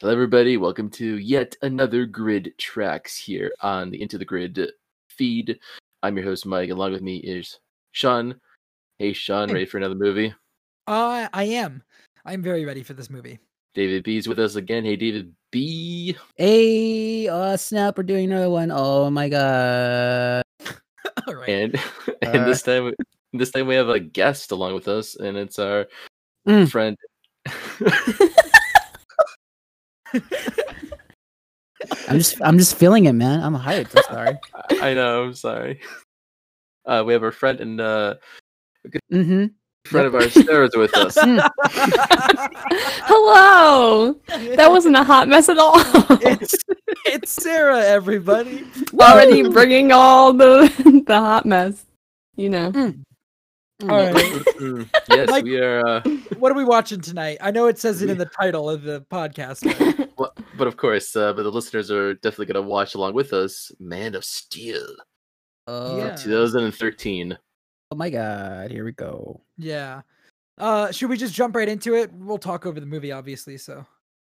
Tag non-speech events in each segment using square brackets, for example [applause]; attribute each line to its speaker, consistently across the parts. Speaker 1: Hello, everybody. Welcome to yet another Grid Tracks here on the Into the Grid feed. I'm your host, Mike. Along with me is Sean. Hey, Sean,
Speaker 2: Hey.
Speaker 1: ready for another movie?
Speaker 2: Uh, I am. I'm very ready for this movie.
Speaker 1: David B's with us again. Hey, David B.
Speaker 3: Hey, oh snap, we're doing another one. Oh my god.
Speaker 2: [laughs] All right. Uh,
Speaker 1: And [laughs] and this time, this time we have a guest along with us, and it's our
Speaker 2: Hmm.
Speaker 3: Mm.
Speaker 1: friend.
Speaker 3: I'm just I'm just feeling it, man. I'm hyped. I'm sorry.
Speaker 1: I know. I'm sorry. Uh, we have our friend and uh,
Speaker 2: [laughs]
Speaker 3: Mm-hmm.
Speaker 1: friend of ours, Sarah's with us.
Speaker 4: Hello. That wasn't a hot mess at all.
Speaker 2: [laughs] It's, it's Sarah, everybody.
Speaker 4: [laughs] Already bringing all the [laughs] the hot mess. You know.
Speaker 2: All right.
Speaker 1: Mm, yes,
Speaker 2: Mike-
Speaker 1: we are. Uh,
Speaker 2: What are we watching tonight? I know it says it in the title of the podcast. but-
Speaker 3: [laughs]
Speaker 1: Well, but of course, uh, but the listeners are definitely going to watch along with us. Man of Steel,
Speaker 3: Oh,
Speaker 2: Yeah.
Speaker 1: 2013.
Speaker 3: oh my god, here we go.
Speaker 2: Yeah. Uh, should we just jump right into it? We'll talk over the movie, obviously. So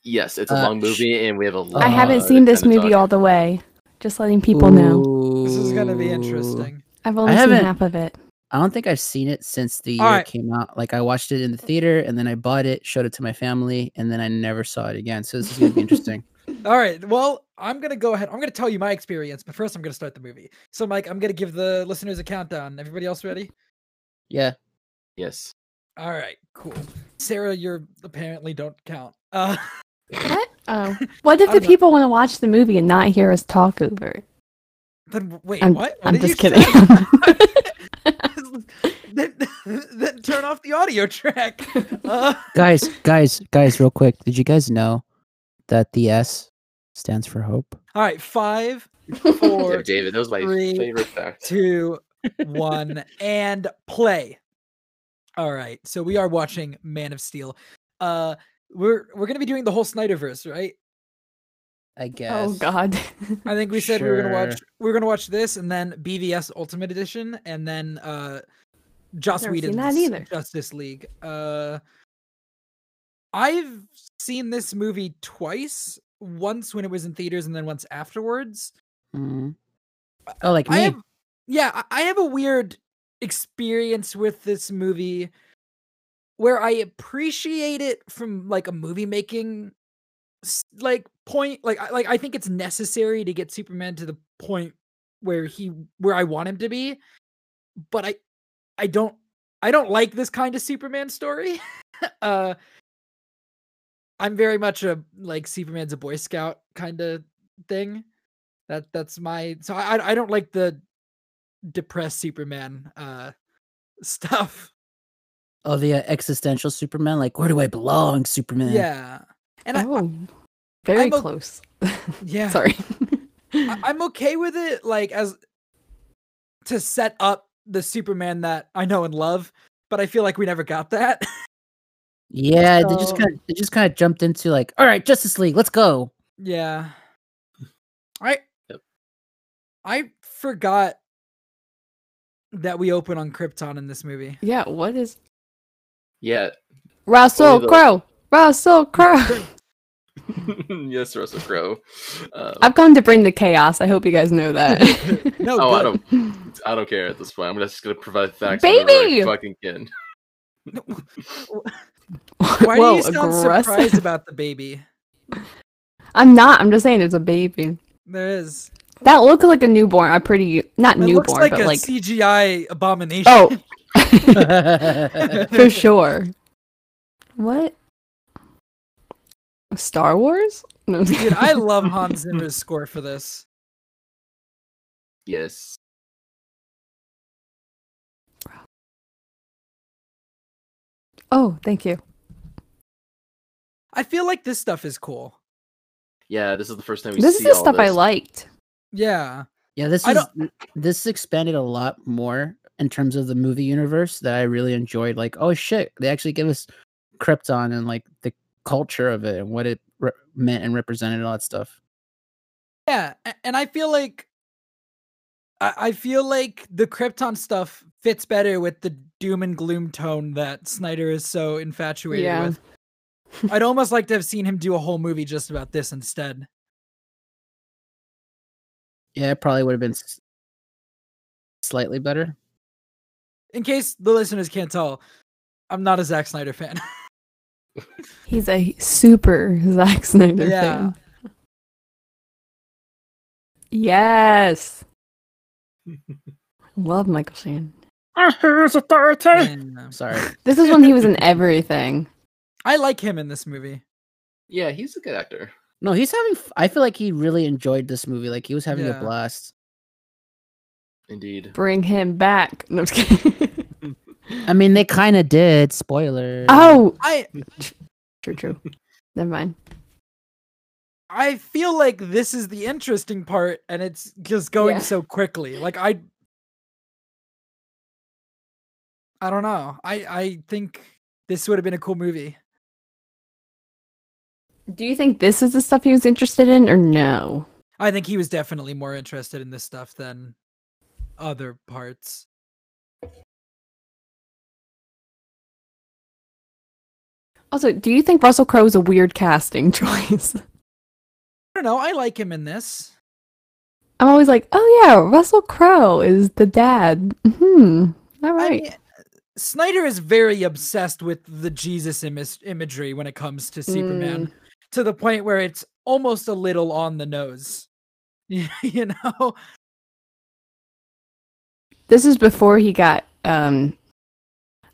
Speaker 1: Yes, it's a
Speaker 3: Uh,
Speaker 1: long
Speaker 3: sh-
Speaker 1: movie, and we have a lot.
Speaker 4: [laughs] I haven't
Speaker 1: to
Speaker 4: seen this
Speaker 1: Uh, kinda
Speaker 4: movie
Speaker 1: talk-
Speaker 4: all the way. Just letting people know.
Speaker 2: this is gonna be
Speaker 3: Ooh.
Speaker 2: interesting.
Speaker 4: I've only
Speaker 3: I
Speaker 4: seen
Speaker 3: haven't-
Speaker 4: half of it.
Speaker 3: I don't think I've seen it since the
Speaker 2: All
Speaker 3: year
Speaker 2: right.
Speaker 3: it came out. Like I watched it in the theater and then I bought it, showed it to my family, and then I never saw it again. So this is gonna
Speaker 2: [laughs]
Speaker 3: be interesting.
Speaker 2: All right. Well, I'm gonna go ahead. I'm gonna tell you my experience, but first I'm gonna start the movie. So, Mike, I'm gonna give the listeners a countdown. Everybody else ready?
Speaker 3: yeah.
Speaker 1: Yes.
Speaker 2: All right. Cool. Sarah, you're apparently don't count. Uh, [laughs]
Speaker 4: What? Oh. What if
Speaker 2: I
Speaker 4: the
Speaker 2: don't know.
Speaker 4: people want to watch the movie and not hear us talk over it?
Speaker 2: Then w- wait,
Speaker 4: I'm,
Speaker 2: what? What
Speaker 4: I'm
Speaker 2: did you
Speaker 4: just kidding.
Speaker 2: say?
Speaker 4: [laughs]
Speaker 2: [laughs] then, then turn off the audio
Speaker 4: [laughs]
Speaker 2: track. Uh,
Speaker 3: Guys, guys, guys, real quick. Did you guys know that the S stands for hope?
Speaker 2: all right, five,
Speaker 1: Yeah,
Speaker 2: four,
Speaker 1: David, that was my
Speaker 2: three,
Speaker 1: favorite fact.
Speaker 2: two, one, and play. All right, so we are watching Man of Steel. Uh, we're we're gonna be doing the whole Snyderverse, right?
Speaker 3: I guess.
Speaker 4: oh god.
Speaker 2: I think we said we were gonna
Speaker 3: Sure.
Speaker 2: watch we were gonna watch this and then BVS Ultimate Edition and then uh Joss
Speaker 4: Never
Speaker 2: Whedon's
Speaker 4: seen that either.
Speaker 2: Justice League. Uh I've seen this movie twice, once when it was in theaters and then once afterwards.
Speaker 3: Mhm. Oh, like me.
Speaker 2: I have yeah, I- I have a weird experience with this movie where I appreciate it from like a movie making s- like point like I- like I think it's necessary to get Superman to the point where he where I want him to be but I I don't I don't like this kind of Superman story [laughs] uh I'm very much a like Superman's a boy scout kind of thing that that's my so I I- I don't like the depressed Superman uh [laughs] stuff
Speaker 3: Oh, the uh, existential Superman. Like, where do I belong,
Speaker 1: [laughs]
Speaker 3: Superman?
Speaker 2: yeah and I,
Speaker 4: [laughs] Oh. Very
Speaker 2: I'm a-
Speaker 4: close.
Speaker 2: yeah
Speaker 4: [laughs] Sorry.
Speaker 2: I- I'm okay with it, like as to set up the Superman that I know and love, but I feel like we never got that. [laughs]
Speaker 3: Yeah. They
Speaker 2: So-
Speaker 3: just kind of they just kind of jumped into like, all right, Justice League, let's go.
Speaker 2: yeah. I
Speaker 1: Yep.
Speaker 2: I forgot that we open on Krypton in this movie.
Speaker 4: [laughs] yeah, what is [laughs]
Speaker 1: Yeah.
Speaker 4: Russell
Speaker 1: the-
Speaker 4: Crowe? Russell Crowe.
Speaker 1: yes, Russell Crowe. Um,
Speaker 4: I've come to bring the chaos. I hope you guys know that. [laughs]
Speaker 2: No,
Speaker 1: oh, I
Speaker 2: good.
Speaker 1: don't. I don't care at this point. I'm just going to provide facts.
Speaker 4: Baby!
Speaker 1: whenever I fucking can.
Speaker 2: [laughs] Why
Speaker 4: Whoa,
Speaker 2: do you sound
Speaker 4: aggressive.
Speaker 2: surprised about the baby?
Speaker 4: I'm not. I'm just saying there's a baby.
Speaker 2: There is.
Speaker 4: That looks like a newborn. I pretty not
Speaker 2: It looks
Speaker 4: newborn,
Speaker 2: like
Speaker 4: but
Speaker 2: a
Speaker 4: like
Speaker 2: CGI abomination.
Speaker 4: oh,
Speaker 2: [laughs]
Speaker 3: yeah.
Speaker 4: for sure. What? Star Wars? [laughs] No, I'm just
Speaker 2: Dude, I
Speaker 4: kidding.
Speaker 2: love Hans Zimmer's score for this.
Speaker 1: Yes.
Speaker 4: Oh, thank you.
Speaker 2: I feel like this stuff is cool.
Speaker 1: Yeah. This is the first time we
Speaker 4: This is
Speaker 1: see
Speaker 4: the
Speaker 1: all
Speaker 4: stuff I
Speaker 1: this.
Speaker 4: liked.
Speaker 2: Yeah.
Speaker 3: This
Speaker 2: I
Speaker 3: is
Speaker 2: don't-
Speaker 3: this expanded a lot more in terms of the movie universe that I really enjoyed. Like, oh shit, they actually give us Krypton and like the culture of it and what it re- meant and represented and all that stuff.
Speaker 2: Yeah, a- and I feel like I, I feel like the Krypton stuff fits better with the doom and gloom tone that Snyder is so infatuated
Speaker 4: Yeah.
Speaker 2: with. I'd almost like to have seen him do a whole movie just about this instead.
Speaker 3: Yeah, it probably would have been s- slightly better.
Speaker 2: In case the listeners can't tell, I'm not a Zack Snyder fan.
Speaker 4: [laughs] He's a super [laughs] Zack Snyder
Speaker 2: Yeah.
Speaker 4: fan.
Speaker 2: [laughs]
Speaker 4: Yes. Love Michael Sheen.
Speaker 2: Ah,
Speaker 3: I hear his authority.
Speaker 2: And, um,
Speaker 3: Sorry.
Speaker 4: This is when he was in everything.
Speaker 2: I like him in this movie.
Speaker 1: Yeah, he's a good actor.
Speaker 3: No, he's having. f- I feel like he really enjoyed this movie. Like he was having
Speaker 2: Yeah.
Speaker 3: a blast.
Speaker 1: Indeed.
Speaker 4: Bring him back. No, I'm just kidding.
Speaker 3: I mean, they kind of did. Spoiler.
Speaker 4: [laughs]
Speaker 2: [laughs]
Speaker 4: oh,
Speaker 2: I
Speaker 4: true, true. Never mind.
Speaker 2: I feel like this is the interesting part, and it's just going
Speaker 4: Yeah.
Speaker 2: so quickly. Like I, I don't know. I I think this would have been a cool movie.
Speaker 4: Do you think this is the stuff he was interested in, or no?
Speaker 2: I think he was definitely more interested in this stuff than other parts.
Speaker 4: Also, do you think Russell Crowe is a weird casting [laughs] choice?
Speaker 2: I don't know. I like him in this.
Speaker 4: I'm always like, oh yeah, Russell Crowe is the dad. Hmm. All
Speaker 2: I
Speaker 4: right.
Speaker 2: mean, Snyder is very obsessed with the Jesus imis imagery when it comes to Superman,
Speaker 4: Mm.
Speaker 2: to the point where it's almost a little on the nose. [laughs] you know?
Speaker 4: This is before he got um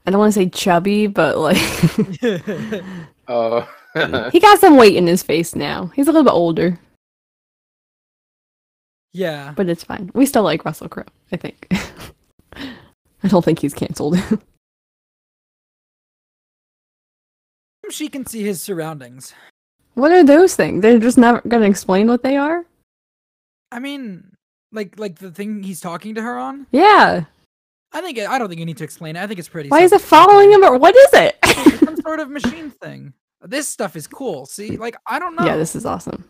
Speaker 4: I don't want to say chubby, but like [laughs]
Speaker 1: Oh. [laughs]
Speaker 4: he got some weight in his face now. He's a little bit older,
Speaker 2: yeah.
Speaker 4: but it's fine. We still like Russell Crowe, I think. [laughs] I don't think he's canceled. [laughs]
Speaker 2: She can see his surroundings.
Speaker 4: what are those things? They're just not going to explain what they are?
Speaker 2: I mean, like like the thing he's talking to her on.
Speaker 4: Yeah.
Speaker 2: I think I don't think you need to explain it. I think it's pretty.
Speaker 4: Why is it
Speaker 2: self-explanatory.
Speaker 4: following him or what is it? [laughs]
Speaker 2: It's Some sort of machine thing. This stuff is cool. See, like I don't know.
Speaker 4: Yeah, this is awesome.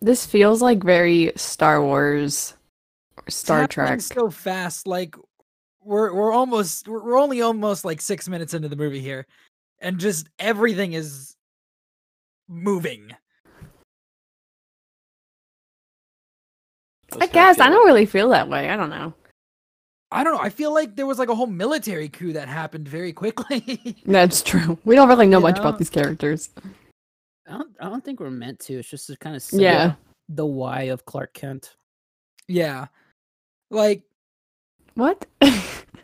Speaker 4: This feels like very Star Wars or
Speaker 2: It's
Speaker 4: Star
Speaker 2: happening
Speaker 4: Trek.
Speaker 2: So fast, like we're we're almost we're we're only almost like six minutes into the movie here, and just everything is moving.
Speaker 4: I guess I don't really feel that way. I don't know.
Speaker 2: I don't know. I feel like there was like a whole military coup that happened very quickly. [laughs]
Speaker 4: That's true. We don't really know
Speaker 2: You
Speaker 4: much
Speaker 2: know?
Speaker 4: about these characters.
Speaker 3: I don't. I don't think we're meant to. It's just to kind of see
Speaker 4: Yeah.
Speaker 3: the why of Clark Kent.
Speaker 2: yeah, like
Speaker 4: What?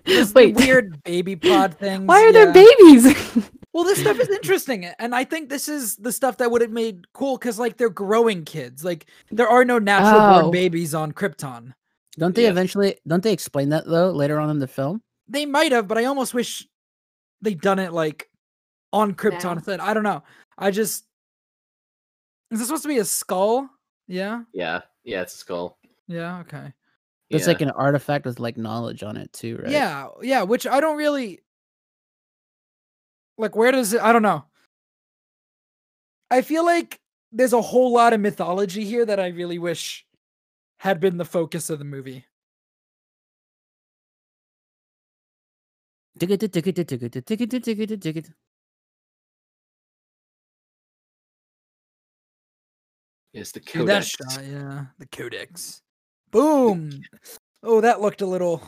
Speaker 2: this
Speaker 4: [laughs] Wait.
Speaker 2: weird baby pod things.
Speaker 4: Why are
Speaker 2: yeah.
Speaker 4: there babies? [laughs]
Speaker 2: Well, this stuff is interesting, and I think this is the stuff that would have made cool because, like, they're growing kids. Like, there are no natural
Speaker 4: Oh.
Speaker 2: born babies on Krypton.
Speaker 3: Don't they
Speaker 1: Yeah.
Speaker 3: eventually? Don't they explain that though later on in the film?
Speaker 2: They might have, but I almost wish they'd done it like on Krypton.
Speaker 4: Now.
Speaker 2: instead. I don't know. I just is this supposed to be a skull? Yeah.
Speaker 1: Yeah. Yeah, it's a skull.
Speaker 2: Yeah. Okay.
Speaker 3: It's
Speaker 1: yeah.
Speaker 3: like an artifact with like knowledge on it too, right?
Speaker 2: Yeah. Yeah. Which I don't really like. Where does it? I don't know. I feel like there's a whole lot of mythology here that I really wish had been the focus of the movie.
Speaker 3: Ticket, ticket, ticket, ticket, ticket, ticket, ticket.
Speaker 1: It's the
Speaker 2: Dude, that
Speaker 1: codex.
Speaker 2: shot, yeah. The codex. Boom. Oh, that looked a little.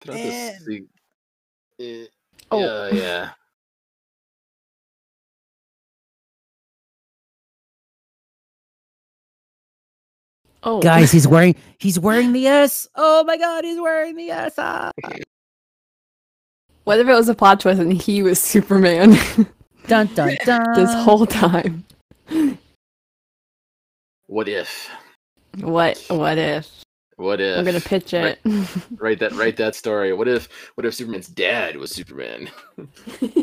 Speaker 1: Throughout this
Speaker 2: And-
Speaker 1: thing- Eh,
Speaker 4: Oh.
Speaker 1: Yeah, yeah.
Speaker 4: oh,
Speaker 3: Guys, he's wearing. He's wearing the S. Oh my God, he's wearing the S. Ah.
Speaker 4: What if it was a plot twist and he was Superman [laughs]
Speaker 3: Dun dun
Speaker 4: Um,
Speaker 3: dun.
Speaker 4: this whole time?
Speaker 1: What if?
Speaker 4: What? What if?
Speaker 1: What if
Speaker 4: I'm gonna pitch
Speaker 1: Right.
Speaker 4: it. [laughs]
Speaker 1: write that write that story? What if what if Superman's dad was Superman?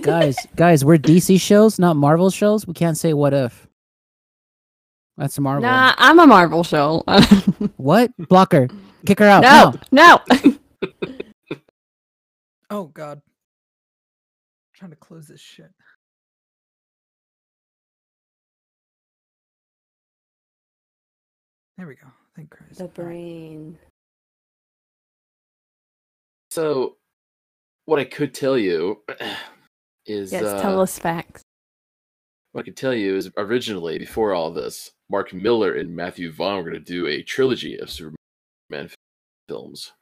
Speaker 3: guys, guys, we're DC shows, not Marvel shows. We can't say what if. That's Marvel.
Speaker 4: Nah, I'm a Marvel show. [laughs]
Speaker 3: What? Block her. Kick her out.
Speaker 4: no, no.
Speaker 2: Oh god. trying to close this shit. There we go. Thank Christ.
Speaker 4: the
Speaker 2: All right.
Speaker 4: brain.
Speaker 1: So, what I could tell you [clears throat] is
Speaker 4: Yes,
Speaker 1: uh,
Speaker 4: tell us facts.
Speaker 1: what I could tell you is originally before all this, Mark Miller and Matthew Vaughn were going to do a trilogy of Superman films,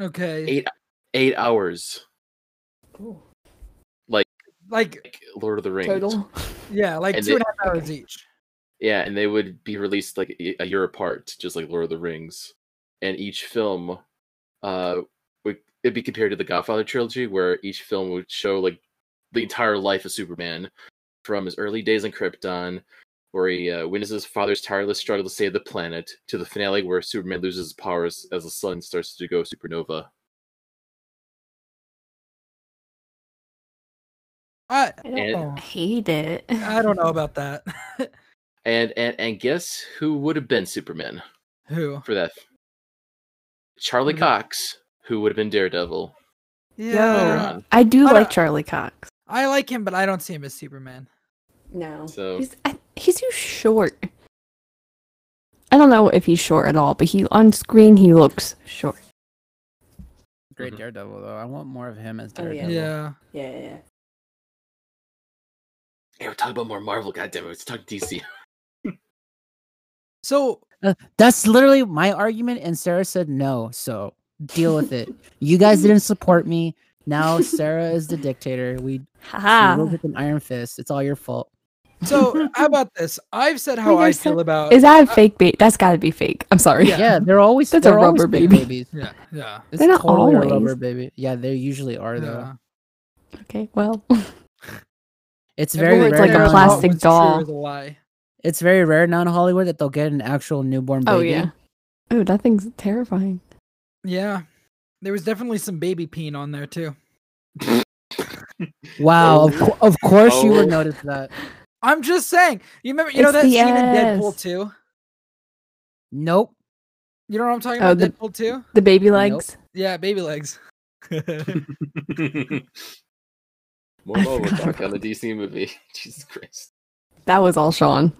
Speaker 2: Okay.
Speaker 1: Eight- eight hours
Speaker 2: Like
Speaker 1: like Lord of the Rings.
Speaker 4: Total.
Speaker 2: yeah, like
Speaker 1: And
Speaker 2: two
Speaker 1: it-
Speaker 2: and a half hours each.
Speaker 1: Yeah, and they would be released like a a year apart, just like Lord of the Rings. And each film, uh, would it'd be compared to the Godfather trilogy, where each film would show like the entire life of Superman, from his early days on Krypton, where he uh, witnesses his father's tireless struggle to save the planet, to the finale where Superman loses his powers as the sun starts to go supernova.
Speaker 2: I
Speaker 4: I don't
Speaker 1: And-
Speaker 2: oh,
Speaker 4: hate it.
Speaker 2: I
Speaker 4: [laughs]
Speaker 2: don't know about that. [laughs]
Speaker 1: And and and guess who would have been Superman
Speaker 2: Who?
Speaker 1: for that? Charlie
Speaker 2: Would've-
Speaker 1: Cox, who would have been Daredevil. Later
Speaker 2: Yeah.
Speaker 1: on.
Speaker 4: I do
Speaker 2: I
Speaker 4: like
Speaker 2: don't-
Speaker 4: Charlie Cox.
Speaker 2: I like him, but I don't see him as Superman.
Speaker 4: No,
Speaker 1: So-
Speaker 4: he's I, he's too short. I don't know if he's short at all, but he on screen he looks short.
Speaker 3: Great Daredevil though. I want more of him as
Speaker 4: Oh, yeah.
Speaker 3: Daredevil.
Speaker 2: Yeah.
Speaker 4: Yeah, yeah, yeah.
Speaker 1: Hey, we're talking about more Marvel, goddammit. Let's talk [laughs] DC.
Speaker 2: So
Speaker 3: Uh, that's literally my argument, and Sarah said no. So deal with it. you
Speaker 4: [laughs]
Speaker 3: guys didn't support me. Now Sarah is the dictator. We ah.
Speaker 4: Haha.
Speaker 3: with an iron fist. It's all your fault.
Speaker 4: [laughs]
Speaker 2: so how about this? I've said how I
Speaker 4: there's
Speaker 2: feel
Speaker 4: so-
Speaker 2: about
Speaker 4: Is that a fake bait? That's got to be fake. I'm sorry.
Speaker 2: Yeah.
Speaker 3: Yeah, they're always
Speaker 4: That's a
Speaker 3: they're always
Speaker 4: rubber
Speaker 3: big
Speaker 4: baby.
Speaker 3: babies.
Speaker 4: [laughs]
Speaker 2: Yeah, yeah.
Speaker 3: It's
Speaker 4: They're not
Speaker 3: totally a
Speaker 4: always.
Speaker 3: rubber baby. Yeah, they usually are though.
Speaker 2: yeah.
Speaker 4: Okay. Well,
Speaker 3: It's
Speaker 2: Everyone
Speaker 4: Everywhere
Speaker 3: very rare.
Speaker 4: it's like a
Speaker 2: there
Speaker 3: now in
Speaker 2: is
Speaker 3: Hol-
Speaker 4: plastic
Speaker 2: what's true
Speaker 4: doll.
Speaker 2: is a lie.
Speaker 3: It's very rare now in Hollywood that they'll get an actual newborn baby.
Speaker 4: oh yeah. Oh, that thing's terrifying.
Speaker 2: Yeah. There was definitely some baby peen on there too.
Speaker 3: Wow. Of,
Speaker 1: Oh.
Speaker 3: co- of course you
Speaker 1: Oh.
Speaker 3: would notice that.
Speaker 2: I'm just saying. You remember you know
Speaker 4: It's
Speaker 2: that
Speaker 4: the
Speaker 2: scene in Deadpool
Speaker 4: ass.
Speaker 2: 2?
Speaker 3: Nope.
Speaker 2: You know what I'm talking
Speaker 4: Oh,
Speaker 2: about?
Speaker 4: the-
Speaker 2: Deadpool 2?
Speaker 4: The baby
Speaker 3: Nope.
Speaker 4: legs.
Speaker 2: Yeah, baby legs. [laughs] I
Speaker 1: more
Speaker 4: [laughs] I
Speaker 1: Marvel
Speaker 4: forgot
Speaker 1: talk on
Speaker 4: about
Speaker 1: the DC movie. [laughs] Jesus Christ.
Speaker 4: That was all Sean.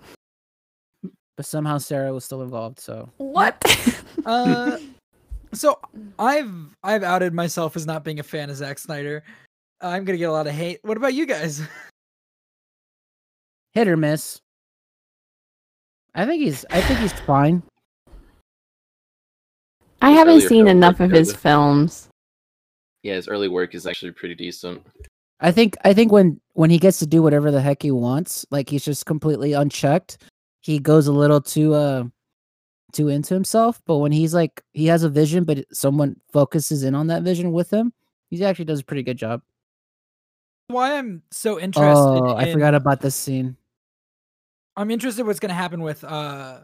Speaker 3: But somehow Sarah was still involved. So
Speaker 4: [laughs] What?
Speaker 3: [laughs]
Speaker 2: Uh, so I've I've outed myself as not being a fan of Zack Snyder. I'm gonna get a lot of hate. What about you guys? [laughs]
Speaker 3: hit or miss. I think he's. I think he's fine.
Speaker 4: I
Speaker 1: His
Speaker 4: haven't
Speaker 1: earlier
Speaker 4: seen
Speaker 1: films
Speaker 4: enough
Speaker 1: were
Speaker 4: of his
Speaker 1: good.
Speaker 4: [laughs] films.
Speaker 1: Yeah, his early work is actually pretty decent.
Speaker 3: I think. I think when when he gets to do whatever the heck he wants, like he's just completely unchecked. He goes a little too uh too into himself. But when he's like he has a vision, but someone focuses in on that vision with him, he actually does a pretty good job.
Speaker 2: Why I'm so interested
Speaker 3: Oh, I
Speaker 2: in-
Speaker 3: forgot about this scene.
Speaker 2: I'm interested what's gonna happen with uh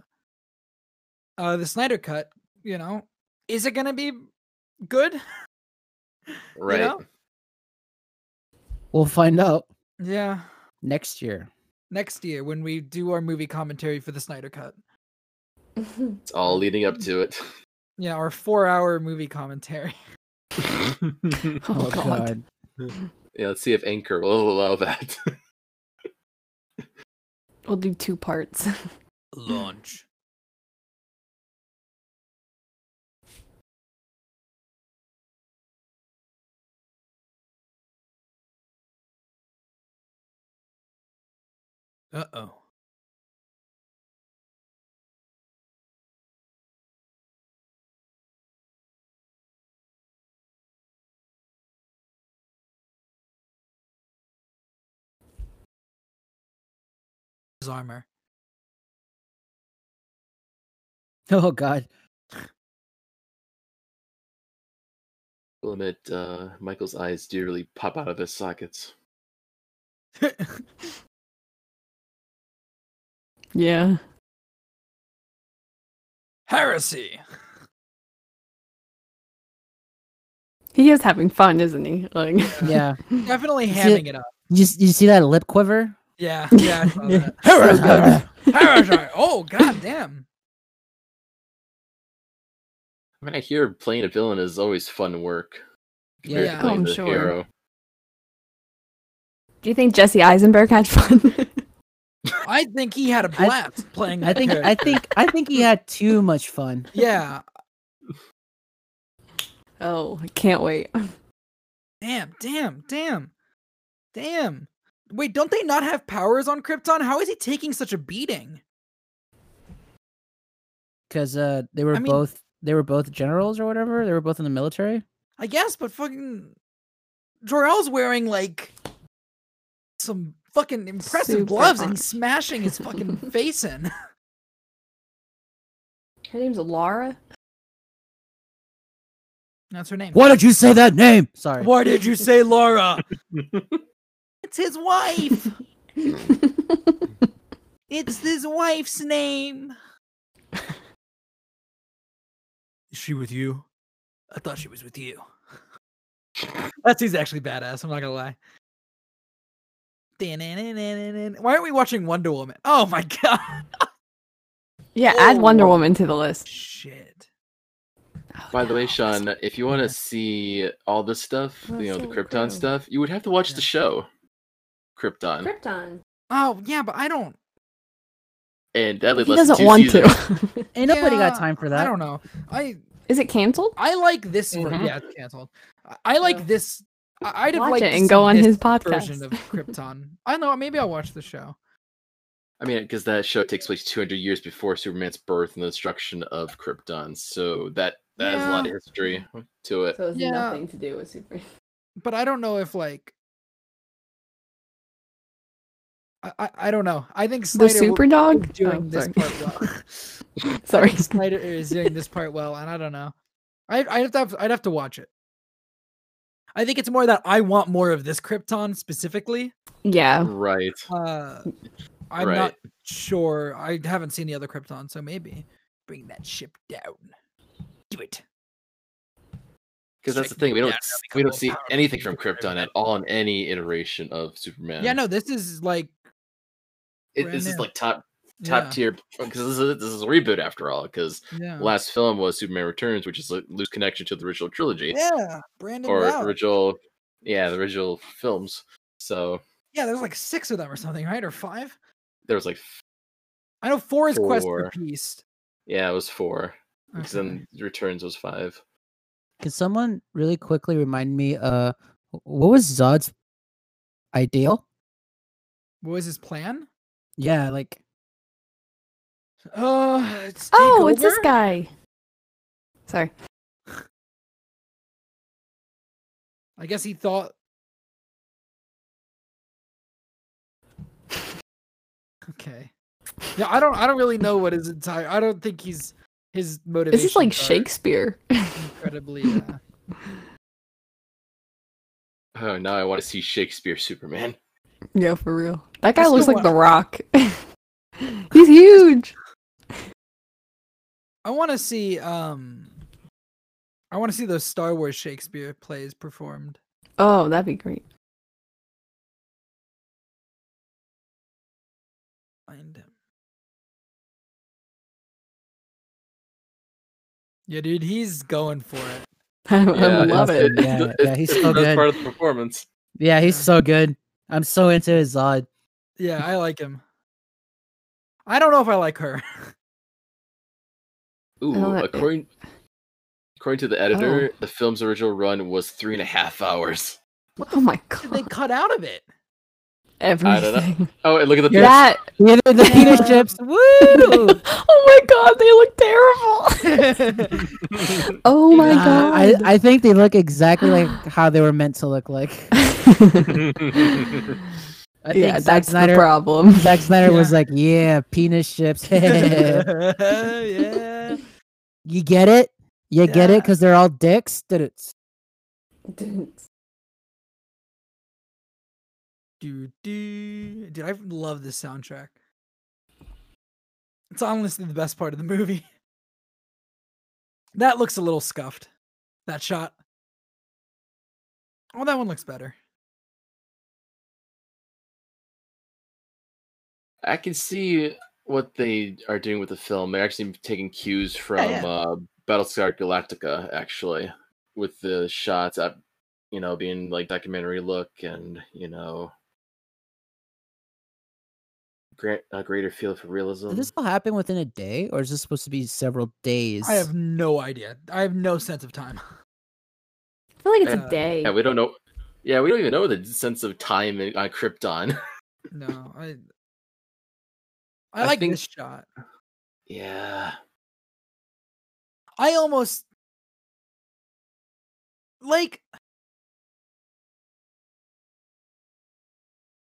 Speaker 2: uh the Snyder cut, you know. Is it gonna be good?
Speaker 1: Right.
Speaker 2: know?
Speaker 3: We'll find out
Speaker 2: Yeah.
Speaker 3: next year.
Speaker 2: Next year when we do our movie commentary for the Snyder cut.
Speaker 4: Oh,
Speaker 1: It's all leading up to it. [laughs]
Speaker 2: Yeah, our four hour movie commentary.
Speaker 4: [laughs] Oh,
Speaker 3: Oh
Speaker 4: God.
Speaker 3: God. [laughs]
Speaker 1: yeah, let's see if Anchor will [laughs] allow that.
Speaker 4: We'll do two parts. [laughs]
Speaker 2: [clears throat] Launch. Uh oh. His armor. [laughs]
Speaker 4: [laughs]
Speaker 3: Oh God.
Speaker 1: will admit, uh, Michael's eyes do really pop out of his sockets.
Speaker 4: yeah.
Speaker 2: Heresy.
Speaker 4: He is having fun, isn't he? [laughs] Like,
Speaker 3: Yeah.
Speaker 2: Definitely
Speaker 3: Is
Speaker 2: hamming it up.
Speaker 3: you, s- you see that lip quiver? [laughs]
Speaker 2: Yeah, yeah. I saw that. Heresy. Oh god damn.
Speaker 1: I mean, I hear playing a villain is always fun work. compared to
Speaker 2: Yeah. Oh,
Speaker 1: playing
Speaker 4: I'm
Speaker 1: the
Speaker 4: sure.
Speaker 1: hero.
Speaker 4: do you think Jesse Eisenberg had fun? [laughs]
Speaker 2: I think he had a
Speaker 3: I-
Speaker 2: blast playing.
Speaker 3: I
Speaker 2: that
Speaker 3: think I
Speaker 4: [laughs]
Speaker 2: character.
Speaker 3: think I think he had too much fun.
Speaker 2: Yeah.
Speaker 4: oh, I can't wait.
Speaker 2: Damn. Damn. Damn. Damn. Wait, don't they not have powers on Krypton? How is he taking such a beating?
Speaker 3: because uh, they were
Speaker 2: mean-
Speaker 3: both they were both generals or whatever. They were both in the military.
Speaker 2: I guess, but fucking Jor-El's wearing like some fucking impressive
Speaker 4: Super
Speaker 2: gloves and
Speaker 4: hot.
Speaker 2: he's smashing his fucking face
Speaker 3: [laughs]
Speaker 2: in.
Speaker 4: Her name's [laughs] Laura.
Speaker 2: That's her name.
Speaker 3: Why did you say that name? Sorry.
Speaker 2: Why did you say Laura? [laughs] it's his [laughs] wife. It's his wife's name. Is she with you? I thought she was with you. [laughs] that scene's actually badass. I'm not gonna lie. Why aren't we watching Wonder Woman? Oh my [laughs] god!
Speaker 4: yeah, add
Speaker 2: Whoa.
Speaker 4: Wonder Woman to the list.
Speaker 2: Shit.
Speaker 4: Oh,
Speaker 1: By the way,
Speaker 4: no.
Speaker 1: Sean, if you want to see all this stuff,
Speaker 4: Well,
Speaker 1: you know, the
Speaker 4: so
Speaker 1: Krypton
Speaker 4: cool.
Speaker 1: stuff, you would have to watch
Speaker 2: Yeah.
Speaker 1: the show Krypton.
Speaker 4: Krypton.
Speaker 2: Oh yeah, but I don't.
Speaker 1: And that
Speaker 4: He
Speaker 1: led less than
Speaker 4: doesn't
Speaker 1: two
Speaker 4: want
Speaker 1: seasons.
Speaker 4: to.
Speaker 3: Ain't nobody
Speaker 2: Yeah,
Speaker 3: got time for
Speaker 2: I
Speaker 3: that.
Speaker 2: don't know. I
Speaker 4: [laughs] is it canceled?
Speaker 2: I like this. ver-
Speaker 1: Mhm.
Speaker 2: yeah, it's canceled. I, I like
Speaker 4: Ugh.
Speaker 2: this. I, I'd have
Speaker 4: Watch
Speaker 2: liked
Speaker 4: it
Speaker 2: to
Speaker 4: and
Speaker 2: see
Speaker 4: go on
Speaker 2: this
Speaker 4: his
Speaker 2: version
Speaker 4: podcast.
Speaker 2: of Krypton. I know. Maybe I'll watch the show.
Speaker 1: I mean, because that show takes place 200 years before Superman's birth and the destruction of Krypton. So that that has a lot of history to it.
Speaker 4: So it's
Speaker 2: Yeah. nothing
Speaker 4: to do with Super.
Speaker 2: but I don't know if like I I, I don't know. I think
Speaker 4: The
Speaker 2: Snyder w-
Speaker 4: Super
Speaker 2: is
Speaker 4: Dog. Oh,
Speaker 2: doing this
Speaker 4: sorry.
Speaker 2: part
Speaker 4: [laughs]
Speaker 2: well. [laughs]
Speaker 4: sorry.
Speaker 2: Snyder is doing this part well, and I don't know. I I have to have, I'd have to watch it. I think it's more that I want more of this Krypton specifically.
Speaker 4: Yeah.
Speaker 1: Right.
Speaker 2: Uh, I'm
Speaker 1: Right.
Speaker 2: not sure. I haven't seen the other Krypton, so maybe bring that ship down. Do it.
Speaker 1: Because that's the
Speaker 2: Check
Speaker 1: thing. We
Speaker 2: them
Speaker 1: don't
Speaker 2: down,
Speaker 1: s-
Speaker 2: they'll
Speaker 1: we
Speaker 2: become
Speaker 1: don't see
Speaker 2: more powerful
Speaker 1: anything from
Speaker 2: than
Speaker 1: Krypton
Speaker 2: Superman.
Speaker 1: at all in any iteration of Superman.
Speaker 2: Yeah, no, this is like
Speaker 1: It- this
Speaker 2: brand
Speaker 1: is
Speaker 2: new.
Speaker 1: like top top tier because this is, this is a reboot after all. Because
Speaker 2: yeah, yeah.
Speaker 1: last film was Superman Returns, which is a loose connection to the original trilogy
Speaker 2: yeah, Brandon
Speaker 1: or
Speaker 2: Routh.
Speaker 1: original, yeah, the original films. So
Speaker 2: Yeah, there's like six of them or something, right? Or five?
Speaker 1: there was like, f-
Speaker 2: I know four is Quest for
Speaker 1: Four.
Speaker 2: Peace.
Speaker 1: yeah, it was four. Because
Speaker 2: Okay.
Speaker 1: then Returns was five.
Speaker 3: Could someone really quickly remind me? Uh, wh- what was Zod's ideal?
Speaker 2: What was his plan?
Speaker 3: Yeah, like
Speaker 2: Uh, it's
Speaker 4: Oh, it's this
Speaker 2: takeover?
Speaker 4: guy. Sorry.
Speaker 2: I guess he thought. Okay. Yeah, I don't. I don't really know what his entire. I don't think he's his motivation.
Speaker 4: This is like Shakespeare. [laughs]
Speaker 2: Incredibly. Uh,
Speaker 1: Oh, now I want to see Shakespeare
Speaker 3: [laughs]
Speaker 1: Superman.
Speaker 4: yeah, for real. That guy
Speaker 2: That's
Speaker 4: looks
Speaker 2: the
Speaker 4: like
Speaker 2: one-
Speaker 4: The Rock. [laughs] He's huge.
Speaker 2: I want to see. Um. I want to see those Star Wars Shakespeare plays performed.
Speaker 4: Oh, that'd be great. [laughs]
Speaker 2: Find him. Yeah, dude, he's going for it.
Speaker 4: I, I
Speaker 3: Yeah,
Speaker 4: love it.
Speaker 3: Yeah,
Speaker 1: [laughs]
Speaker 3: yeah, he's
Speaker 1: it's
Speaker 3: so
Speaker 1: the best
Speaker 3: good.
Speaker 1: part of the performance.
Speaker 3: yeah, he's
Speaker 2: Yeah.
Speaker 3: so good. I'm so into his Zod.
Speaker 2: Yeah, I like him. I don't know if I like her.
Speaker 1: Ooh,
Speaker 3: Oh,
Speaker 4: know that-
Speaker 1: according according to the editor, the film's original run was three and a half hours.
Speaker 4: [laughs] Oh my
Speaker 2: Did they
Speaker 4: god.
Speaker 2: cut out of it?
Speaker 4: Everything.
Speaker 1: I don't know. [laughs] Oh, and look at the
Speaker 4: That.
Speaker 3: Yeah, [laughs] the the penis
Speaker 2: Yeah.
Speaker 3: chips. [laughs]
Speaker 4: [laughs]
Speaker 3: Woo!
Speaker 2: [laughs]
Speaker 3: [laughs]
Speaker 4: oh my god, they look terrible. [laughs] oh my
Speaker 3: Nah, I,
Speaker 4: god.
Speaker 3: I think they look exactly [sighs] like how they were meant to look [laughs] like.
Speaker 4: [laughs]
Speaker 1: [laughs]
Speaker 3: [laughs] I
Speaker 4: yeah,
Speaker 3: think Zack
Speaker 4: that's
Speaker 3: Snyder-
Speaker 4: the
Speaker 3: [laughs]
Speaker 4: problem.
Speaker 3: Zack Snyder was
Speaker 2: Yeah.
Speaker 3: like, "Yeah, penis [laughs] chips. you
Speaker 2: yeah.
Speaker 3: get it? You get
Speaker 2: Yeah.
Speaker 3: it? Because they're all dicks." Did it?
Speaker 2: Do, do. Dude, I love this soundtrack. It's honestly the best part of the movie. That looks a little scuffed. That shot. Oh, that one looks better.
Speaker 1: I can see what they are doing with the film. They're actually taking cues from
Speaker 2: yeah.
Speaker 1: Uh, Battlestar Galactica, actually, with the shots at you know being like documentary look and you know grant a greater feel for realism.
Speaker 3: Did this all happen within a day, or is this supposed to be several days?
Speaker 2: I have no idea. I have no sense of time.
Speaker 4: I feel like it's
Speaker 2: Uh,
Speaker 4: a day.
Speaker 1: Yeah, we don't know. Yeah, we don't even know the sense of time in- on Krypton. [laughs]
Speaker 2: No, I. I
Speaker 1: I
Speaker 2: like
Speaker 1: think-
Speaker 2: this shot.
Speaker 4: [laughs]
Speaker 1: yeah,
Speaker 2: I almost like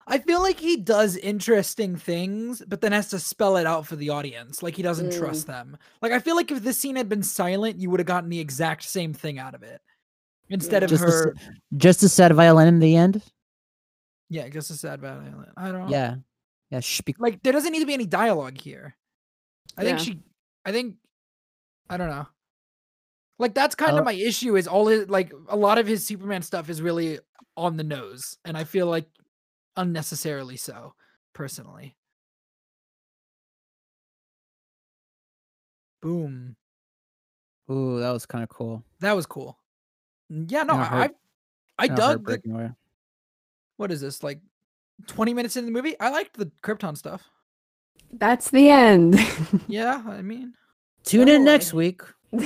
Speaker 2: I feel like he does interesting things, but then has to spell it out for the audience. Like he doesn't
Speaker 4: Mm.
Speaker 2: trust them. Like I feel like if this scene had been silent, you would have gotten the exact same thing out of it. Instead of
Speaker 3: Just the s-
Speaker 2: her,
Speaker 3: Just a sad violin in the end.
Speaker 2: yeah, just a sad violin. I don't.
Speaker 3: Yeah, yeah. Shh, be-
Speaker 2: like there doesn't need to be any dialogue here. I think
Speaker 4: Yeah.
Speaker 2: she I think I don't know. Like that's kind
Speaker 3: Uh,
Speaker 2: of my issue is all his like a lot of his Superman stuff is really on the nose and I feel like unnecessarily so personally. Boom.
Speaker 3: Ooh, that was kind of cool.
Speaker 2: That was cool. Yeah, no,
Speaker 3: Kinda
Speaker 2: I I,
Speaker 3: heart-
Speaker 2: I
Speaker 3: Kinda
Speaker 2: dug the
Speaker 3: heartbreaking way.
Speaker 2: what is this like 20 minutes into the movie? I liked the Krypton stuff.
Speaker 4: That's the end. [laughs]
Speaker 2: Yeah, I mean
Speaker 3: Tune in
Speaker 4: Oh,
Speaker 3: next
Speaker 4: I-
Speaker 3: week.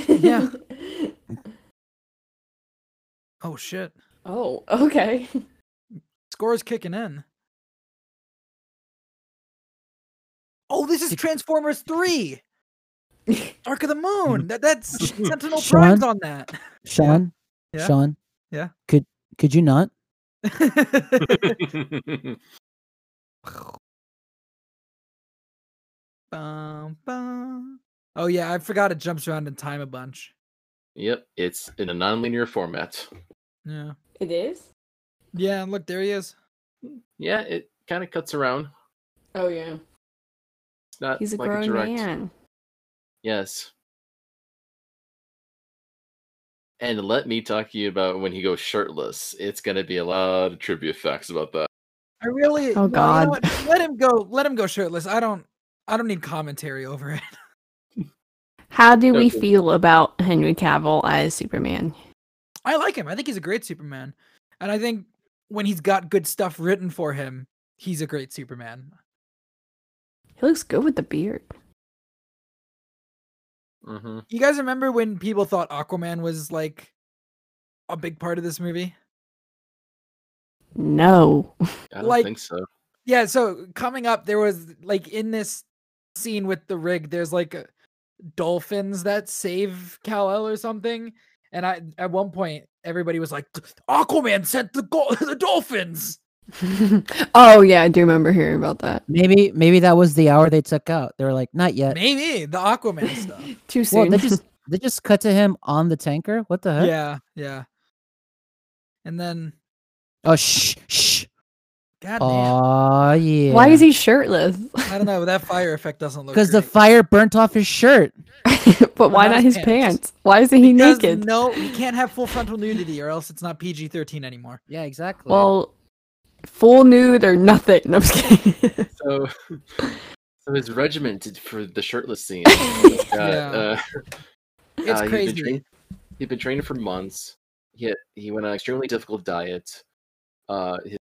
Speaker 2: Yeah. oh shit.
Speaker 4: [laughs] Oh, okay. [laughs]
Speaker 2: Score's kicking in. Oh, this is Transformers 3. Dark of the Moon. That that's Sentinel
Speaker 3: Sean?
Speaker 2: Prime's on that.
Speaker 3: Sean,
Speaker 2: Yeah.
Speaker 3: Sean,
Speaker 2: Yeah.
Speaker 3: Could could you not?
Speaker 2: [laughs] Bum, bum. Oh yeah, I forgot it jumps around in time a bunch.
Speaker 1: yep. It's in a non-linear format.
Speaker 2: Yeah.
Speaker 4: It is?
Speaker 2: Yeah, and look, there he is.
Speaker 1: Yeah, it kind of cuts around.
Speaker 4: Oh, yeah.
Speaker 1: It's not
Speaker 4: He's a
Speaker 1: like
Speaker 4: grown
Speaker 1: a direct.
Speaker 4: man.
Speaker 1: Yes. And let me talk to you about when he goes shirtless. It's going to be a lot of trivia facts about that.
Speaker 2: I really no, you know
Speaker 4: God.
Speaker 2: what? let him go. Let him go shirtless. I don't I don't need commentary over it. [laughs]
Speaker 4: How do we
Speaker 1: Okay.
Speaker 4: feel about Henry Cavill as Superman?
Speaker 2: I like him. I think he's a great Superman. And I think when he's got good stuff written for him, he's a great Superman.
Speaker 4: He looks good with the beard.
Speaker 1: Mm-hmm.
Speaker 2: You guys remember when people thought Aquaman was like a big part of this movie?
Speaker 4: No. [laughs]
Speaker 1: I don't
Speaker 2: Like-
Speaker 1: think so.
Speaker 2: Yeah, so coming up there was like in this scene with the rig there's like a, dolphins that save Kal-El or something and I at one point everybody was like Aquaman sent the go- [laughs] the dolphins.
Speaker 4: oh, yeah, I do remember hearing about that.
Speaker 3: Maybe maybe that was the hour they took out. They were like, not yet.
Speaker 2: Maybe the
Speaker 4: [laughs]
Speaker 2: Aquaman stuff.
Speaker 4: Too
Speaker 3: Well,
Speaker 4: soon.
Speaker 3: they just they just cut to him on the tanker. What the heck?
Speaker 2: Yeah, yeah. And then
Speaker 3: Oh shh shh.
Speaker 2: god damn,
Speaker 3: Oh
Speaker 4: [laughs]
Speaker 3: yeah.
Speaker 4: Why is he shirtless? [laughs]
Speaker 2: I don't know, that fire effect doesn't
Speaker 3: [laughs]
Speaker 2: look
Speaker 3: Because the
Speaker 2: great.
Speaker 3: fire burnt off his shirt.
Speaker 4: but why
Speaker 2: not
Speaker 4: not
Speaker 2: his
Speaker 4: his
Speaker 2: pants?
Speaker 4: pants? Why isn't he
Speaker 2: Because
Speaker 4: naked?
Speaker 2: No,
Speaker 4: [laughs]
Speaker 2: we can't have full frontal nudity or else it's not PG-13 anymore.
Speaker 3: Yeah, exactly.
Speaker 4: Well, full nude or nothing. [laughs] No, I'm just kidding.
Speaker 1: So, [laughs] so his regiment did for the shirtless
Speaker 2: [laughs]
Speaker 1: scene. Oh my God,
Speaker 2: Yeah.
Speaker 1: uh,
Speaker 2: It's
Speaker 1: Uh,
Speaker 2: crazy.
Speaker 1: He'd been, train- he'd been training for months. He had, he went on an extremely difficult diet. Uh, his,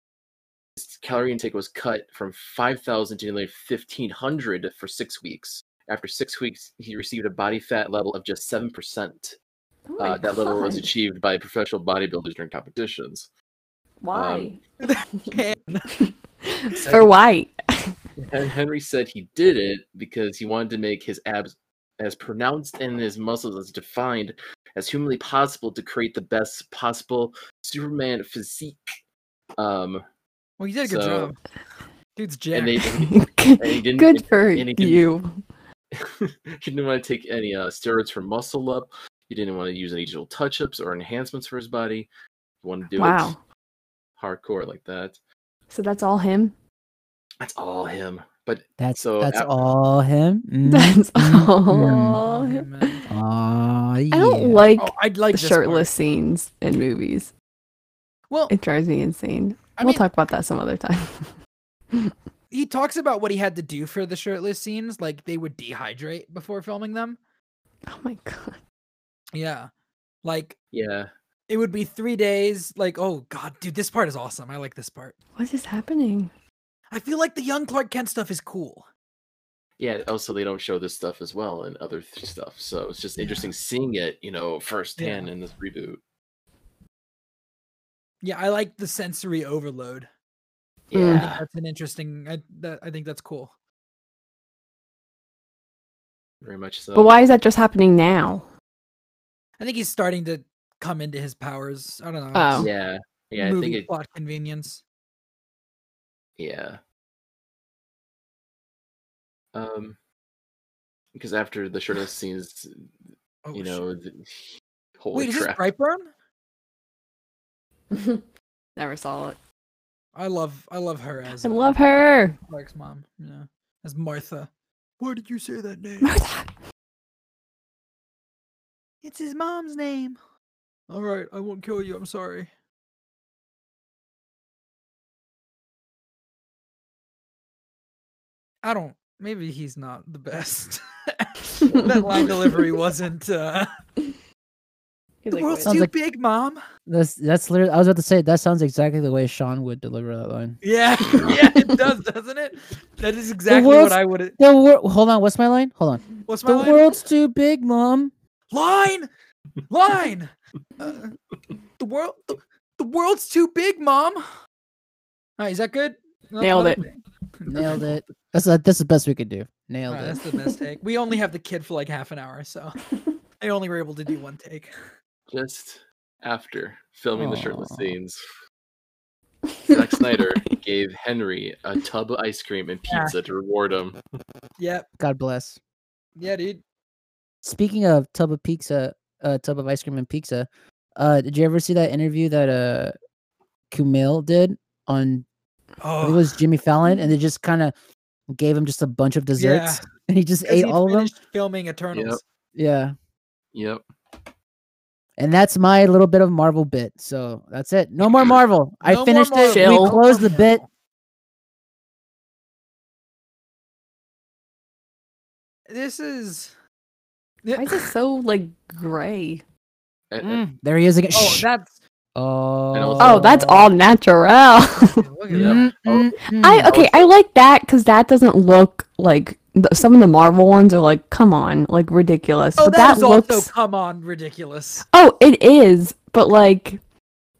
Speaker 1: his calorie intake was cut from 5,000 to nearly 1,500 for six weeks. After six weeks, he received a body fat level of just 7%.
Speaker 4: Oh my
Speaker 1: uh, that level was
Speaker 4: God.
Speaker 1: achieved by professional bodybuilders during competitions.
Speaker 4: [laughs]
Speaker 1: um,
Speaker 4: Why?
Speaker 2: [laughs] Man,
Speaker 4: For why?
Speaker 1: And Henry said he did it because he wanted to make his abs as pronounced and his muscles as defined as humanly possible to create the best possible Superman physique. Um,
Speaker 2: well, you did a good
Speaker 1: So-
Speaker 2: job. Dude's jacked.
Speaker 1: and they didn't-
Speaker 4: Good for
Speaker 1: and he didn't-
Speaker 4: you.
Speaker 1: [laughs] he didn't want to take any uh, steroids for muscle up. He didn't want to use any digital touch-ups or enhancements for his body. He wanted to do it
Speaker 4: Wow.
Speaker 1: hardcore like that.
Speaker 4: So that's all him? [laughs]
Speaker 1: That's all him.
Speaker 3: That's
Speaker 1: So
Speaker 3: that's
Speaker 1: at-
Speaker 3: all him.
Speaker 4: [laughs]
Speaker 3: Mm,
Speaker 4: That's
Speaker 3: mm,
Speaker 4: all.
Speaker 2: Oh, man.
Speaker 3: mm. Aw, yeah.
Speaker 4: I don't like
Speaker 2: Oh, I'd like
Speaker 4: the
Speaker 2: this part.
Speaker 4: shirtless scenes in movies.
Speaker 2: Well,
Speaker 4: It drives me insane.
Speaker 2: I
Speaker 4: we'll
Speaker 2: mean-
Speaker 4: talk about that some other time. [laughs]
Speaker 2: he talks about what he had to do for the shirtless scenes, like they would dehydrate before filming them.
Speaker 4: oh my god.
Speaker 2: Yeah, like
Speaker 1: Yeah.
Speaker 2: it would be three days. Like, oh god, dude, this part is awesome. I like this part.
Speaker 4: What is happening?
Speaker 2: I feel like the young Clark Kent stuff is cool.
Speaker 1: Yeah. Also, they don't show this stuff as well and other th- stuff. So it's just
Speaker 2: Yeah.
Speaker 1: interesting seeing it, you know, firsthand in this reboot.
Speaker 2: Yeah, I like the sensory overload. I
Speaker 4: Mm.
Speaker 2: think
Speaker 1: Yeah.
Speaker 2: that's an interesting. I that, I think that's cool.
Speaker 1: Very much so.
Speaker 4: But why is that just happening now?
Speaker 2: I think he's starting to come into his powers. I don't know.
Speaker 4: Oh.
Speaker 2: it's
Speaker 1: Yeah. Yeah. I
Speaker 2: movie
Speaker 1: think it.
Speaker 2: plot convenience.
Speaker 1: Yeah. Um, because after the shirtless
Speaker 2: [sighs]
Speaker 1: scenes,
Speaker 2: Oh,
Speaker 1: you
Speaker 2: shit.
Speaker 1: know, the, holy
Speaker 2: wait, is this
Speaker 1: crap!
Speaker 2: Brightburn?
Speaker 4: Never saw it.
Speaker 2: I love I love her as
Speaker 4: I
Speaker 2: uh,
Speaker 4: love her. [laughs]
Speaker 2: Clark's mom. Yeah, as Martha. Why did you say that
Speaker 4: [laughs]
Speaker 2: name?
Speaker 4: Martha.
Speaker 2: It's his mom's name. All right, I won't kill you. I'm sorry. I don't. Maybe he's not the best. [laughs] that line delivery wasn't. Uh,
Speaker 4: He's
Speaker 2: the
Speaker 4: like,
Speaker 2: world's
Speaker 4: "Wait."
Speaker 3: Sounds
Speaker 2: too
Speaker 3: like-
Speaker 2: big, mom.
Speaker 3: That's that's literally. I was about to say that sounds exactly the way Sean would deliver that line. [laughs]
Speaker 2: Yeah, yeah, it does, doesn't it? That is exactly what
Speaker 3: world's-
Speaker 2: I would.
Speaker 3: The wor- hold on, what's my line? Hold on.
Speaker 2: What's my
Speaker 3: The
Speaker 2: line?
Speaker 3: world's too big, mom.
Speaker 2: line
Speaker 3: [laughs]
Speaker 2: line Uh, the world the, the world's too big mom all right is that good No-
Speaker 4: Nailed
Speaker 2: another thing?
Speaker 3: [laughs] Nailed it. That's that's the best we could do.
Speaker 2: All
Speaker 3: Nailed
Speaker 2: right,
Speaker 3: it.
Speaker 2: that's the best take we only have the kid for like half an hour
Speaker 3: [laughs]
Speaker 2: so i only were able to do one take
Speaker 1: Just after filming the shirtless
Speaker 3: Aw. [laughs]
Speaker 1: scenes, Zack Snyder gave Henry a tub of ice cream and
Speaker 2: Yeah.
Speaker 1: pizza to reward him.
Speaker 2: yep
Speaker 3: God bless.
Speaker 2: yeah dude
Speaker 3: Speaking of tub of pizza, uh, tub of ice cream and pizza. Uh, did you ever see that interview that uh, Kumail did on I think
Speaker 2: oh
Speaker 3: it was Jimmy Fallon, and they just kind of gave him just a bunch of desserts, and he just
Speaker 2: 'cause
Speaker 3: ate
Speaker 2: he'd
Speaker 3: all of them.
Speaker 2: finished filming eternals
Speaker 3: Yeah,
Speaker 1: Yep.
Speaker 3: and that's my little bit of Marvel bit. So that's it. No more Marvel.
Speaker 2: No
Speaker 3: I
Speaker 2: more
Speaker 3: finished it.
Speaker 2: Marvel,
Speaker 3: We
Speaker 2: no
Speaker 4: Chill.
Speaker 3: closed
Speaker 2: more
Speaker 3: the bit.
Speaker 2: Marvel. this is
Speaker 4: Why is it so like gray?
Speaker 1: A- a-
Speaker 3: Mm, there he is again.
Speaker 2: oh
Speaker 3: Shh.
Speaker 2: that's
Speaker 1: And
Speaker 3: Oh,
Speaker 1: also-
Speaker 4: Oh, that's all natural. [laughs]
Speaker 2: look at that
Speaker 1: Yeah.
Speaker 3: Mm,
Speaker 1: Oh.
Speaker 3: mm, mm.
Speaker 4: I okay, I like that because that doesn't look like th- some of the Marvel ones are like, come on, like ridiculous.
Speaker 2: oh
Speaker 4: but
Speaker 2: that
Speaker 4: that
Speaker 2: is
Speaker 4: looks.
Speaker 2: also come on ridiculous
Speaker 4: Oh, it is, but like,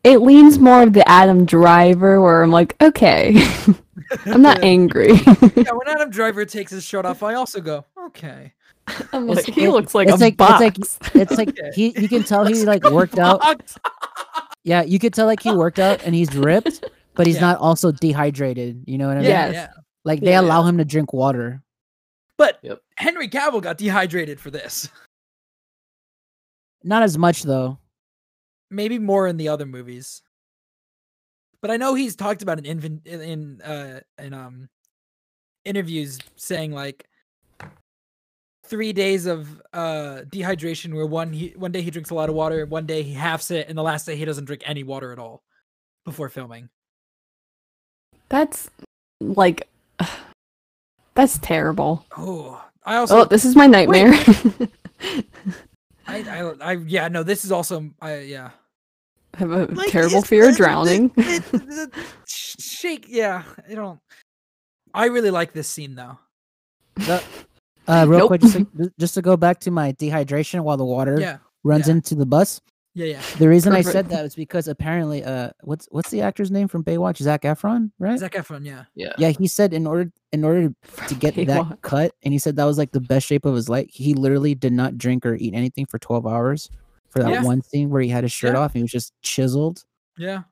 Speaker 4: it leans more of the Adam Driver, where I'm like, okay, [laughs]
Speaker 2: [laughs]
Speaker 4: I'm not angry.
Speaker 2: yeah, when Adam Driver takes his shirt off, I also go, okay.
Speaker 4: [laughs] I'm
Speaker 3: It's-
Speaker 4: like, he
Speaker 3: it-
Speaker 4: looks like
Speaker 3: it's
Speaker 4: a
Speaker 3: like- it's
Speaker 4: box.
Speaker 3: like- It's like
Speaker 2: Okay.
Speaker 3: he you can tell
Speaker 2: [laughs]
Speaker 3: he like worked out.
Speaker 2: Fucked.
Speaker 3: Yeah, you could tell like he worked out and he's ripped, but he's
Speaker 2: Yeah.
Speaker 3: not also dehydrated. You know what I mean?
Speaker 2: Yeah,
Speaker 4: Yes.
Speaker 2: yeah.
Speaker 3: Like they
Speaker 4: Yeah.
Speaker 3: allow him to drink water.
Speaker 2: But
Speaker 1: Yep.
Speaker 2: Henry Cavill got dehydrated for this.
Speaker 3: Not as much though.
Speaker 2: Maybe more in the other movies. But I know he's talked about an inven- in in uh in um interviews saying like three days of uh dehydration where one he one day he drinks a lot of water, one day he halves it, and the last day he doesn't drink any water at all before filming.
Speaker 4: that's like, [sighs] that's terrible.
Speaker 2: Oh, I also
Speaker 4: Oh, this is my nightmare.
Speaker 2: I, I, I yeah no this is also I yeah
Speaker 4: [laughs] I have a
Speaker 2: Like,
Speaker 4: terrible
Speaker 2: it's-
Speaker 4: fear of
Speaker 2: it's-
Speaker 4: drowning.
Speaker 2: it's- it's- it's- shake yeah I don't I really like this scene though
Speaker 3: The- uh, real
Speaker 4: Nope.
Speaker 3: quick, just to, just to go back to my dehydration while the water
Speaker 2: yeah
Speaker 3: runs
Speaker 2: yeah.
Speaker 3: into the bus.
Speaker 2: yeah yeah
Speaker 3: The reason I
Speaker 4: Perfect.
Speaker 3: said that was because apparently, uh, what's what's the actor's name from Baywatch? Zach Efron, right?
Speaker 2: Zac Efron yeah
Speaker 1: Yeah.
Speaker 3: Yeah, he said in order in
Speaker 2: [laughs]
Speaker 3: order to get that cut, and he said that was like the best shape of his life. He literally did not drink or eat anything for twelve hours for that
Speaker 2: Yeah.
Speaker 3: one scene where he had his shirt
Speaker 2: Yeah.
Speaker 3: off. And he was just chiseled.
Speaker 2: yeah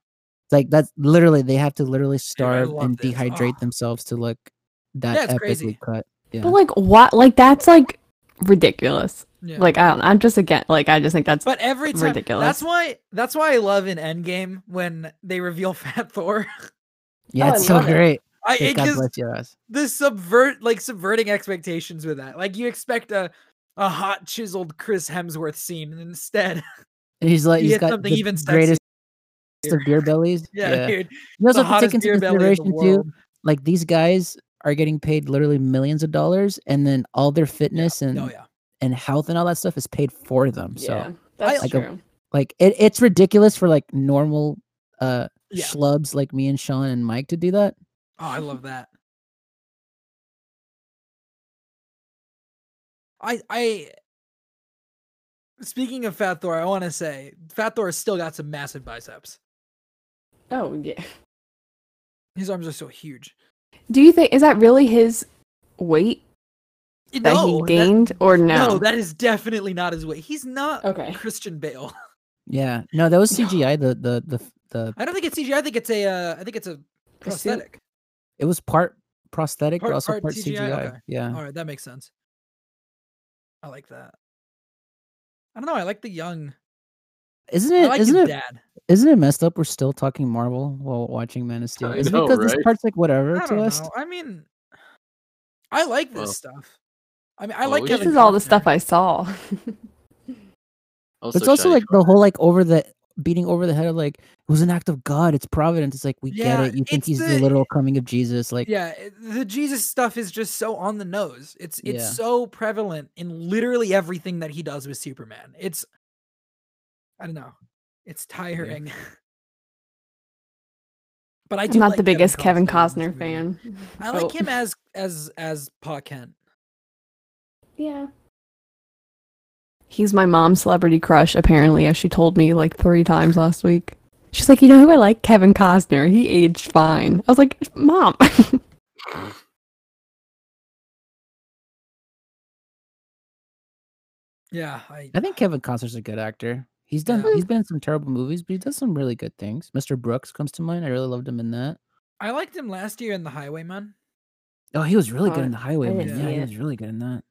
Speaker 3: Like that's literally they have to literally starve
Speaker 2: love
Speaker 3: and
Speaker 2: this.
Speaker 3: dehydrate
Speaker 2: Ah.
Speaker 3: themselves to look
Speaker 2: Yeah,
Speaker 3: that
Speaker 2: it's
Speaker 3: epically
Speaker 2: crazy.
Speaker 3: cut. Yeah.
Speaker 4: [laughs] But like what? Like that's like ridiculous.
Speaker 2: yeah
Speaker 4: Like I don't. I'm just again. Like I just think that's
Speaker 2: but every time that's
Speaker 4: ridiculous.
Speaker 2: why that's why I love in Endgame when they reveal [laughs] Fat Thor
Speaker 3: Yeah,
Speaker 4: Oh, I
Speaker 3: it's so
Speaker 4: love it.
Speaker 3: great.
Speaker 2: I
Speaker 3: Yeah,
Speaker 2: it
Speaker 3: God
Speaker 2: just
Speaker 3: bless you, Oz.
Speaker 2: the subvert like subverting expectations with that. Like you expect a a hot chiseled Chris Hemsworth scene, and instead, [laughs]
Speaker 3: And he's like,
Speaker 2: You
Speaker 3: he's
Speaker 2: get
Speaker 3: got
Speaker 2: something
Speaker 3: the
Speaker 2: even
Speaker 3: greatest
Speaker 2: sexier.
Speaker 3: of beer bellies.
Speaker 2: [laughs] yeah, dude,
Speaker 3: You also
Speaker 2: the
Speaker 3: have to
Speaker 2: hottest
Speaker 3: take
Speaker 2: beer
Speaker 3: into
Speaker 2: belly in the
Speaker 3: consideration too,
Speaker 2: world.
Speaker 3: like these guys are getting paid literally millions of dollars, and then all their fitness and
Speaker 2: Oh yeah,
Speaker 3: and health and all that stuff is paid for them.
Speaker 4: yeah,
Speaker 3: So
Speaker 4: that's
Speaker 3: like a-
Speaker 4: true.
Speaker 3: like it, it's ridiculous for like normal uh
Speaker 2: Yeah.
Speaker 3: schlubs like me and Sean and Mike to do that.
Speaker 2: oh I love that. I I. Speaking of Fat Thor, I want to say Fat Thor has still got some massive biceps.
Speaker 4: oh yeah.
Speaker 2: His arms are so huge.
Speaker 4: Do you think is that really his weight that
Speaker 2: no,
Speaker 4: he gained or no?
Speaker 2: no. that is definitely not his way. He's not
Speaker 4: okay.
Speaker 2: Christian Bale. [laughs]
Speaker 3: Yeah. No, that was
Speaker 4: No.
Speaker 3: CGI. The the the f- the
Speaker 2: I don't think it's CGI. I think it's a. Uh, I think it's a prosthetic.
Speaker 3: it was part prosthetic,
Speaker 2: Part-
Speaker 3: but also
Speaker 2: part
Speaker 3: part,
Speaker 2: CGI?
Speaker 3: CGI.
Speaker 2: Okay. Oh,
Speaker 3: Yeah.
Speaker 4: Oh.
Speaker 2: All right, that makes sense. I like that. I don't know. I like the young.
Speaker 3: Isn't
Speaker 2: I
Speaker 4: Eh,
Speaker 3: it?
Speaker 2: like
Speaker 3: isn't
Speaker 2: his
Speaker 3: it?
Speaker 2: dad.
Speaker 3: not it messed up? We're still talking Marvel while watching Man of Steel.
Speaker 1: I
Speaker 3: Is it
Speaker 1: know,
Speaker 3: because this
Speaker 1: right?
Speaker 3: part's like whatever
Speaker 2: I
Speaker 3: to
Speaker 2: don't
Speaker 3: us?
Speaker 2: know. I mean, I like this
Speaker 1: Well.
Speaker 2: stuff. I mean, I
Speaker 1: Well,
Speaker 2: like
Speaker 1: we
Speaker 4: This
Speaker 1: Kevin
Speaker 4: is all the stuff I saw.
Speaker 1: Also,
Speaker 3: But it's also
Speaker 1: Shia
Speaker 3: like the
Speaker 1: Carter.
Speaker 3: whole like over the beating over the head of like it was an act of God. It's providence. It's like we
Speaker 2: Yeah,
Speaker 3: get it. You think
Speaker 2: it's
Speaker 3: he's the,
Speaker 2: the-
Speaker 3: literal coming of Jesus? Like
Speaker 2: yeah, it- the Jesus stuff is just so on the nose. It's it's
Speaker 3: Yeah.
Speaker 2: so prevalent in literally everything that he does with Superman. It's I don't know. It's tiring. [laughs] But I do
Speaker 4: I'm not
Speaker 2: like
Speaker 4: the biggest Kevin
Speaker 2: in this
Speaker 4: Costner
Speaker 2: movie.
Speaker 4: fan.
Speaker 2: I like
Speaker 4: so-
Speaker 2: him as as as Pa Kent.
Speaker 4: Yeah. He's my mom's celebrity crush, apparently, as she told me like three times last week. She's like, you know who I like? Kevin Costner. He aged fine. I was like, Mom. [laughs]
Speaker 2: Yeah, I
Speaker 3: I think Kevin Costner's a good actor. He's done.
Speaker 4: Mm-hmm.
Speaker 2: Yeah.
Speaker 3: He's been in some terrible movies, but he does some really good things. Mr. Brooks comes to mind. I really loved him in that.
Speaker 2: I liked him last year in The Highwayman.
Speaker 3: Oh, he was really
Speaker 4: Oh,
Speaker 3: good in the Highwayman.
Speaker 4: didn't
Speaker 3: Yeah,
Speaker 4: see
Speaker 3: he
Speaker 4: it.
Speaker 3: was really good in that.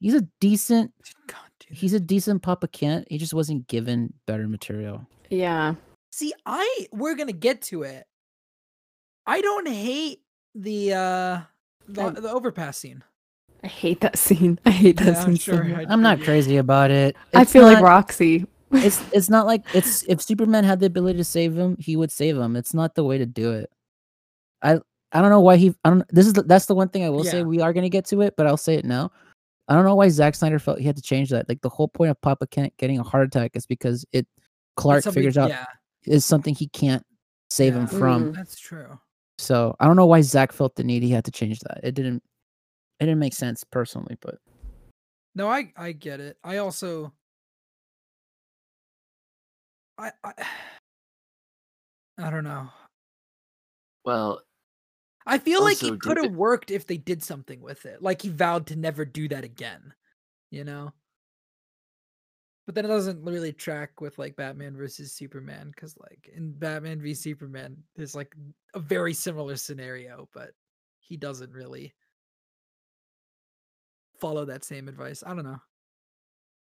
Speaker 3: He's a decent.
Speaker 2: God, dude.
Speaker 3: He's a decent Papa Kent. He just wasn't given better material.
Speaker 4: yeah.
Speaker 2: See, I we're gonna get to it. I don't hate the uh the,
Speaker 4: Um,
Speaker 2: the overpass scene.
Speaker 4: I hate that scene. I hate that
Speaker 2: Yeah,
Speaker 4: scene.
Speaker 2: sure,
Speaker 4: so much.
Speaker 2: I
Speaker 3: I'm not
Speaker 2: do.
Speaker 3: crazy about it.
Speaker 4: I
Speaker 3: It's
Speaker 4: feel like
Speaker 3: not-
Speaker 4: Roxy.
Speaker 3: It's it's not like it's if Superman had the ability to save him, he would save him. It's not the way to do it. I I don't know why he I don't this is the, that's the one thing I will say
Speaker 2: Yeah.
Speaker 3: we are going to get to it, but I'll say it now. I don't know why Zack Snyder felt he had to change that. Like the whole point of Papa Kent getting a heart attack is because it Clark
Speaker 2: something-
Speaker 3: figures out
Speaker 2: Yeah,
Speaker 3: is something he can't save him
Speaker 2: Yeah.
Speaker 3: from.
Speaker 4: Mm.
Speaker 2: that's true.
Speaker 3: So I don't know why Zach felt the need he had to change that. It didn't it didn't make sense personally, but
Speaker 2: No, I I get it. I also I I, [sighs] I don't know.
Speaker 1: Well,
Speaker 2: I feel like
Speaker 1: Also,
Speaker 2: it
Speaker 1: dude,
Speaker 2: could have
Speaker 1: it-
Speaker 2: worked if they did something with it. Like he vowed to never do that again, you know? But then it doesn't really track with like Batman versus Superman cuz like in Batman v Superman there's like a very similar scenario, but he doesn't really follow that same advice. I don't know.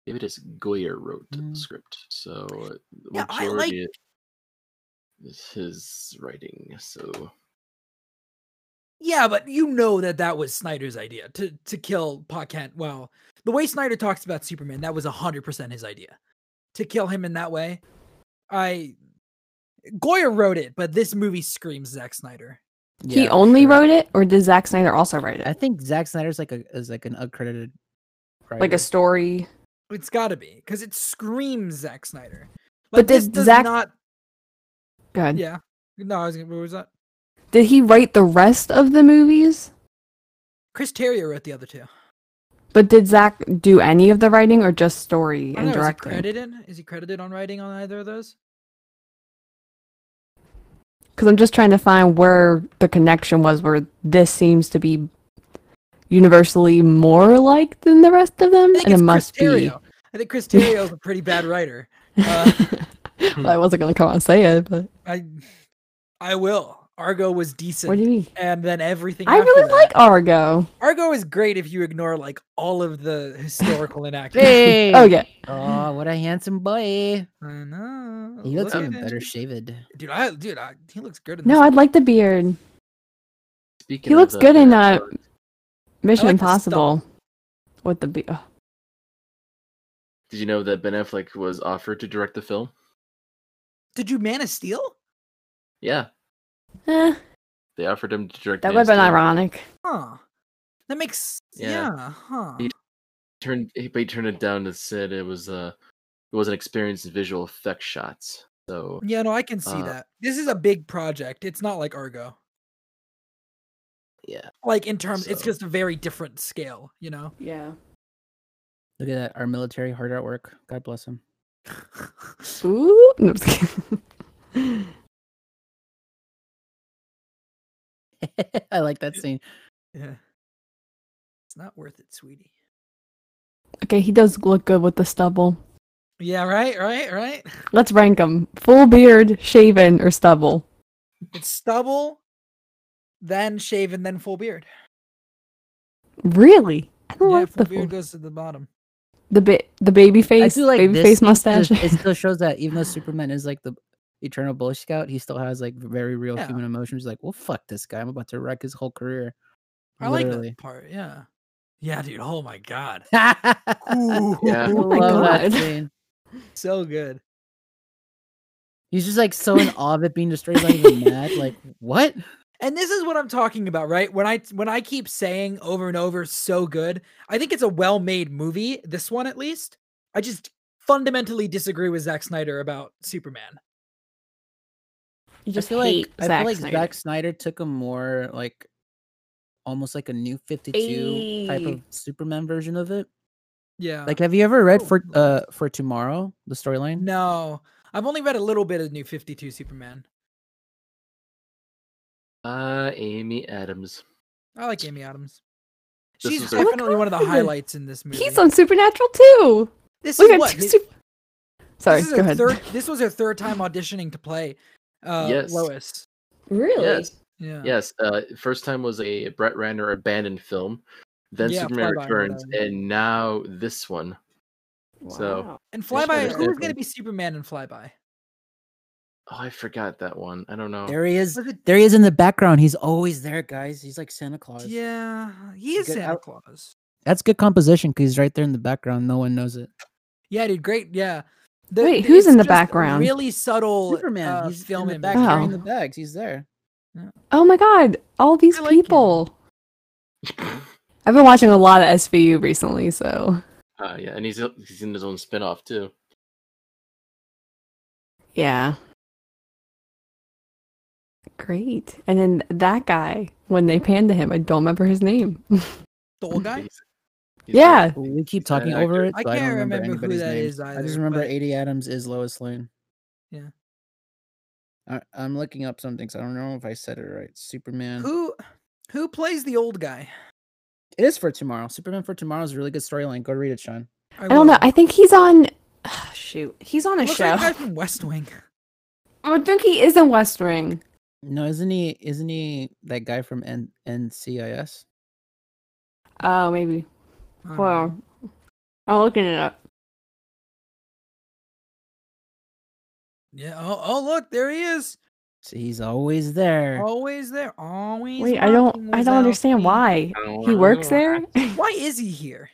Speaker 1: David S. Goyer wrote
Speaker 3: Mm.
Speaker 1: the script, so uh, the
Speaker 2: Yeah, I like-
Speaker 1: majority is his writing. So
Speaker 2: Yeah, but you know that that was Snyder's idea to to kill Pa Kent. Well, the way Snyder talks about Superman, that was hundred percent his idea to kill him in that way. I Goyer wrote it, but this movie screams Zack Snyder.
Speaker 4: he
Speaker 3: yeah,
Speaker 4: only
Speaker 3: sure.
Speaker 4: wrote it, or did Zack Snyder also write
Speaker 3: I
Speaker 4: it?
Speaker 3: think Zack Snyder's like a is like an uncredited
Speaker 4: Like a
Speaker 3: writer.
Speaker 4: story.
Speaker 2: It's got to be because it screams Zack Snyder.
Speaker 4: But
Speaker 2: Like, this
Speaker 4: did
Speaker 2: does
Speaker 4: Zack-
Speaker 2: not?
Speaker 4: Go ahead.
Speaker 2: Yeah. No, I was. Gonna, what was that?
Speaker 4: Did he write the rest of the movies?
Speaker 2: Chris Terrier wrote the other two.
Speaker 4: But did Zack do any of the writing or just story
Speaker 2: I don't
Speaker 4: and
Speaker 2: know, is he
Speaker 4: directing?
Speaker 2: credited? Is he credited on writing on either of those?
Speaker 4: because I'm just trying to find where the connection was, where this seems to be universally more like than the rest of them,
Speaker 2: I think
Speaker 4: and it
Speaker 2: it's
Speaker 4: must
Speaker 2: Chris
Speaker 4: [laughs] be.
Speaker 2: Terrio. I think Chris Terrio is a pretty bad writer. Uh,
Speaker 4: Well, I wasn't gonna come out and say it, but
Speaker 2: I I will. Argo was decent.
Speaker 4: what do you mean?
Speaker 2: and then everything.
Speaker 4: I
Speaker 2: after
Speaker 4: really
Speaker 2: that.
Speaker 4: like Argo.
Speaker 2: Argo is great if you ignore like all of the
Speaker 4: [laughs]
Speaker 2: historical inaccuracies.
Speaker 3: Hey!
Speaker 4: Oh yeah,
Speaker 3: Oh, what a handsome boy.
Speaker 2: I know.
Speaker 3: He looks
Speaker 2: look
Speaker 3: even
Speaker 2: at
Speaker 3: better
Speaker 2: him.
Speaker 3: shaved.
Speaker 2: Dude, I dude, I, he looks good in
Speaker 4: no,
Speaker 2: this.
Speaker 4: I like the beard.
Speaker 1: Speaking,
Speaker 4: He
Speaker 1: of
Speaker 4: looks
Speaker 1: the-
Speaker 4: good in,
Speaker 1: the-
Speaker 4: uh, Mission
Speaker 2: like the stump.
Speaker 4: Impossible. With the be- oh. ugh.
Speaker 1: Did you know that Ben Affleck was offered to direct the film?
Speaker 2: Did you Man of Steel?
Speaker 1: Yeah,
Speaker 4: Eh,
Speaker 1: they offered him to direct.
Speaker 4: that
Speaker 1: Man
Speaker 4: would have been
Speaker 1: of Steel.
Speaker 4: ironic.
Speaker 2: Huh. That makes yeah,
Speaker 1: Yeah.
Speaker 2: huh.
Speaker 1: He- Turned, he, but he turned it down and said it was uh, it wasn't experienced in visual effect shots. So
Speaker 2: Yeah, no, I can see
Speaker 1: Uh,
Speaker 2: that. This is a big project. It's not like Argo.
Speaker 1: yeah,
Speaker 2: Like in terms it's
Speaker 1: So-
Speaker 2: just a very different scale, you know? [laughs]
Speaker 4: Yeah.
Speaker 3: Look at that. Our military hard at work. God bless him.
Speaker 4: Ooh. No, I'm just kidding.
Speaker 3: [laughs]
Speaker 4: [laughs]
Speaker 3: I like that scene.
Speaker 2: yeah. It's not worth it, sweetie.
Speaker 4: okay, he does look good with the stubble.
Speaker 2: Yeah, right, right, right.
Speaker 4: Let's rank him: full beard, shaven, or stubble.
Speaker 2: It's stubble, then shaven, then full
Speaker 3: [laughs]
Speaker 2: beard.
Speaker 4: Really? I don't
Speaker 2: yeah,
Speaker 4: like
Speaker 2: full
Speaker 4: the
Speaker 2: beard
Speaker 4: full,
Speaker 2: goes to the bottom.
Speaker 4: the ba- the baby
Speaker 3: I
Speaker 4: face,
Speaker 3: feel like
Speaker 4: baby
Speaker 3: this
Speaker 4: face
Speaker 3: scene still-
Speaker 4: mustache.
Speaker 3: It
Speaker 4: [laughs]
Speaker 3: still shows that even though Superman is like the eternal Boy Scout, he still has like very real
Speaker 2: Yeah.
Speaker 3: human emotions. Like, well, fuck this guy. I'm about to wreck his whole career.
Speaker 2: I like
Speaker 3: Literally.
Speaker 2: that part. Yeah. Yeah, dude. Oh my
Speaker 3: [laughs]
Speaker 2: god.
Speaker 3: I
Speaker 1: Yeah.
Speaker 4: [laughs] Oh my
Speaker 3: love
Speaker 4: God.
Speaker 3: that scene.
Speaker 2: [laughs] So good.
Speaker 3: He's just like so in awe of it being destroyed, he's not even [laughs]
Speaker 4: [laughs]
Speaker 3: mad. Like, what?
Speaker 2: And this is what I'm talking about, right? When I when I keep saying over and over so good, I think it's a well-made movie, this one at least. I just fundamentally disagree with Zack Snyder about Superman.
Speaker 4: you
Speaker 3: I feel like I feel like Zack Snyder took a more like almost like a new 52 type
Speaker 4: Ayy.
Speaker 3: of Superman version of it.
Speaker 2: Yeah.
Speaker 3: Like have you ever read
Speaker 2: Oh,
Speaker 3: for
Speaker 2: no.
Speaker 3: uh for tomorrow the storyline?
Speaker 2: no. I've only read a little bit of New 52 Superman.
Speaker 1: uh, Amy Adams.
Speaker 2: I like Amy Adams.
Speaker 1: This
Speaker 2: She's
Speaker 1: was her-
Speaker 2: definitely one of the
Speaker 4: God.
Speaker 2: highlights in this movie.
Speaker 4: He's on Supernatural too.
Speaker 2: this
Speaker 4: We
Speaker 2: is
Speaker 4: got
Speaker 2: what
Speaker 4: two
Speaker 2: his-
Speaker 4: Sup- Sorry,
Speaker 2: this is
Speaker 4: go
Speaker 2: her
Speaker 4: ahead.
Speaker 2: Third, this was her third time auditioning to play uh,
Speaker 1: Yes.
Speaker 2: Lois.
Speaker 4: Really?
Speaker 1: Yes,
Speaker 2: Yeah.
Speaker 1: yes. Uh, first time was a Brett Ratner abandoned film, then
Speaker 2: Yeah,
Speaker 1: Superman
Speaker 2: Flyby,
Speaker 1: Returns,
Speaker 2: whatever.
Speaker 1: and now this one. So-
Speaker 4: Wow.
Speaker 2: And
Speaker 1: she
Speaker 2: Flyby,
Speaker 1: was
Speaker 2: who was going to
Speaker 1: definitely-
Speaker 2: be Superman in Flyby?
Speaker 1: Oh, I forgot that one. I don't know. [clears throat]
Speaker 3: There he is.
Speaker 2: Was it
Speaker 3: There he is in the background. He's always there, guys. He's like Santa Claus.
Speaker 2: Yeah, he
Speaker 3: You
Speaker 2: is
Speaker 3: get
Speaker 2: Santa
Speaker 3: out-
Speaker 2: Claus.
Speaker 3: That's good composition because he's right there in the background. No one knows it.
Speaker 2: Yeah, dude, great. Yeah. The-
Speaker 4: Wait,
Speaker 2: the-
Speaker 4: who's
Speaker 2: it's
Speaker 4: in the
Speaker 2: just a
Speaker 4: background?
Speaker 2: Really subtle.
Speaker 3: Superman.
Speaker 2: uh,
Speaker 3: he's
Speaker 2: film
Speaker 3: filming in the
Speaker 2: imagery.
Speaker 3: back
Speaker 4: Wow.
Speaker 3: carrying the bags. He's there.
Speaker 4: Oh my god, all these
Speaker 2: I like him.
Speaker 4: people. I've been watching a lot of SVU recently, so
Speaker 1: Uh, yeah, and he's he's in his own spinoff too.
Speaker 4: yeah. Great. And then that guy, when they panned to him, I don't remember his name.
Speaker 2: The old guy.
Speaker 1: He's- he's the-
Speaker 4: Yeah.
Speaker 3: We keep
Speaker 1: He's that
Speaker 3: talking
Speaker 1: actor.
Speaker 3: over it.
Speaker 2: I
Speaker 3: so
Speaker 2: can't
Speaker 3: don't remember,
Speaker 2: remember who
Speaker 3: anybody's
Speaker 2: that
Speaker 3: name.
Speaker 2: is
Speaker 3: I just
Speaker 2: either,
Speaker 3: remember
Speaker 2: but-
Speaker 3: 80 Adams is Lois Lane.
Speaker 2: Yeah.
Speaker 3: I, I'm looking up some things. I don't know if I said it right. Superman.
Speaker 2: Who who plays the old guy?
Speaker 3: It is for tomorrow. Superman for tomorrow is a really good storyline. Go read it, Sean.
Speaker 4: I don't know.
Speaker 2: will.
Speaker 4: I think he's on. [sighs] shoot, he's on a
Speaker 2: Looks
Speaker 4: show.
Speaker 2: like the guy from West Wing.
Speaker 4: I think he is in West Ring.
Speaker 3: No, isn't he? Isn't he that guy from N- NCIS?
Speaker 4: Oh, maybe.
Speaker 2: I don't know.
Speaker 4: Well, I'm looking it up.
Speaker 2: Yeah. Oh, oh, look, there he is.
Speaker 3: So he's always there.
Speaker 2: Always there. Always.
Speaker 4: Wait, I don't.
Speaker 2: working
Speaker 4: I
Speaker 2: without
Speaker 4: don't understand
Speaker 2: me.
Speaker 4: why
Speaker 1: I don't
Speaker 4: he works
Speaker 1: know.
Speaker 4: there. [laughs] I
Speaker 2: Why is he here?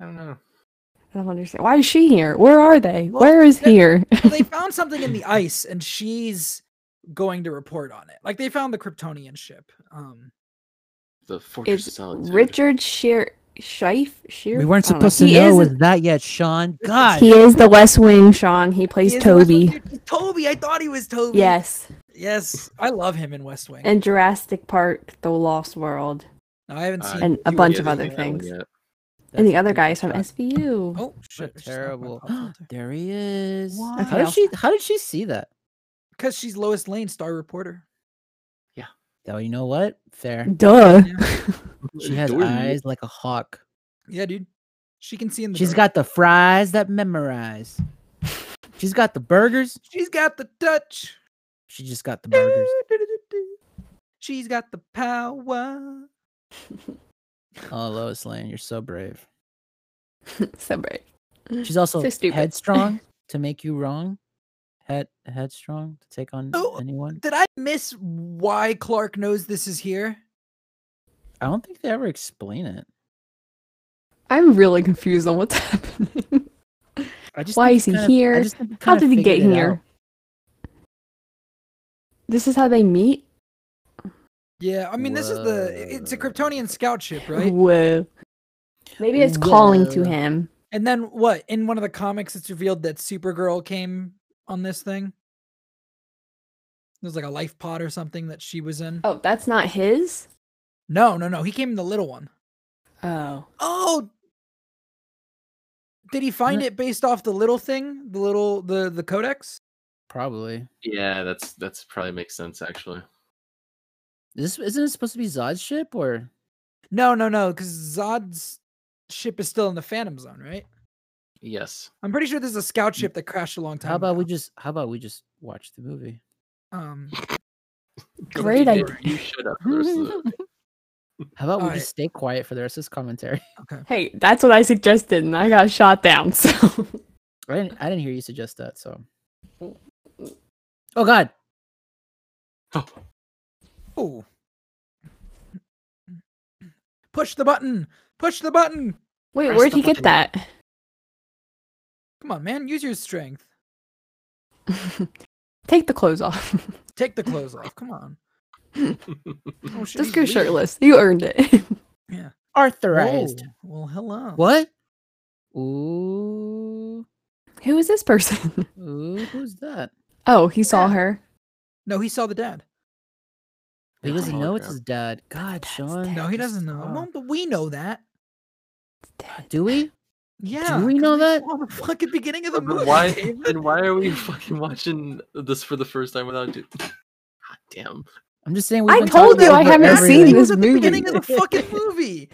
Speaker 1: I don't know.
Speaker 4: don't understand. Why is she here? Where are they? Where is
Speaker 2: they're- [laughs]
Speaker 4: here?
Speaker 2: Well,
Speaker 4: [laughs]
Speaker 2: they found something in the ice, and she's going to report on it. Like they found the Kryptonian ship. Um.
Speaker 1: The Fortress of
Speaker 4: It's
Speaker 1: Solitude.
Speaker 4: Richard Shear Scheif. Shear.
Speaker 3: We weren't
Speaker 4: I don't know.
Speaker 3: supposed to
Speaker 4: He
Speaker 3: know
Speaker 4: is-
Speaker 3: it was that yet, Sean. God.
Speaker 4: He is the West Wing, Sean. He plays
Speaker 2: he is in West Wing.
Speaker 4: Toby.
Speaker 2: Dude, he's Toby. I thought he was Toby.
Speaker 4: Yes,
Speaker 2: Yes, I love him in West Wing.
Speaker 4: and Jurassic Park: The Lost World,
Speaker 2: No, I haven't
Speaker 1: Uh,
Speaker 2: seen.
Speaker 4: and a
Speaker 1: Yeah,
Speaker 4: bunch
Speaker 1: yeah,
Speaker 4: of
Speaker 1: they
Speaker 4: other
Speaker 1: haven't done
Speaker 4: things.
Speaker 1: that yet.
Speaker 4: And the
Speaker 3: That's
Speaker 4: other
Speaker 3: a
Speaker 4: guys from
Speaker 3: shot.
Speaker 4: SVU.
Speaker 2: Oh
Speaker 3: What
Speaker 2: shit!
Speaker 3: a terrible. [gasps]
Speaker 4: [gasps]
Speaker 3: there he is.
Speaker 2: Why?
Speaker 3: How did
Speaker 4: Okay.
Speaker 3: she? How did she see that?
Speaker 2: Because she's Lois Lane, star
Speaker 4: [laughs]
Speaker 2: reporter.
Speaker 3: Oh, you know what? Fair.
Speaker 4: Duh.
Speaker 3: She has
Speaker 1: Adore you.
Speaker 3: eyes like a hawk.
Speaker 2: Yeah, dude. She can see in the.
Speaker 3: She's
Speaker 2: dark.
Speaker 3: got the fries that memorize. She's got the burgers.
Speaker 2: She's got the touch.
Speaker 3: She just got
Speaker 4: [laughs]
Speaker 3: the burgers.
Speaker 2: [laughs] She's got the power.
Speaker 3: Oh, Lois Lane, you're so brave.
Speaker 4: [laughs] so brave.
Speaker 3: She's
Speaker 4: [laughs]
Speaker 3: also
Speaker 4: So stupid. [laughs]
Speaker 3: headstrong to make you wrong. head headstrong to take on
Speaker 2: Oh,
Speaker 3: anyone.
Speaker 2: Did I miss why Clark knows this is here?
Speaker 3: I don't think they ever explain it.
Speaker 4: I'm really confused on what's [laughs] happening.
Speaker 3: I just
Speaker 4: Why
Speaker 3: think
Speaker 4: is
Speaker 3: you
Speaker 4: he
Speaker 3: kinda- I
Speaker 4: here?
Speaker 3: just think you
Speaker 4: how
Speaker 3: kinda
Speaker 4: did he get
Speaker 3: figured it
Speaker 4: here?
Speaker 3: out.
Speaker 4: This is how they meet.
Speaker 2: Yeah, I mean, this is the it's a
Speaker 3: Whoa.
Speaker 2: Kryptonian scout
Speaker 3: [laughs]
Speaker 2: ship, right?
Speaker 4: Whoa. Maybe it's calling to
Speaker 3: Whoa.
Speaker 4: him.
Speaker 2: And then what? In one of the comics, it's revealed that Supergirl came on this thing. There's like a life pod or something that she was in.
Speaker 4: Oh, that's not his.
Speaker 2: No, no, no. He came in the little one.
Speaker 4: Oh,
Speaker 2: Oh, did he find
Speaker 3: Huh.
Speaker 2: it based off the little thing, the little the the codex?
Speaker 3: Probably.
Speaker 1: Yeah, that's that's probably makes sense actually.
Speaker 3: Is This isn't it supposed to be Zod's ship or
Speaker 2: No, no, no. Because Zod's ship is still in the Phantom Zone, right?
Speaker 1: Yes.
Speaker 2: I'm pretty sure there's a scout ship that crashed a long time.
Speaker 3: how about we
Speaker 2: ago.
Speaker 3: just how about we just watch the movie?
Speaker 2: Um,
Speaker 4: Great
Speaker 1: You-
Speaker 4: idea.
Speaker 1: You shut up. the rest of
Speaker 2: [laughs]
Speaker 1: the-
Speaker 3: How about we
Speaker 2: Alright.
Speaker 3: just stay quiet for the rest of this commentary?
Speaker 4: hey, that's what I suggested, and I got shot down. [laughs] So
Speaker 3: I didn't I didn't hear you suggest that, so Oh god.
Speaker 1: Oh,
Speaker 2: oh, push the button! Push the button!
Speaker 4: wait,
Speaker 1: Press
Speaker 4: where'd
Speaker 1: the
Speaker 4: he get that?
Speaker 2: Come on, man! Use your strength.
Speaker 4: [laughs] Take the clothes off. [laughs]
Speaker 2: Take the clothes off. Come on. Oh, shit,
Speaker 4: Just
Speaker 2: he's
Speaker 4: go
Speaker 2: leaving.
Speaker 4: shirtless. You earned it. [laughs]
Speaker 3: Arthurized.
Speaker 2: Whoa, Well, hello.
Speaker 3: Oh. What? Ooh,
Speaker 4: Who is this person?
Speaker 3: ooh, who's that?
Speaker 4: Oh, he saw her.
Speaker 2: No, he saw the dad.
Speaker 3: He
Speaker 1: Yeah,
Speaker 3: doesn't
Speaker 1: oh,
Speaker 3: know it's
Speaker 1: crap.
Speaker 3: his dad. God,
Speaker 4: That's Oh.
Speaker 3: Sean.
Speaker 2: No, he
Speaker 3: just
Speaker 2: doesn't know.
Speaker 3: stop.
Speaker 2: Well, but we know that.
Speaker 3: Do we?
Speaker 2: Yeah.
Speaker 3: we
Speaker 2: 'cause
Speaker 3: know that?
Speaker 2: saw the fucking beginning of the
Speaker 1: But
Speaker 2: movie.
Speaker 1: why
Speaker 2: David.
Speaker 1: then why are we fucking watching this for the first time without you? God damn.
Speaker 3: I'm just saying.
Speaker 4: I
Speaker 3: been
Speaker 4: told
Speaker 3: talking
Speaker 4: you I
Speaker 3: about
Speaker 4: haven't
Speaker 3: everything.
Speaker 4: seen
Speaker 2: It
Speaker 4: this
Speaker 2: was at the
Speaker 4: movie.
Speaker 2: beginning of the [laughs] fucking movie.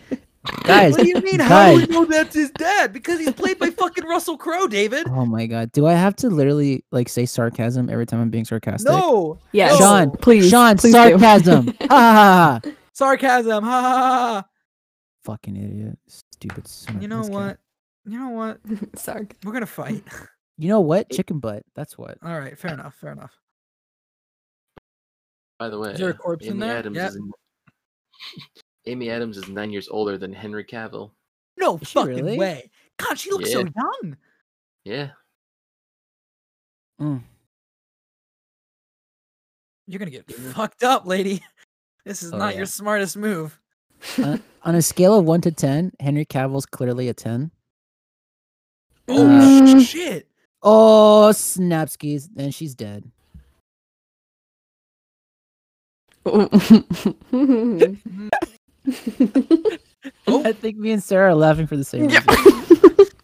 Speaker 3: guys.
Speaker 2: What do you mean? How do we
Speaker 3: guys.
Speaker 2: know that's his dad? Because he's played [laughs] by fucking Russell Crowe, David.
Speaker 3: Oh my god, do I have to literally like say sarcasm every time I'm being sarcastic?
Speaker 2: No
Speaker 4: Yes.
Speaker 3: Sean,
Speaker 4: please.
Speaker 3: Sean,
Speaker 4: please do. [laughs]
Speaker 3: sarcasm. ha, ha, ha, ha.
Speaker 2: sarcasm. Ha ha ha.
Speaker 3: Fucking idiot, stupid. son
Speaker 2: ha.
Speaker 3: of
Speaker 2: You
Speaker 3: a
Speaker 2: know
Speaker 3: biscuit.
Speaker 2: what? You know what?
Speaker 4: Sarc.
Speaker 2: We're gonna fight. [laughs]
Speaker 3: You know what? Chicken butt. That's what.
Speaker 2: All right. Fair enough. Fair enough.
Speaker 1: By the way,
Speaker 2: there a corpse in
Speaker 1: Amy
Speaker 2: there?
Speaker 1: Adams
Speaker 2: Yeah.
Speaker 1: is in- [laughs] Amy Adams is nine years older than Henry Cavill.
Speaker 2: No
Speaker 3: Is she
Speaker 2: fucking
Speaker 3: really?
Speaker 2: way. God, she looks so
Speaker 1: Yeah.
Speaker 2: young.
Speaker 1: Yeah.
Speaker 3: Mm.
Speaker 2: You're gonna get
Speaker 1: Yeah.
Speaker 2: fucked up, lady. [laughs] This is
Speaker 3: Oh,
Speaker 2: not
Speaker 3: yeah.
Speaker 2: your smartest move.
Speaker 3: On a scale of one to ten, Henry Cavill's clearly a ten.
Speaker 2: Oh
Speaker 4: Uh,
Speaker 2: shit!
Speaker 3: Oh, snapskis, and she's dead.
Speaker 2: Oh.
Speaker 3: I think me and Sarah are laughing for the same reason.
Speaker 2: [laughs]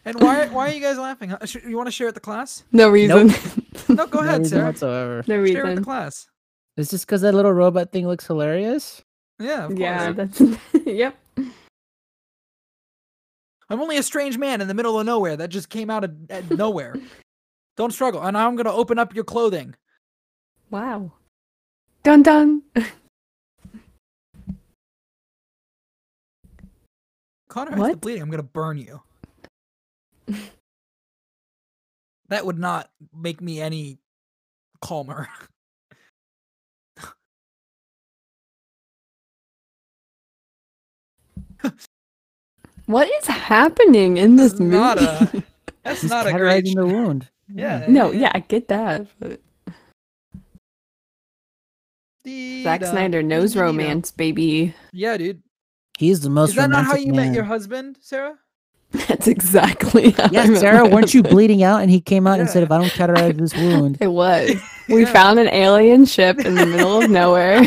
Speaker 2: And why why are you guys laughing? huh? Sh- You want to share with the class?
Speaker 4: no reason.
Speaker 2: [laughs] No, go
Speaker 3: No
Speaker 2: ahead,
Speaker 3: reason
Speaker 2: Sarah.
Speaker 3: whatsoever.
Speaker 4: No
Speaker 2: Share with the
Speaker 4: reason.
Speaker 2: class.
Speaker 3: It's just because that little robot thing looks hilarious.
Speaker 2: Yeah, of course.
Speaker 4: Yeah, that's [laughs] yep.
Speaker 2: I'm only a strange man in the middle of nowhere that just came out of at [laughs] nowhere. Don't struggle. And I'm gonna open up your clothing.
Speaker 4: Wow. Dun dun.
Speaker 2: Connor, it's the
Speaker 4: What?
Speaker 2: bleeding. I'm gonna burn you. that would not make me any calmer.
Speaker 4: What is happening in this
Speaker 2: That's not
Speaker 4: movie?
Speaker 2: a- That's
Speaker 3: He's
Speaker 2: not a great.
Speaker 3: cauterizing the wound.
Speaker 2: Yeah.
Speaker 4: [laughs] no, yeah, I get that. But Zack
Speaker 2: Dee-da,
Speaker 4: Snyder knows
Speaker 2: dee-da.
Speaker 4: romance, baby. [laughs]
Speaker 2: Yeah, dude.
Speaker 3: He's the most
Speaker 2: Is that not how
Speaker 3: romantic
Speaker 2: you
Speaker 3: man.
Speaker 2: met your husband, Sarah?
Speaker 4: That's exactly. How I
Speaker 3: Yeah,
Speaker 4: met
Speaker 3: Sarah,
Speaker 4: my
Speaker 3: weren't you
Speaker 4: husband.
Speaker 3: bleeding out? And he came out and
Speaker 2: Yeah.
Speaker 3: said, if I don't cauterize this wound,
Speaker 4: It was.
Speaker 2: [laughs]
Speaker 4: We
Speaker 2: Yeah.
Speaker 4: found an alien ship in the middle
Speaker 2: [laughs]
Speaker 4: of nowhere.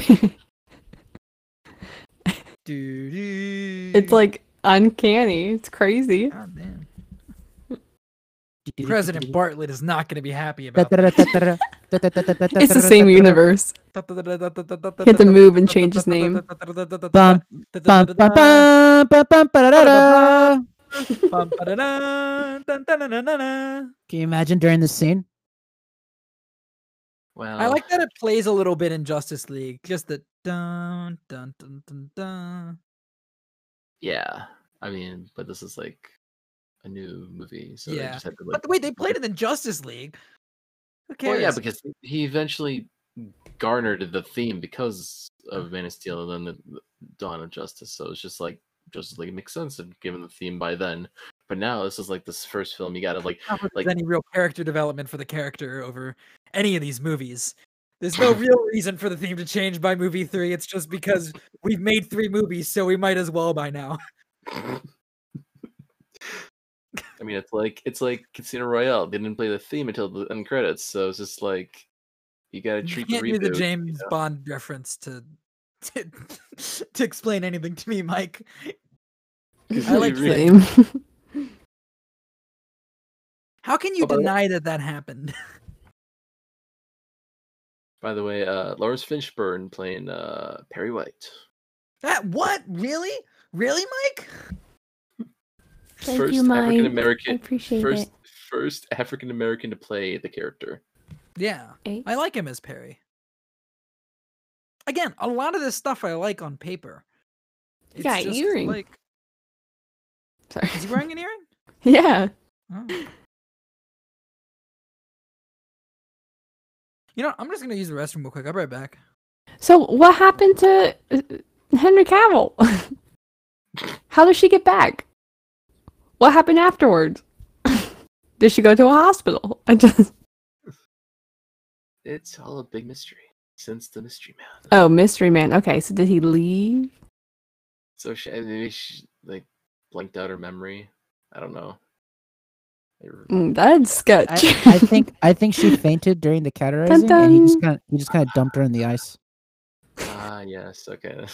Speaker 2: It's
Speaker 4: it's like uncanny. It's crazy.
Speaker 2: God damn. President Bartlett is not going to be happy about that.
Speaker 4: It's the same universe. He had to move and change his name.
Speaker 3: Bum, Bum, bum, bum, bum, bum, ba-da-da-da. Can you imagine during this scene?
Speaker 1: Wow.
Speaker 2: I like that it plays a little bit in Justice League. Just the dun dun dun dun dun.
Speaker 1: Yeah. I mean, but this is like a new movie, so they
Speaker 2: Yeah.
Speaker 1: just had to like
Speaker 2: But wait, they played it in Justice League. Who cares?
Speaker 1: Well, yeah, because he eventually garnered the theme because of Man of Steel and then the, the Dawn of Justice. So it's just like Justice League makes sense and given the theme by then. But now this is like this first film you got to like
Speaker 2: Not that there's
Speaker 1: like-
Speaker 2: any real character development for the character over any of these movies. There's
Speaker 1: [laughs]
Speaker 2: no real reason for the theme to change by movie three. It's just because we've made three movies, so we might as well by now.
Speaker 1: I mean, it's like it's like Casino Royale. They didn't play the theme until the end credits, so it's just like you got to
Speaker 2: You
Speaker 1: treat
Speaker 2: can't
Speaker 1: the
Speaker 2: do
Speaker 1: reboot.
Speaker 2: the James
Speaker 1: know?
Speaker 2: Bond reference to, [laughs] to to explain anything to me, Mike.
Speaker 1: [laughs]
Speaker 2: I like
Speaker 1: Really?
Speaker 4: Same.
Speaker 2: How can you
Speaker 1: Oh, by the way-
Speaker 2: deny that that happened? [laughs]
Speaker 1: By the way, uh, Lawrence Fishburne playing uh, Perry White.
Speaker 2: that what? Really? Really, Mike?
Speaker 4: Thank
Speaker 1: first
Speaker 4: you, Mike.
Speaker 1: African
Speaker 4: I
Speaker 1: American,
Speaker 4: appreciate
Speaker 1: first
Speaker 4: it.
Speaker 1: first African American to play the character.
Speaker 2: Yeah.
Speaker 4: Eh?
Speaker 2: I like him as Perry. Again, a lot of this stuff I like on paper.
Speaker 4: He's got an earring.
Speaker 2: Like,
Speaker 4: Sorry. [laughs]
Speaker 2: is he wearing an earring?
Speaker 4: yeah. [laughs]
Speaker 2: Oh. You know, I'm just gonna use the restroom real quick. I'll be right back.
Speaker 4: So what happened to uh, Henry Cavill? [laughs] How does she get back? What happened afterwards? [laughs] Did she go to a hospital? [laughs] I just
Speaker 1: It's all a big mystery since the Mystery Man.
Speaker 4: oh, mystery man. Okay, so did he leave?
Speaker 1: So she maybe she like blanked out her memory. I don't know. I re-
Speaker 4: Mm, That's sketch.
Speaker 3: I,
Speaker 4: [laughs]
Speaker 3: I think I think she fainted during the categorizing, and he just kind of he just kind of dumped her in the ice.
Speaker 1: Ah, yes. Okay.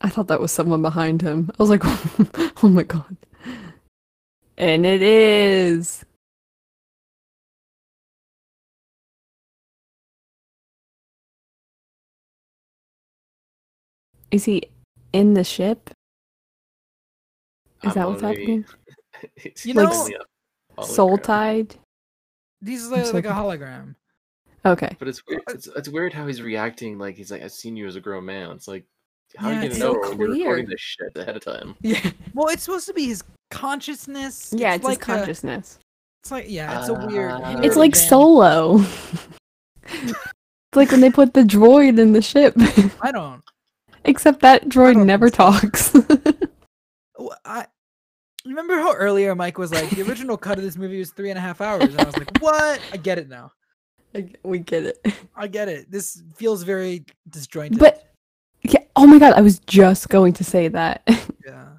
Speaker 4: I thought that was someone behind him. I was like, [laughs] oh my god. And it is. Is he in the ship?
Speaker 1: I'm
Speaker 4: Is that what's
Speaker 1: already- [laughs]
Speaker 4: happening?
Speaker 1: It's
Speaker 2: You
Speaker 1: like
Speaker 2: know-
Speaker 1: only a hologram.
Speaker 4: Soul tied?
Speaker 2: These
Speaker 4: I'm
Speaker 2: are uh, like a
Speaker 4: sorry.
Speaker 2: hologram. [laughs]
Speaker 4: Okay.
Speaker 1: But it's weird. It's, it's weird how he's reacting. Like he's like, "I've seen you as a grown man." It's like, how
Speaker 2: Yeah,
Speaker 1: are you
Speaker 2: it's
Speaker 1: gonna
Speaker 4: so
Speaker 1: know when you're recording
Speaker 4: clear.
Speaker 1: this shit ahead of time?
Speaker 4: Yeah,
Speaker 2: Well, it's supposed to be his consciousness.
Speaker 4: yeah it's
Speaker 2: like
Speaker 4: his
Speaker 2: a-
Speaker 4: consciousness.
Speaker 2: it's like yeah, it's a weird.
Speaker 1: Ah.
Speaker 2: nerd
Speaker 4: It's like
Speaker 2: band.
Speaker 4: solo.
Speaker 2: [laughs]
Speaker 4: it's like when they put the droid in the ship, [laughs]
Speaker 2: I don't.
Speaker 4: except that droid
Speaker 2: don't
Speaker 4: never
Speaker 2: think so.
Speaker 4: talks. [laughs]
Speaker 2: w- I remember how earlier Mike was like the original cut of this movie was three and a half hours, and I was like, what? I get it now.
Speaker 4: Like, we get it.
Speaker 2: I get it. This feels very disjointed.
Speaker 4: But- Yeah. Oh my god, I was just going to say that. [laughs]
Speaker 2: yeah,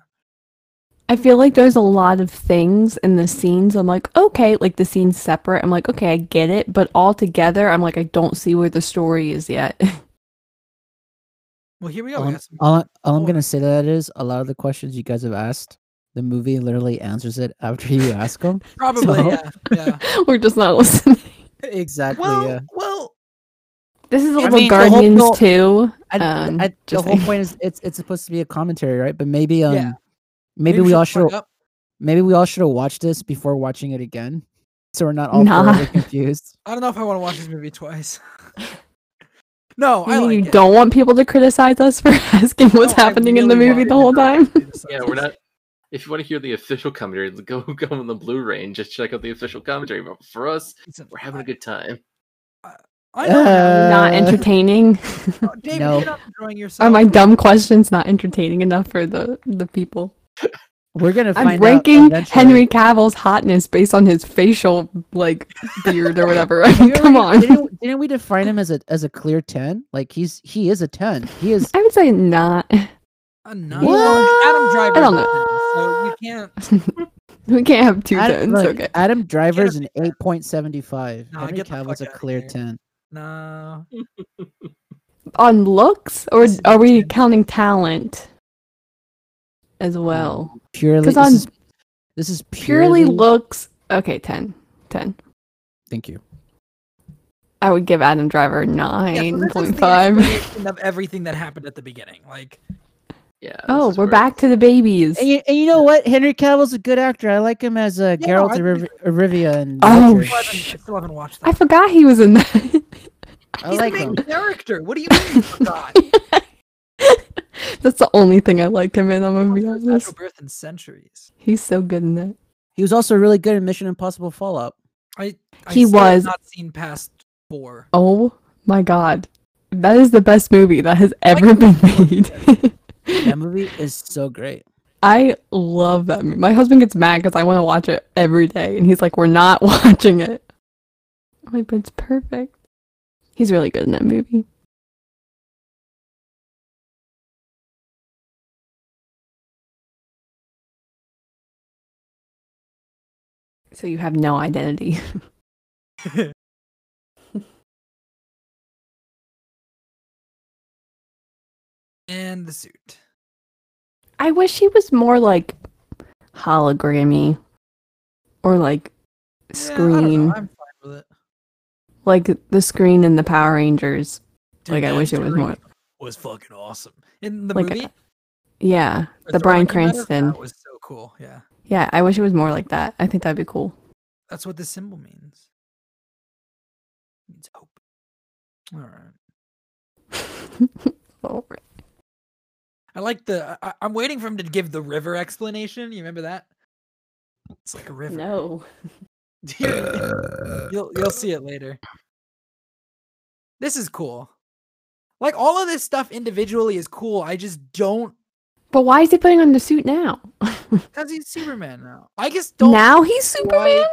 Speaker 4: I feel like there's a lot of things in the scenes. I'm like, okay, like the scenes separate. I'm like, okay, I get it, but all together, I'm like, I don't see where the story is yet. [laughs]
Speaker 2: well, here we go.
Speaker 3: All
Speaker 2: we
Speaker 3: I'm,
Speaker 2: got some-
Speaker 3: all, I- all I'm
Speaker 2: more.
Speaker 3: gonna say to that is a lot of the questions you guys have asked, the movie literally answers it after you
Speaker 2: [laughs]
Speaker 3: ask them.
Speaker 2: Probably,
Speaker 3: so-
Speaker 2: yeah,
Speaker 4: [laughs]
Speaker 2: yeah.
Speaker 4: We're just not listening.
Speaker 3: exactly.
Speaker 2: Well, well,
Speaker 4: This is a
Speaker 3: I
Speaker 4: little
Speaker 3: mean, the whole
Speaker 4: Guardians
Speaker 3: goal-
Speaker 4: too.
Speaker 3: I,
Speaker 4: Um,
Speaker 3: I, the
Speaker 4: just
Speaker 3: whole
Speaker 4: saying.
Speaker 3: point is it's it's supposed to be a commentary, right? But maybe um,
Speaker 2: Yeah.
Speaker 3: maybe, we
Speaker 2: should
Speaker 3: all
Speaker 2: split
Speaker 3: should
Speaker 2: up.
Speaker 3: maybe we all should have watched this before watching it again, so we're not all
Speaker 4: Nah.
Speaker 3: forever confused.
Speaker 2: I don't know if I want to watch this movie twice. [laughs] no, Oh, I
Speaker 4: You mean
Speaker 2: like
Speaker 4: you
Speaker 2: it.
Speaker 4: don't want people to criticize us for [laughs] asking what's
Speaker 2: No, I
Speaker 4: happening in the
Speaker 2: really want
Speaker 4: movie the
Speaker 2: it.
Speaker 4: whole time. [laughs]
Speaker 1: Yeah, we're not. If you want to hear the official commentary, [laughs] go go on the Blu-ray and just check out the official commentary. But for us,
Speaker 2: Listen,
Speaker 1: we're having a good time.
Speaker 2: I know. how
Speaker 4: [laughs] not
Speaker 3: Uh,
Speaker 4: entertaining.
Speaker 2: you- oh, David,
Speaker 3: no.
Speaker 2: you're not enjoying yourself.
Speaker 4: Are my dumb questions not entertaining enough for the the people?
Speaker 3: We're gonna find
Speaker 4: I'm
Speaker 3: out
Speaker 4: ranking
Speaker 3: eventually.
Speaker 4: Henry Cavill's hotness based on his facial like beard or whatever. [laughs]
Speaker 3: We
Speaker 4: Come
Speaker 3: already-
Speaker 4: on.
Speaker 3: Didn't, didn't we define him as a as a clear ten? Like he's he is a ten. He is
Speaker 4: I would say not. [laughs]
Speaker 2: Uh, no.
Speaker 3: What?
Speaker 2: Adam Driver.
Speaker 4: I
Speaker 2: So
Speaker 4: don't
Speaker 2: you can't.
Speaker 4: We can't have [laughs] two
Speaker 3: Adam,
Speaker 4: tones.
Speaker 3: look,
Speaker 4: Okay.
Speaker 3: Adam Driver's an
Speaker 2: be
Speaker 3: eight point seventy five.
Speaker 2: Nah,
Speaker 3: Henry
Speaker 2: get the
Speaker 3: Cavill's a
Speaker 2: fuck outta
Speaker 3: clear
Speaker 2: here.
Speaker 3: ten.
Speaker 2: No.
Speaker 4: On looks, or
Speaker 2: This is
Speaker 4: are we
Speaker 2: ten.
Speaker 4: counting talent as well?
Speaker 3: Purely
Speaker 4: 'Cause
Speaker 3: this,
Speaker 4: on-
Speaker 3: is, this is purely,
Speaker 4: Purely looks. Okay, 10. 10.
Speaker 3: Thank you.
Speaker 4: I would give Adam Driver
Speaker 2: Yeah, so this is the
Speaker 4: 9.5.
Speaker 2: explanation of everything that happened at the beginning.
Speaker 4: [laughs]
Speaker 2: Like,
Speaker 1: Yeah. this
Speaker 4: Oh,
Speaker 1: is
Speaker 4: we're
Speaker 1: where-
Speaker 4: back [laughs] to the babies.
Speaker 3: And you, and you know what? Henry Cavill's a good actor. I like him as uh,
Speaker 2: Yeah,
Speaker 3: Geralt
Speaker 2: I
Speaker 3: of
Speaker 2: think-
Speaker 3: Riv- Rivia. And
Speaker 4: Oh,
Speaker 2: I
Speaker 3: Witcher.
Speaker 2: still haven't, I still haven't watched
Speaker 4: I
Speaker 2: that.
Speaker 4: forgot he was in that. [laughs]
Speaker 3: I
Speaker 2: He's
Speaker 3: like
Speaker 2: the main
Speaker 3: him. [laughs]
Speaker 2: character. What do you mean? you forgot?
Speaker 4: That's the only thing I liked him in. I'm gonna be honest.
Speaker 2: Natural birth in centuries.
Speaker 4: He's so good in that.
Speaker 3: He was also really good in Mission Impossible Fallout.
Speaker 2: I, I
Speaker 4: He
Speaker 2: still have
Speaker 4: was-
Speaker 2: not seen past four. [laughs]
Speaker 4: Oh my god, that is the best movie that has ever been made. [laughs]
Speaker 3: That movie is so great.
Speaker 4: I love that movie. My husband gets mad because I want to watch it every day, and he's like, "We're not [laughs] watching it." I'm like, but it's perfect. He's really good in that movie. So you have no identity.
Speaker 2: and the suit.
Speaker 4: I wish he was more like hologrammy or like
Speaker 2: Yeah, I don't
Speaker 4: screen,
Speaker 2: know. I'm fine with it.
Speaker 4: like the screen in the Power Rangers.
Speaker 2: Dude,
Speaker 4: Like, I
Speaker 2: that
Speaker 4: wish it was
Speaker 2: screen
Speaker 4: more-
Speaker 2: Was fucking awesome in the
Speaker 4: Like,
Speaker 2: movie.
Speaker 4: Yeah,
Speaker 2: or
Speaker 4: the Bryan
Speaker 2: Throwing Matter,
Speaker 4: Cranston.
Speaker 2: That was so cool. Yeah,
Speaker 4: yeah. I wish it was more like that. I think that'd be cool. [laughs]
Speaker 2: that's what this symbol means. It means hope. All right.
Speaker 4: Oh,
Speaker 2: I like the. I, I'm waiting for him to give the river explanation. You remember that? It's like a river.
Speaker 4: no,
Speaker 2: You're- [laughs] you'll you'll see it later. This is cool. Like all of this stuff individually is cool. I just don't
Speaker 4: but why is he putting on the suit now?
Speaker 2: because he's Superman now. I just don't.
Speaker 4: now he's Superman.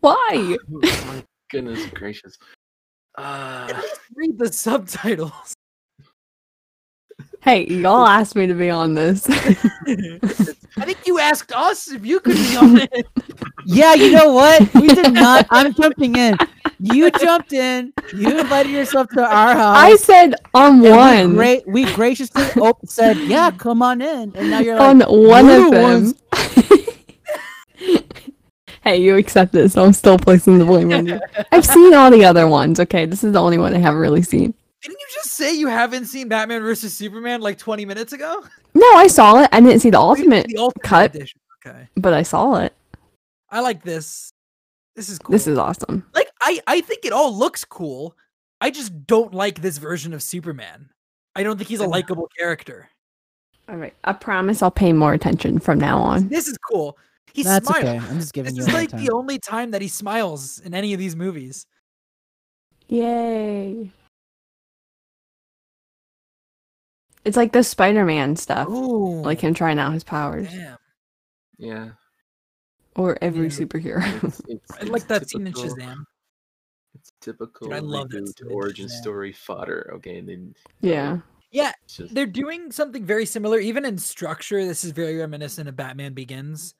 Speaker 4: Why?
Speaker 1: Oh my goodness gracious. Uh,
Speaker 2: [laughs] At least read the subtitles.
Speaker 4: Hey, y'all asked me to be on this.
Speaker 2: Um, I think you asked us if you could be on
Speaker 4: [laughs]
Speaker 2: it.
Speaker 3: Yeah, you know what? We did not. I'm jumping in. You jumped in. You invited yourself to our
Speaker 4: [laughs] [laughs] I
Speaker 3: house.
Speaker 4: said on
Speaker 3: and
Speaker 4: one,
Speaker 3: We, gra- we [laughs] graciously op- said, "Yeah, come on in." And now you're
Speaker 4: on
Speaker 3: like,
Speaker 4: one
Speaker 3: "You're
Speaker 4: of
Speaker 3: the
Speaker 4: them.
Speaker 3: ones-
Speaker 4: [laughs] Hey, you accept this. I'm still placing the blame on you. I've seen all the other ones, okay? This is the only one I haven't really seen.
Speaker 2: Didn't you just say you haven't seen Batman versus Superman like 20 minutes ago?
Speaker 4: No, I saw it. I didn't see the
Speaker 2: Oh, you didn't see the ultimate
Speaker 4: ultimate, cut.
Speaker 2: edition. Okay,
Speaker 4: but I saw it.
Speaker 2: I like this. This is cool.
Speaker 4: This is awesome.
Speaker 2: like I I think it all looks cool. I just don't like this version of Superman. I don't think he's a likable character.
Speaker 4: All right. I promise I'll pay more attention from now on.
Speaker 2: This is cool. He
Speaker 3: That's
Speaker 2: smiles.
Speaker 3: okay. I'm just giving
Speaker 2: This
Speaker 3: you
Speaker 2: is
Speaker 3: a hard
Speaker 2: like
Speaker 3: time.
Speaker 2: the only time that he smiles in any of these movies.
Speaker 4: Yay. It's like the Spider Man stuff,
Speaker 2: Ooh,
Speaker 4: like him trying out his powers,
Speaker 2: Damn.
Speaker 1: yeah.
Speaker 4: or every
Speaker 2: Yeah.
Speaker 4: superhero. [laughs]
Speaker 3: [laughs]
Speaker 1: It's, it's,
Speaker 2: I like
Speaker 1: it's
Speaker 2: that scene in
Speaker 1: typical-
Speaker 2: Shazam.
Speaker 1: It's typical
Speaker 2: I love that
Speaker 1: reboot
Speaker 2: scene in
Speaker 1: origin
Speaker 2: Shazam.
Speaker 1: story fodder. Okay, and then
Speaker 4: yeah.
Speaker 1: it's just
Speaker 2: They're doing something very similar, even in structure. This is very reminiscent of Batman Begins.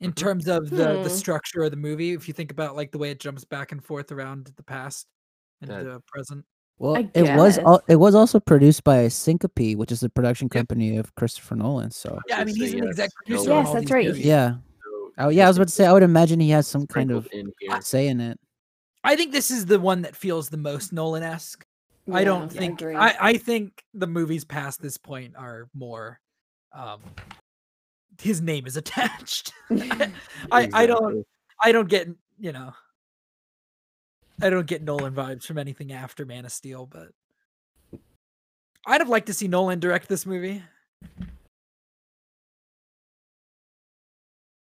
Speaker 2: In
Speaker 3: Mm-hmm.
Speaker 2: terms of the, the
Speaker 4: Hmm.
Speaker 2: structure of the movie, if you think about like the way it jumps back and forth around the past and
Speaker 1: That-
Speaker 2: the present.
Speaker 3: Well,
Speaker 4: I
Speaker 3: it was
Speaker 4: guess.
Speaker 3: al- it was also produced by Syncope, which is the production company of Christopher Nolan. So
Speaker 2: Yeah, I mean,
Speaker 1: say
Speaker 2: he's an
Speaker 1: yes,
Speaker 2: exec
Speaker 1: no
Speaker 2: producer.
Speaker 1: one
Speaker 2: on
Speaker 4: Yes,
Speaker 2: all
Speaker 4: that's
Speaker 2: these
Speaker 4: right.
Speaker 2: movies.
Speaker 3: yeah.
Speaker 1: So
Speaker 3: Oh yeah, I was about to say. I would imagine he has some kind
Speaker 1: sprinkled
Speaker 3: of
Speaker 1: in here.
Speaker 3: say in it.
Speaker 2: I think this is the one that feels the most Nolan-esque. I don't think I, I think the movies past this point are more um his name is attached. [laughs] I, I don't
Speaker 1: Exactly.
Speaker 2: I don't get you know I don't get Nolan vibes from anything after Man of Steel, but I'd have liked to see Nolan direct this movie.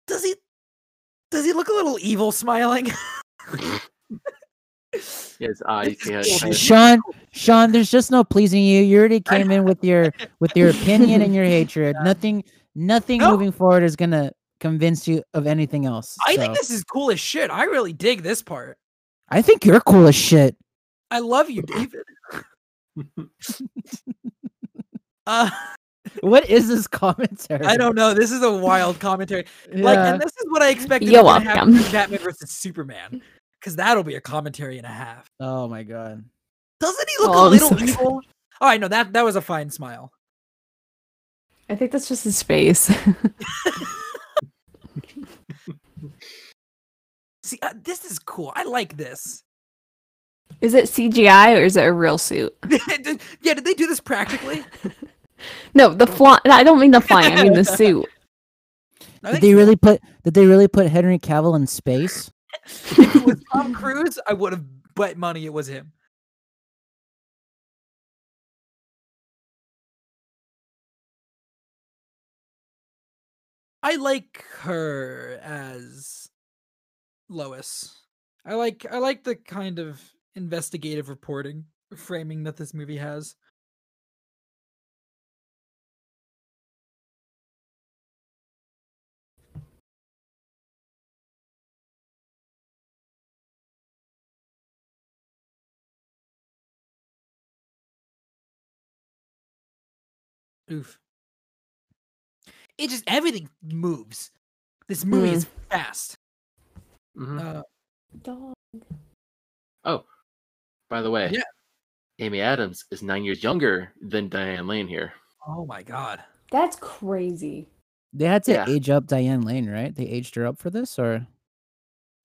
Speaker 2: Does he does he look a little evil smiling? [laughs]
Speaker 1: Yeah, his eyes.
Speaker 2: is
Speaker 1: Yeah,
Speaker 2: cool.
Speaker 1: it's
Speaker 2: Shazam.
Speaker 1: kinda-
Speaker 3: Sean, Sean, there's just no pleasing you. You already came in with your with your opinion and your hatred. Nothing, nothing
Speaker 2: No.
Speaker 3: moving forward is gonna convince you of anything else.
Speaker 2: I think
Speaker 3: so.
Speaker 2: this is cool as shit. I really dig this part.
Speaker 3: I think you're cool as shit.
Speaker 2: I love you, David. uh, [laughs]
Speaker 3: What is this commentary?
Speaker 2: I don't know. This is a wild commentary. Like, and this is what I expected.
Speaker 4: You're
Speaker 2: was gonna happen
Speaker 4: welcome.
Speaker 2: with Batman versus Superman, because that'll be a commentary and a half.
Speaker 3: oh my god.
Speaker 2: Doesn't he look
Speaker 4: Oh,
Speaker 2: a
Speaker 4: I'm
Speaker 2: little
Speaker 4: so excited.
Speaker 2: evil? All right, no, that that was a fine smile.
Speaker 4: [laughs] I think that's just his face.
Speaker 2: See, uh, this is cool. I like this. [laughs]
Speaker 4: is it CGI or is it a real suit?
Speaker 2: Did- yeah, did they do this practically?
Speaker 4: No, the fly. I don't mean the flying. I
Speaker 2: [laughs]
Speaker 4: mean the suit.
Speaker 2: I
Speaker 3: Did
Speaker 2: think
Speaker 3: they really put? Did they really put Henry Cavill in space?
Speaker 2: if it was Tom Cruise, I would have bet money it was him. I like her as Lois. I like I like the kind of investigative reporting framing that this movie has. Oof. It just everything moves. This movie is fast.
Speaker 1: Mhm.
Speaker 2: Uh,
Speaker 4: Dog.
Speaker 1: By the way,
Speaker 2: Yeah.
Speaker 1: Amy Adams is nine years younger than Diane Lane here.
Speaker 2: oh my god.
Speaker 4: That's crazy.
Speaker 3: They had to
Speaker 1: Yeah.
Speaker 3: age up Diane Lane, right? They aged her up for this, or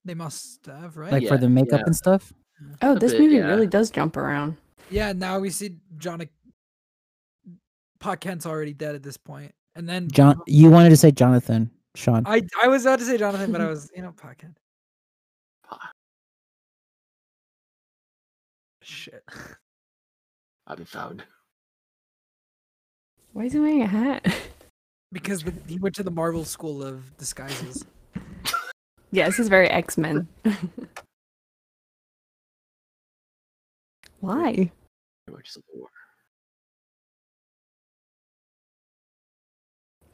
Speaker 2: They must have, right?
Speaker 3: like
Speaker 1: yeah,
Speaker 3: for the makeup
Speaker 1: yeah.
Speaker 3: and stuff.
Speaker 4: Oh,
Speaker 1: A
Speaker 4: this
Speaker 1: bit,
Speaker 4: movie
Speaker 1: yeah.
Speaker 4: really does jump around.
Speaker 2: Yeah, now we see John Pa Kent's already dead at this point. And then
Speaker 3: John, you wanted to say Jonathan, Sean.
Speaker 2: I I was about to say Jonathan,
Speaker 3: [laughs]
Speaker 2: but I was you know Pa Kent.
Speaker 1: Pa.
Speaker 2: Shit.
Speaker 1: I've been found.
Speaker 4: Why is he wearing a hat? [laughs]
Speaker 2: Because the, he went to the Marvel School of
Speaker 3: [laughs]
Speaker 2: Disguises.
Speaker 4: yeah, this is very X Men. [laughs] Why?
Speaker 1: We're just like, "War."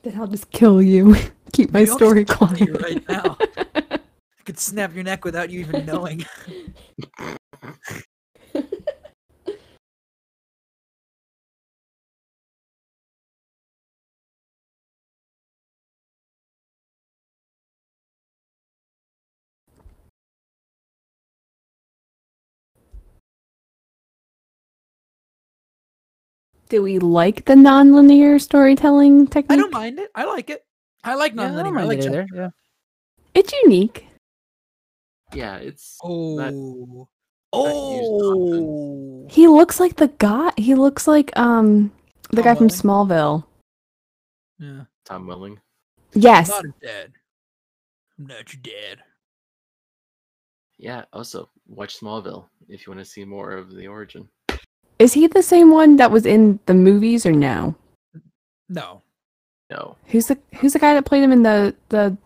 Speaker 4: Then I'll just kill you. [laughs] Keep my
Speaker 2: Maybe I'll just
Speaker 4: story
Speaker 2: kill
Speaker 4: quiet
Speaker 2: you right now. I could snap your neck without you
Speaker 3: [laughs]
Speaker 2: even knowing.
Speaker 4: [laughs] Do we like the nonlinear storytelling technique?
Speaker 2: I don't mind it. I like it. I like
Speaker 3: Yeah, I don't
Speaker 2: non-linear. I
Speaker 3: mind
Speaker 2: like
Speaker 3: it
Speaker 2: jump-
Speaker 3: either, yeah.
Speaker 4: It's unique.
Speaker 1: Yeah, it's
Speaker 2: Oh.
Speaker 1: used
Speaker 2: Oh.
Speaker 4: He looks like the guy. He looks like um the
Speaker 2: Tom
Speaker 4: guy
Speaker 2: Welling?
Speaker 4: from Smallville.
Speaker 2: Yeah.
Speaker 1: Tom Welling.
Speaker 4: Yes.
Speaker 2: Not dead. I'm not your dad.
Speaker 1: Yeah, also watch Smallville if you want to see more of the origin.
Speaker 4: Is he the same one that was in the movies or no?
Speaker 2: No.
Speaker 1: No.
Speaker 4: Who's the Who's the guy that played him in the the?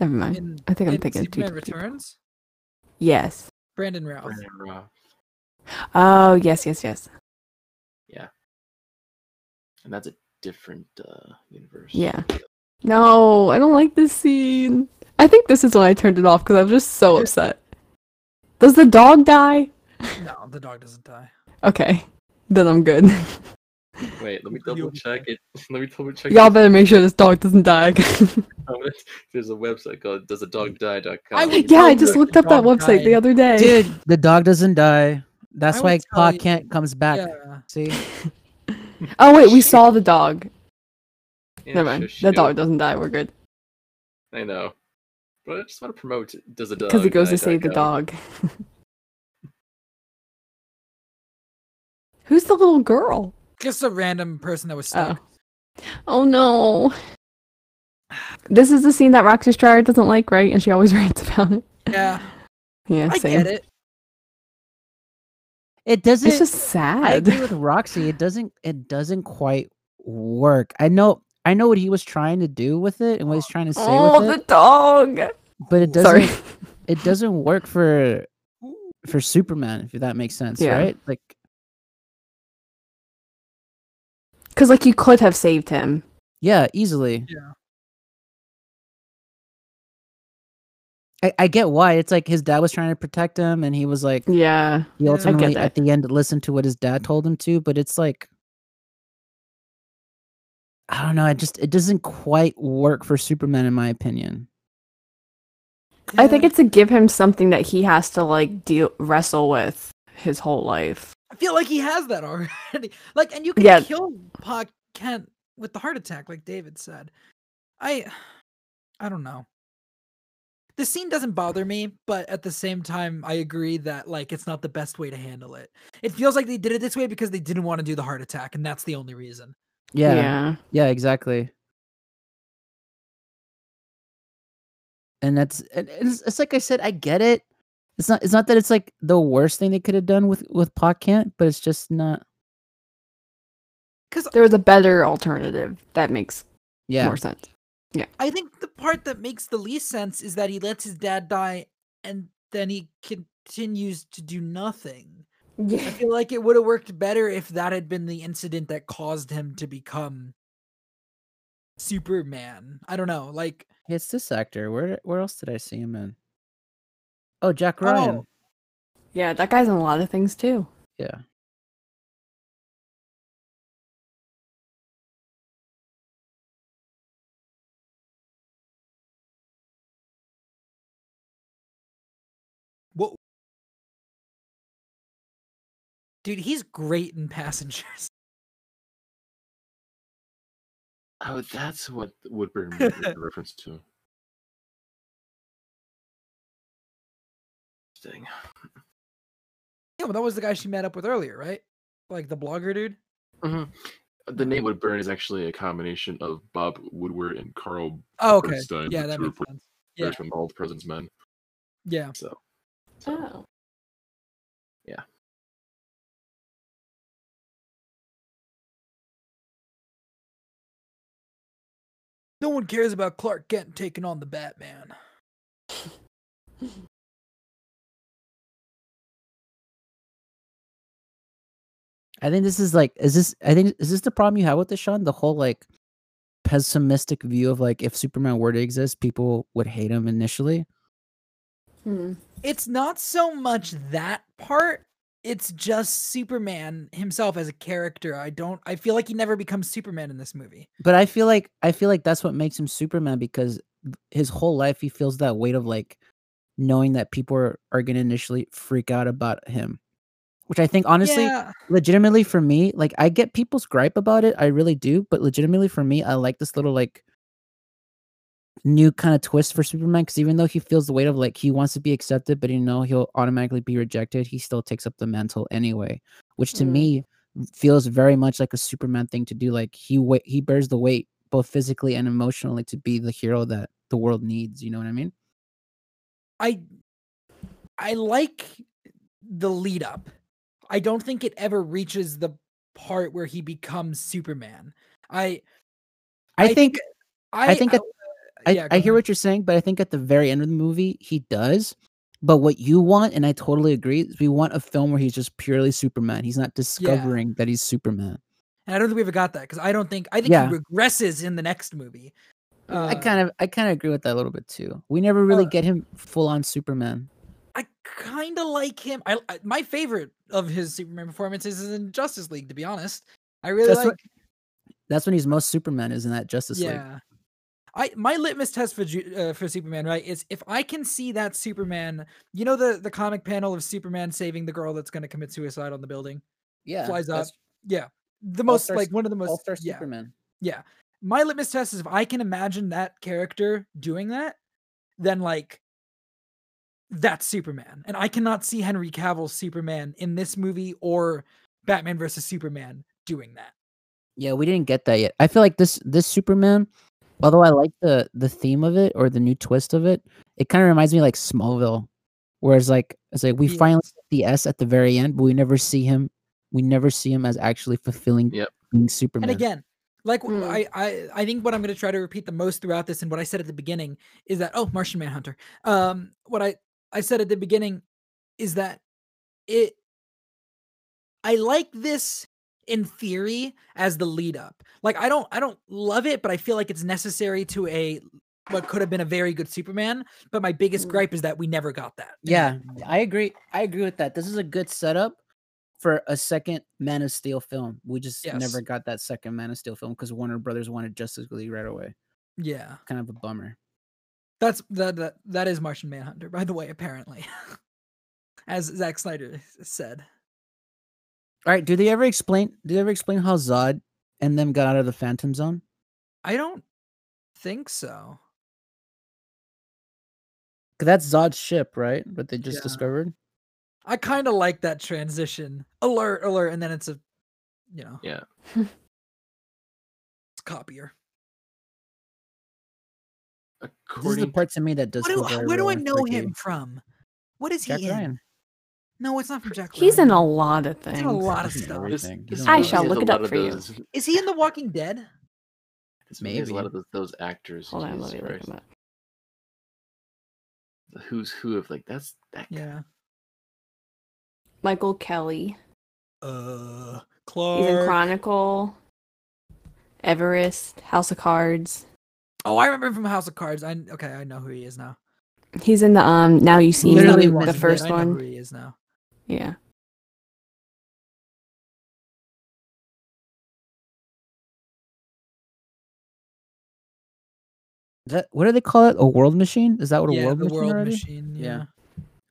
Speaker 4: Never mind.
Speaker 2: In,
Speaker 4: I think I'm
Speaker 2: in
Speaker 4: thinking of two
Speaker 2: Superman
Speaker 4: different people.
Speaker 2: Returns,
Speaker 4: Yes.
Speaker 2: Brandon Routh.
Speaker 1: Brandon Roth.
Speaker 4: Oh yes, yes, yes.
Speaker 1: And that's a different uh universe.
Speaker 4: Yeah. No, I don't like this scene. I think this is when I turned it off because I was just
Speaker 2: [laughs]
Speaker 4: so upset. Does the dog die?
Speaker 2: No, the dog doesn't die.
Speaker 4: Okay, then
Speaker 2: [laughs]
Speaker 4: I'm good.
Speaker 1: Wait, let me
Speaker 2: You'll be
Speaker 1: double check it. [laughs] Let me double check
Speaker 4: Y'all
Speaker 1: it.
Speaker 4: better make sure this dog doesn't die.
Speaker 1: There's a website called does a dog die.com.
Speaker 2: I would-
Speaker 4: [laughs] yeah, I
Speaker 2: Dog
Speaker 4: just
Speaker 2: died.
Speaker 4: looked up that
Speaker 2: Dog
Speaker 4: website the
Speaker 2: died.
Speaker 4: other day.
Speaker 3: Dude, the dog doesn't die. That's
Speaker 2: I
Speaker 3: why
Speaker 2: would
Speaker 3: Pa
Speaker 2: tell you-
Speaker 3: Kent comes back.
Speaker 2: Yeah.
Speaker 3: See,
Speaker 4: Oh wait, we saw the dog.
Speaker 1: Yeah,
Speaker 4: Never mind.
Speaker 1: shush
Speaker 4: The
Speaker 1: you.
Speaker 4: dog doesn't die. We're good
Speaker 1: I know. But I just want to promote does a dog
Speaker 4: because he goes to
Speaker 1: die
Speaker 4: save the
Speaker 1: dot com.
Speaker 4: dog. [laughs] Who's the little girl?
Speaker 2: Just a random person that was stuck.
Speaker 4: Oh no. This is the scene that Roxy Stryer doesn't like, right? And she always [laughs] writes about it.
Speaker 2: Yeah.
Speaker 4: [laughs] Yeah,
Speaker 2: I
Speaker 4: same.
Speaker 2: get it.
Speaker 3: it doesn't.
Speaker 4: It's just
Speaker 3: I
Speaker 4: sad. [laughs]
Speaker 3: agree with Roxy. It doesn't. It doesn't quite work. I know. I know what he was trying to do with it and what he's trying to say
Speaker 4: Oh,
Speaker 3: with
Speaker 4: the
Speaker 3: it,
Speaker 4: dog.
Speaker 3: but it
Speaker 4: [laughs] Sorry.
Speaker 3: doesn't. It doesn't work for
Speaker 2: Ooh.
Speaker 3: for Superman, if that makes sense,
Speaker 4: Yeah.
Speaker 3: right? Like,
Speaker 4: Because like you could have saved him.
Speaker 3: yeah, easily.
Speaker 2: Yeah.
Speaker 3: I, I get why. It's like his dad was trying to protect him, and he was like,
Speaker 4: Yeah.
Speaker 3: he
Speaker 2: Mm, Yeah. I get
Speaker 3: ultimately at
Speaker 4: that.
Speaker 3: the end listened to what his dad told him to. But it's like, I don't know. It just it doesn't quite work for Superman, in my opinion.
Speaker 4: I think
Speaker 2: Yeah.
Speaker 4: it's to give him something that he has to like deal wrestle with his whole life.
Speaker 2: I feel like he has that already. [laughs] Like, and you can
Speaker 4: Yeah.
Speaker 2: kill Pa Kent with the heart attack, like David said. I, [sighs] I don't know. The scene doesn't bother me, but at the same time, I agree that like it's not the best way to handle it. It feels like they did it this way because they didn't want to do the heart attack, and that's the only reason.
Speaker 3: Yeah, yeah, exactly. And that's and it's, it's like I said, I get it. It's not it's not that it's like the worst thing they could have done with with Pac Kent, but it's just not.
Speaker 4: There was a better alternative that makes
Speaker 3: Yeah.
Speaker 4: more sense.
Speaker 2: I think the part that makes the least sense is that he lets his dad die and then he continues to do nothing. I
Speaker 4: Yeah.
Speaker 2: feel like it would have worked better if that had been the incident that caused him to become Superman. I don't know. Like,
Speaker 3: It's this actor. Where where else did I see him in? Oh, Jack Ryan.
Speaker 2: Oh.
Speaker 4: Yeah, that guy's in a lot of things too.
Speaker 3: Yeah.
Speaker 2: what? Dude, he's great in Passengers. [laughs]
Speaker 1: Oh, that's what Woodburn made re- reference to. Dang.
Speaker 2: Yeah, but that was the guy she met up with earlier, right? Like the blogger dude.
Speaker 1: Mhm. The name Woodburn is actually a combination of Bob Woodward and Carl
Speaker 2: Oh, okay.
Speaker 1: Bernstein,
Speaker 2: Yeah,
Speaker 1: the
Speaker 2: that
Speaker 1: two
Speaker 2: makes
Speaker 1: report-
Speaker 2: sense. Yeah.
Speaker 1: Birch from All the President's Men.
Speaker 2: Yeah.
Speaker 1: So, so
Speaker 4: Oh.
Speaker 2: No one cares about Clark Kent taking on the Batman.
Speaker 3: I think this is like is this I think is this the problem you have with this, Sean? The whole like pessimistic view of like if Superman were to exist, people would hate him initially.
Speaker 4: Hmm.
Speaker 2: It's not so much that part. It's just Superman himself as a character. I don't I feel like he never becomes Superman in this movie.
Speaker 3: But I feel like I feel like that's what makes him Superman because th- his whole life he feels that weight of like knowing that people are, are gonna initially freak out about him. Which I think honestly
Speaker 2: yeah.
Speaker 3: legitimately for me, like I get people's gripe about it, I really do, but legitimately for me, I like this little like new kind of twist for Superman because even though he feels the weight of like he wants to be accepted, but you know he'll automatically be rejected, he still takes up the mantle anyway, which to
Speaker 4: Mm.
Speaker 3: me feels very much like a Superman thing to do. Like he wa- he bears the weight both physically and emotionally to be the hero that the world needs. You know what I mean?
Speaker 2: I I like the lead up. I don't think it ever reaches the part where he becomes Superman. I
Speaker 3: I, think
Speaker 2: I,
Speaker 3: think at- I,
Speaker 2: yeah,
Speaker 3: I
Speaker 2: go
Speaker 3: hear
Speaker 2: ahead.
Speaker 3: what you're saying, but I think at the very end of the movie, he does. But what you want, and I totally agree, is we want a film where he's just purely Superman. He's not discovering that he's Superman.
Speaker 2: And I don't think we ever got that because I don't think I think
Speaker 3: Yeah.
Speaker 2: he regresses in the next movie.
Speaker 3: I
Speaker 2: Uh,
Speaker 3: kind of, I kind of agree with that a little bit too. We never really
Speaker 2: uh,
Speaker 3: get him full on Superman.
Speaker 2: I kind of like him. I, I my favorite of his Superman performances is in Justice League. To be honest, I really
Speaker 3: That's
Speaker 2: like.
Speaker 3: what That's when he's most Superman is in that Justice League.
Speaker 2: yeah, I my litmus test for Ju- uh, for Superman right is if I can see that Superman. You know the the comic panel of Superman saving the girl that's going to commit suicide on the building.
Speaker 3: Yeah,
Speaker 2: Flies
Speaker 3: that's
Speaker 2: Yeah, the most
Speaker 3: All-Star
Speaker 2: like
Speaker 3: Sup-
Speaker 2: one of the most
Speaker 3: All-Star
Speaker 2: yeah.
Speaker 3: Superman.
Speaker 2: my litmus test is if I can imagine that character doing that, then like that's Superman. And I cannot see Henry Cavill's Superman in this movie or Batman versus Superman doing that.
Speaker 3: Yeah, we didn't get that yet. I feel like this this Superman, although I like the the theme of it or the new twist of it, it kind of reminds me like Smallville, whereas like it's like we
Speaker 2: Yes.
Speaker 3: finally get the S at the very end, but we never see him. We never see him as actually fulfilling
Speaker 1: Yep.
Speaker 3: being Superman.
Speaker 2: And again, like w-
Speaker 4: Mm.
Speaker 2: I, I I think what I'm gonna try to repeat the most throughout this and what I said at the beginning is that oh Martian Manhunter. Um what I, I said at the beginning is that it I like this in theory as the lead up. Like I don't I don't love it, but I feel like it's necessary to a what could have been a very good Superman. But my biggest
Speaker 4: Mm.
Speaker 2: gripe is that we never got that. in
Speaker 3: yeah,
Speaker 2: that movie.
Speaker 3: I agree. I agree with that. This is a good setup for a second Man of Steel film. We just
Speaker 2: Yes.
Speaker 3: never got that second Man of Steel film because Warner Brothers wanted Justice League right away.
Speaker 2: yeah.
Speaker 3: Kind of a bummer.
Speaker 2: That's that, that that is Martian Manhunter, by the way, apparently. [laughs] as Zack Snyder s- said.
Speaker 3: All right, do they ever explain? Do they ever explain how Zod and them got out of the Phantom Zone?
Speaker 2: I don't think so.
Speaker 3: 'Cause that's Zod's ship, right? What they just
Speaker 2: Yeah.
Speaker 3: discovered.
Speaker 2: I kind of like that transition. Alert, alert, and then it's a, you know,
Speaker 4: [laughs]
Speaker 1: Yeah.
Speaker 2: it's copier.
Speaker 3: This is the
Speaker 1: according
Speaker 3: part to me that does.
Speaker 2: What do,
Speaker 3: feel very
Speaker 2: where do I
Speaker 3: real and
Speaker 2: know
Speaker 3: freaky.
Speaker 2: him from? What is
Speaker 3: Jack
Speaker 2: he in?
Speaker 3: Ryan.
Speaker 2: No, it's not from Jack.
Speaker 4: He's
Speaker 2: Ryan.
Speaker 4: in a lot of things.
Speaker 2: He's in a lot of
Speaker 3: He's in
Speaker 2: stuff.
Speaker 3: every-
Speaker 1: this,
Speaker 3: everything.
Speaker 1: this
Speaker 3: I
Speaker 1: movie
Speaker 4: shall
Speaker 1: has
Speaker 4: look
Speaker 1: a
Speaker 4: it up
Speaker 1: lot of
Speaker 4: for you.
Speaker 1: those-
Speaker 2: Is he in The Walking Dead?
Speaker 1: This movie has a
Speaker 3: Maybe.
Speaker 1: lot of those, those actors.
Speaker 4: Hold on,
Speaker 1: Jesus
Speaker 4: let me look
Speaker 1: Christ.
Speaker 4: him up.
Speaker 1: The who's who of like that's that guy.
Speaker 2: Yeah.
Speaker 4: Michael Kelly.
Speaker 2: Uh,
Speaker 4: He's in
Speaker 2: Clark.
Speaker 4: Chronicle, Everest, House of Cards.
Speaker 2: Oh, I remember him from House of Cards. I okay, I know who he is now.
Speaker 4: He's in the um. Now you see
Speaker 3: Literally
Speaker 4: me,
Speaker 3: watched
Speaker 4: the
Speaker 3: it.
Speaker 4: first
Speaker 2: I know who
Speaker 4: one.
Speaker 2: he is now.
Speaker 4: Yeah.
Speaker 3: Is that what do they call it? A world machine? Is that what a
Speaker 2: yeah,
Speaker 3: world
Speaker 2: the
Speaker 3: machine
Speaker 2: World
Speaker 3: already?
Speaker 2: Machine.
Speaker 3: Yeah.
Speaker 2: Yeah.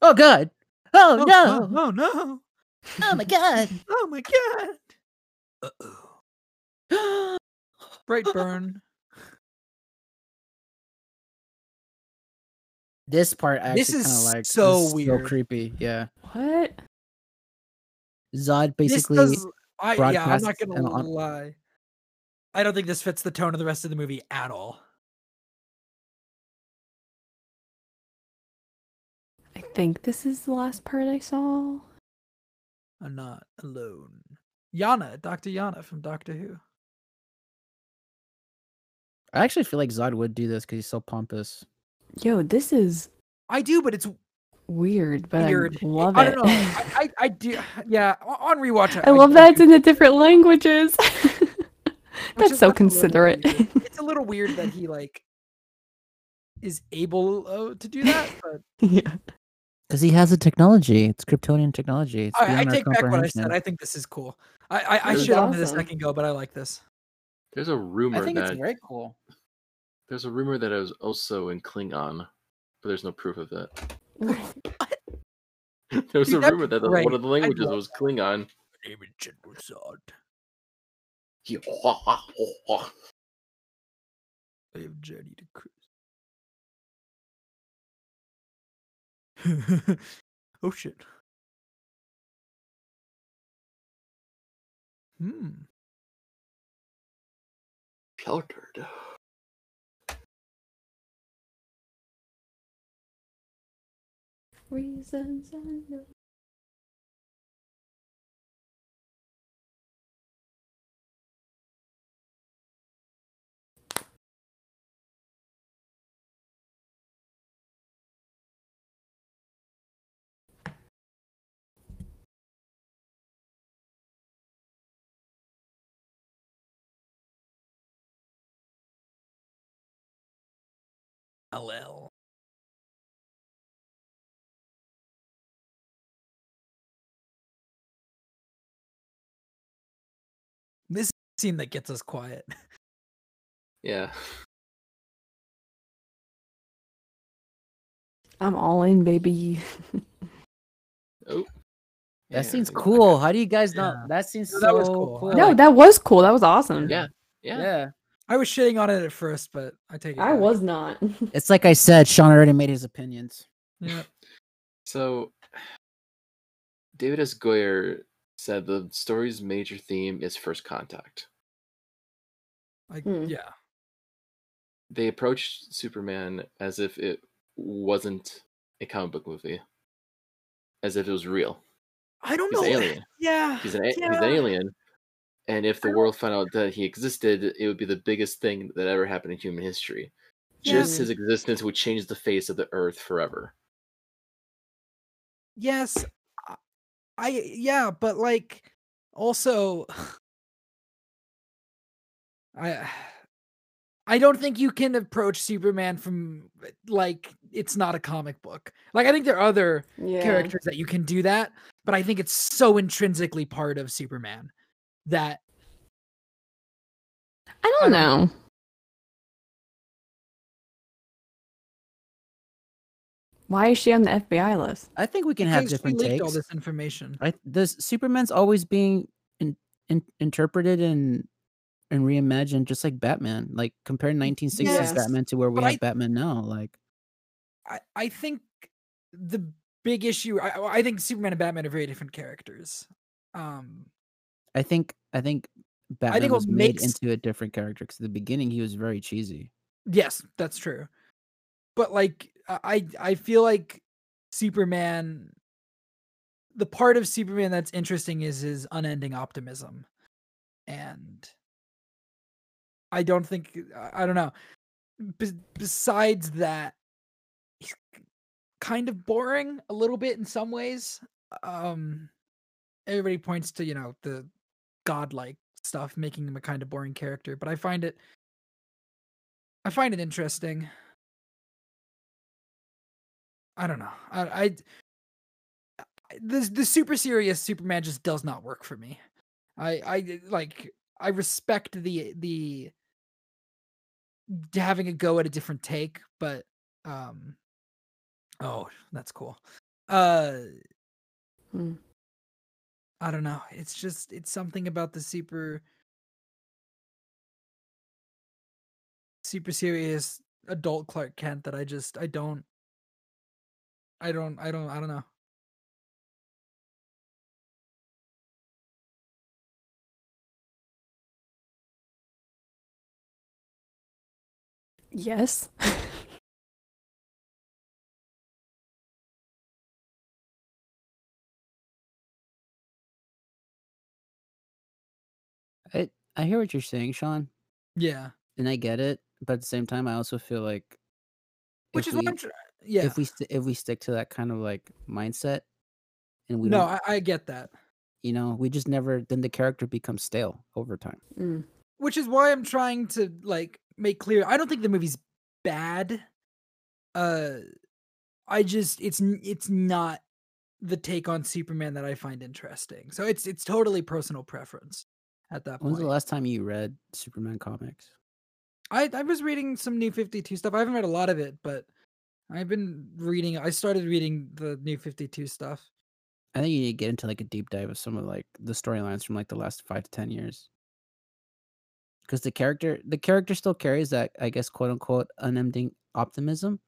Speaker 3: Oh god! Oh, no!
Speaker 2: [laughs] Oh, oh, no!
Speaker 3: Oh my god!
Speaker 2: Oh my god! Uh-oh. [gasps] Brightburn.
Speaker 3: This part I
Speaker 2: This
Speaker 3: actually
Speaker 2: is
Speaker 3: kind of like
Speaker 2: so
Speaker 3: so
Speaker 2: weird.
Speaker 3: creepy. Yeah,
Speaker 4: What?
Speaker 3: Zod
Speaker 2: this
Speaker 3: basically.
Speaker 2: does. I, yeah, I'm not
Speaker 3: broadcasts
Speaker 2: gonna
Speaker 3: and on-
Speaker 2: lie. I don't think this fits the tone of the rest of the movie at all.
Speaker 4: I think this is the last part I saw.
Speaker 2: I'm not alone. Yana, Doctor Yana from Doctor Who.
Speaker 3: I actually feel like Zod would do this because he's so pompous.
Speaker 4: Yo, this is
Speaker 2: I do, but it's
Speaker 4: weird, but
Speaker 2: weird.
Speaker 4: I love it.
Speaker 2: I don't know. I, I, I do. [sighs] Yeah, o- on rewatch.
Speaker 4: [laughs] I love
Speaker 2: do
Speaker 4: that it's
Speaker 2: do
Speaker 4: in the different languages. [laughs]
Speaker 2: Which
Speaker 4: That's
Speaker 2: is what's a
Speaker 4: so
Speaker 2: little
Speaker 4: considerate. [laughs]
Speaker 2: weird. it's a little weird that he like is able uh, to do that. But
Speaker 4: yeah.
Speaker 3: Because he has the technology. It's Kryptonian technology. It's
Speaker 2: I, I
Speaker 3: beyond our
Speaker 2: take back what I
Speaker 3: comprehension.
Speaker 2: said. I think this is cool. I I, I
Speaker 1: This is
Speaker 2: shit on this
Speaker 4: awesome.
Speaker 2: second go, but I like this.
Speaker 1: There's a rumor that
Speaker 3: very cool.
Speaker 1: there's a rumor that it was also in Klingon, but there's no proof of that. [laughs] There was
Speaker 2: Dude,
Speaker 1: a
Speaker 2: that'd
Speaker 1: rumor
Speaker 2: be
Speaker 1: that the-
Speaker 2: great.
Speaker 1: one of the languages
Speaker 2: love
Speaker 1: was Klingon.
Speaker 2: Name is General Zod.
Speaker 1: He-
Speaker 2: I have journeyed to [laughs] oh shit. Hmm.
Speaker 1: Peltered.
Speaker 4: Reasons I know.
Speaker 2: LL. This scene that gets us quiet.
Speaker 1: Yeah.
Speaker 4: I'm all in, baby.
Speaker 1: Oh.
Speaker 3: That
Speaker 1: Yeah,
Speaker 3: seems
Speaker 1: exactly.
Speaker 3: cool. How do you guys not?
Speaker 2: Yeah.
Speaker 3: That seems
Speaker 2: No,
Speaker 3: so
Speaker 2: that was cool.
Speaker 3: cool.
Speaker 2: I
Speaker 4: No, that was cool. That was awesome.
Speaker 1: Yeah. Yeah.
Speaker 3: yeah.
Speaker 2: I was shitting on it at first, but I take it.
Speaker 4: I
Speaker 2: back.
Speaker 4: was not.
Speaker 3: It's like I said. Sean already made his opinions.
Speaker 2: Yeah.
Speaker 1: So, David S. Goyer said the story's major theme is first contact.
Speaker 2: I,
Speaker 4: Hmm.
Speaker 2: Yeah.
Speaker 1: They approached Superman as if it wasn't a comic book movie, as if it was real.
Speaker 2: I don't
Speaker 1: He's
Speaker 2: know.
Speaker 1: an alien.
Speaker 2: Yeah.
Speaker 1: He's an, a- he's
Speaker 2: yeah.
Speaker 1: an alien. And if the world found out that he existed, it would be the biggest thing that ever happened in human history. Just
Speaker 4: Yeah.
Speaker 1: his existence would change the face of the earth forever.
Speaker 2: Yes. I- I yeah, but like also [sighs] I [sighs] I don't think you can approach Superman from like it's not a comic book. Like I think there are other
Speaker 4: yeah.
Speaker 2: characters that you can do that, but I think it's so intrinsically part of Superman that
Speaker 4: I don't
Speaker 2: I
Speaker 4: know. Why is she on the FBI list?
Speaker 3: I think we can have
Speaker 2: because we
Speaker 3: different
Speaker 2: leaked
Speaker 3: takes.
Speaker 2: all this information.
Speaker 3: I this Superman's always being in, in, interpreted and and reimagined, just like Batman. Like compare 1960s
Speaker 4: Yes.
Speaker 3: Batman to where we
Speaker 2: But
Speaker 3: have
Speaker 2: I-
Speaker 3: Batman now. Like
Speaker 2: I, I think the big issue I, I think Superman and Batman are very different characters. Um
Speaker 3: I think I think Batman
Speaker 2: what
Speaker 3: was made
Speaker 2: makes-
Speaker 3: into a different character because at the beginning he was very cheesy.
Speaker 2: Yes, that's true. But like I I I feel like Superman the part of Superman that's interesting is his unending optimism. And I don't think I- I don't know. Bes besides that, he's kind of boring a little bit in some ways. Um, everybody points to you know the godlike stuff making him a kind of boring character, but I find it I find it interesting. I don't know. I, I the the super serious Superman just does not work for me. I I like I respect the the d- having a go at a different take, but um oh, that's cool. Uh
Speaker 4: Hmm.
Speaker 2: I don't know. It's just it's something about the super super serious adult Clark Kent that I just I don't I don't I don't I don't know.
Speaker 4: Yes.
Speaker 3: I I hear what you're saying, Sean,
Speaker 2: Yeah.
Speaker 3: and I get it. But at the same time, I also feel like
Speaker 2: Which
Speaker 3: if
Speaker 2: is what
Speaker 3: we-
Speaker 2: I'm tr- yeah.
Speaker 3: if we st- if we stick to that kind of like mindset, and we
Speaker 2: no,
Speaker 3: don't,
Speaker 2: I, I get that.
Speaker 3: you know, we just never then the character becomes stale over time.
Speaker 4: Mm.
Speaker 2: Which is why I'm trying to like make clear I don't think the movie's bad. Uh I just it's n- it's not the take on Superman that I find interesting. So it's it's totally personal preference at that
Speaker 3: When's
Speaker 2: point.
Speaker 3: the last time you read Superman comics?
Speaker 2: I I was reading some New Fifty Two stuff. I haven't read a lot of it, but I've been reading. I started reading the New Fifty Two stuff.
Speaker 3: I think you need to get into like a deep dive of some of like the storylines from like the last five to ten years. Because the character the character still carries that, I guess, quote unquote unending optimism.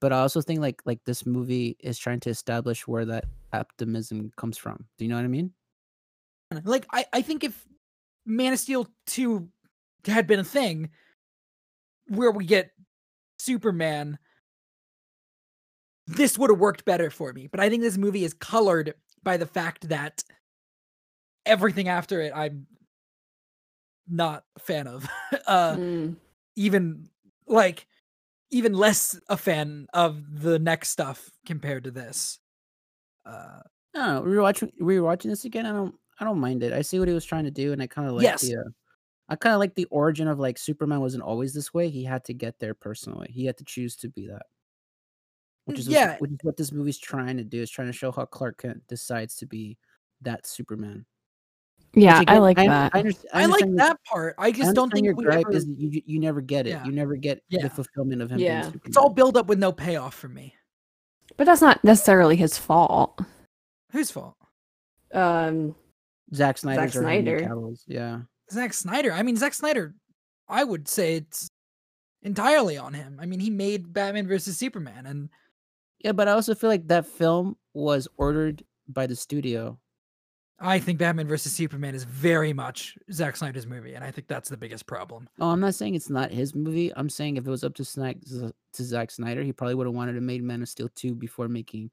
Speaker 3: But I also think like like this movie is trying to establish where that optimism comes from. Do you know what I mean?
Speaker 2: Like I I think if Man of Steel two had been a thing, where we get Superman, this would have worked better for me. But I think this movie is colored by the fact that everything after it, I'm not a fan of. [laughs] uh,
Speaker 4: Mm.
Speaker 2: even like even less a fan of the next stuff compared to this. Uh,
Speaker 3: No, rewatching rewatching this again, I don't I don't mind it. I see what he was trying to do and I kinda like
Speaker 2: Yes.
Speaker 3: the uh, I kinda like the origin of like Superman wasn't always this way. He had to get there personally. He had to choose to be that. Which is
Speaker 2: yeah,
Speaker 3: what, which is what this movie's trying to do, is trying to show how Clark Kent decides to be that Superman.
Speaker 4: Yeah,
Speaker 3: Which
Speaker 4: I
Speaker 3: again,
Speaker 4: like
Speaker 3: I,
Speaker 4: that.
Speaker 3: I, understand,
Speaker 2: I, like
Speaker 3: understand your-
Speaker 2: that part. I
Speaker 3: I
Speaker 2: just don't
Speaker 3: understand
Speaker 2: think
Speaker 3: your
Speaker 2: we
Speaker 3: gripe
Speaker 2: ever,
Speaker 3: is that you ju- you never get it.
Speaker 2: Yeah.
Speaker 3: You never get
Speaker 2: Yeah.
Speaker 3: the fulfillment of him
Speaker 4: Yeah.
Speaker 3: being Superman.
Speaker 2: it's all build up with no payoff for me.
Speaker 4: but that's not necessarily his fault.
Speaker 2: Whose fault?
Speaker 4: Um,
Speaker 3: Zack Snyder's
Speaker 4: Zack
Speaker 3: or Henry
Speaker 4: Snyder.
Speaker 3: Cavill's, Yeah.
Speaker 2: Zack Snyder. I mean, Zack Snyder. I would say it's entirely on him. I mean, he made Batman versus Superman, and
Speaker 3: Yeah, but I also feel like that film was ordered by the studio.
Speaker 2: I think Batman versus Superman is very much Zack Snyder's movie, and I think that's the biggest problem.
Speaker 3: Oh, I'm not saying it's not his movie. I'm saying if it was up to Snack to Zack Snyder, he probably would have wanted to made Man of Steel 2 before making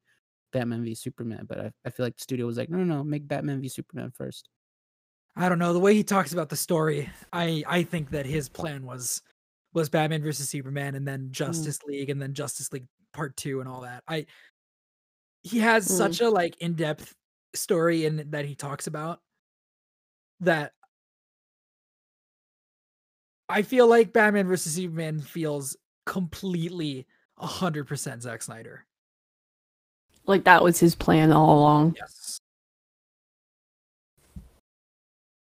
Speaker 3: Batman v Superman. But I, I feel like the studio was like, no, no, no, make Batman v Superman first.
Speaker 2: I don't know the way he talks about the story. I I think that his plan was was Batman versus Superman and then Justice League and then Justice League Part 2 and all that. I he has
Speaker 4: Mm.
Speaker 2: such a like in-depth story in that he talks about that I feel like Batman versus Superman feels completely 100% Zack Snyder.
Speaker 4: like that was his plan all along.
Speaker 2: Yes.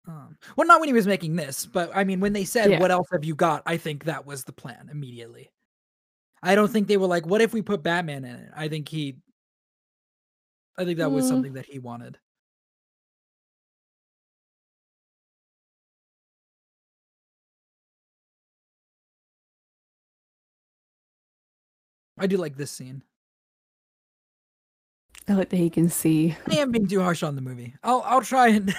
Speaker 2: Um, well, not when he was making this, but I mean, when they said,
Speaker 4: Yeah.
Speaker 2: "What else have you got?" I think that was the plan immediately. I don't think they were like, "What if we put Batman in it?" I think he, I think that was
Speaker 4: Mm.
Speaker 2: something that he wanted. I do like this scene.
Speaker 4: I like that he can [laughs] see.
Speaker 2: I am being too harsh on the movie. I'll I'll try and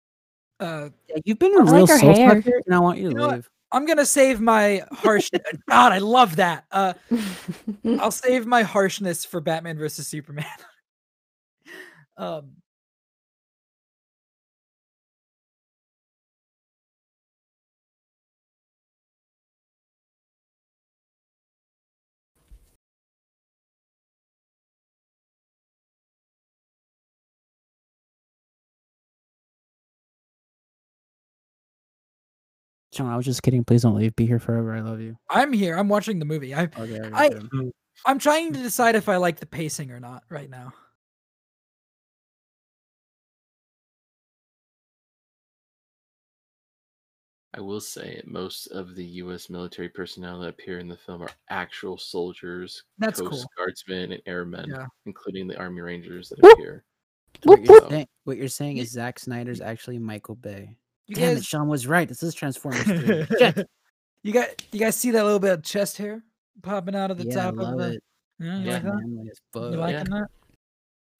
Speaker 2: [laughs] uh
Speaker 3: Yeah, you've been
Speaker 4: I
Speaker 3: a
Speaker 4: like
Speaker 3: real
Speaker 4: her
Speaker 3: soul
Speaker 4: hair.
Speaker 3: sucker, and I want you to
Speaker 2: know what?
Speaker 3: leave.
Speaker 2: I'm gonna save my harsh uh, God, I love that. Uh
Speaker 4: I
Speaker 2: I'll save my harshness for Batman versus Superman. [laughs] um
Speaker 3: John, I was just kidding. Please don't leave. Be here forever. I love you.
Speaker 2: I'm here. I'm watching the movie. I
Speaker 3: Okay, I
Speaker 2: I- [laughs]
Speaker 3: gotta go.
Speaker 2: I'm trying to decide if I like the pacing or not right now.
Speaker 1: I will say most of the U.S. military personnel that appear in the film are actual soldiers,
Speaker 2: That's
Speaker 1: Coast
Speaker 2: cool.
Speaker 1: Guardsmen, and airmen,
Speaker 2: Yeah.
Speaker 1: including the Army Rangers that
Speaker 4: Whoop.
Speaker 1: appear.
Speaker 3: what,
Speaker 1: Whoop,
Speaker 3: you're
Speaker 1: whoop.
Speaker 3: saying, what you're saying is Zack Snyder's actually Michael Bay.
Speaker 2: You
Speaker 3: Damn it,
Speaker 2: guys,
Speaker 3: Sean was right. This is
Speaker 2: [laughs]
Speaker 3: Transformers 3. Shit.
Speaker 2: you got you guys see that little bit of chest hair popping out of the
Speaker 3: yeah,
Speaker 2: top
Speaker 3: I love
Speaker 2: of the.
Speaker 3: it.
Speaker 2: Yeah, you
Speaker 1: Yeah,
Speaker 2: [laughs] like that?
Speaker 3: Manly as
Speaker 2: You
Speaker 3: fuck.
Speaker 2: liking
Speaker 1: Yeah.
Speaker 2: that?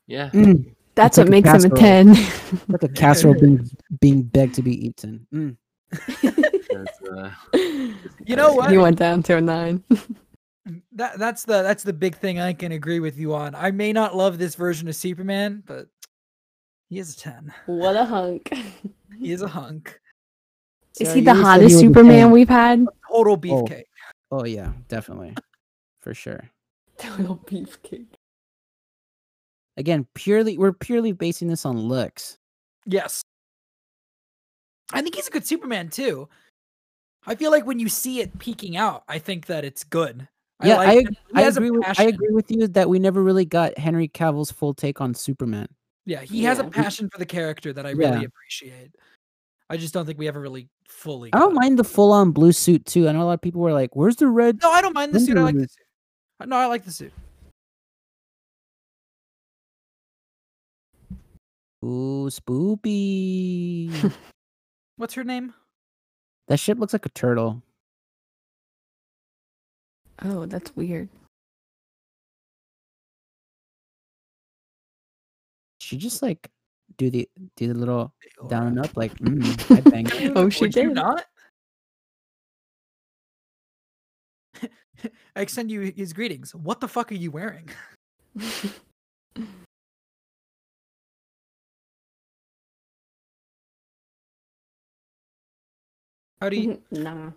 Speaker 1: Yeah,
Speaker 4: Mm, that's
Speaker 3: like
Speaker 4: what
Speaker 3: a
Speaker 4: makes him a
Speaker 3: casserole.
Speaker 4: 10.
Speaker 3: Like a [laughs] casserole being, being begged to be eaten. Mm.
Speaker 1: that's, uh, [laughs]
Speaker 4: [laughs]
Speaker 2: You know what?
Speaker 4: He went down to a 9.
Speaker 2: That that's the that's the big thing I can agree with you on. I may not love this version of Superman, but he is a ten.
Speaker 4: what a hunk.
Speaker 2: He
Speaker 3: [laughs]
Speaker 2: is a hunk.
Speaker 4: Is
Speaker 3: Sarah,
Speaker 4: he
Speaker 3: you
Speaker 4: the
Speaker 3: said
Speaker 4: hottest
Speaker 3: you were the
Speaker 4: Superman
Speaker 3: same.
Speaker 4: we've had?
Speaker 2: Total beefcake.
Speaker 3: Oh yeah, definitely, for sure.
Speaker 4: Total beefcake.
Speaker 3: Again, purely we're purely basing this on looks.
Speaker 2: Yes. I think he's a good Superman too. I feel like when you see it peeking out, I think that it's good.
Speaker 3: yeah,
Speaker 2: like
Speaker 3: I
Speaker 2: it.
Speaker 3: ag-
Speaker 2: He
Speaker 3: I
Speaker 2: has a
Speaker 3: agree with I
Speaker 2: passion.
Speaker 3: agree with you that we never really got Henry Cavill's full take on Superman.
Speaker 2: [laughs] Yeah, he has a
Speaker 4: Yeah.
Speaker 2: passion for the character that I
Speaker 3: Yeah.
Speaker 2: really appreciate. I just don't think we ever really fully.
Speaker 3: I don't
Speaker 2: got it.
Speaker 3: mind the full on blue suit too. I know a lot of people were like, "Where's the red?"
Speaker 2: No, I don't mind the suit. I like the
Speaker 3: Wonder
Speaker 2: suit. Uh, No, I like the suit.
Speaker 3: Ooh,
Speaker 4: [laughs]
Speaker 3: spoopy.
Speaker 2: What's her name?
Speaker 3: that shit looks like a turtle.
Speaker 4: Oh, that's weird.
Speaker 3: She just like do the do the little down and
Speaker 2: Eora.
Speaker 3: up like mm, I bang.
Speaker 4: [laughs]
Speaker 3: it.
Speaker 4: Oh, she
Speaker 2: Would you
Speaker 4: did.
Speaker 2: not. [laughs] I extend you his greetings. What the fuck are you wearing? How do
Speaker 4: Mm-hmm.
Speaker 2: you?
Speaker 4: [laughs] nah.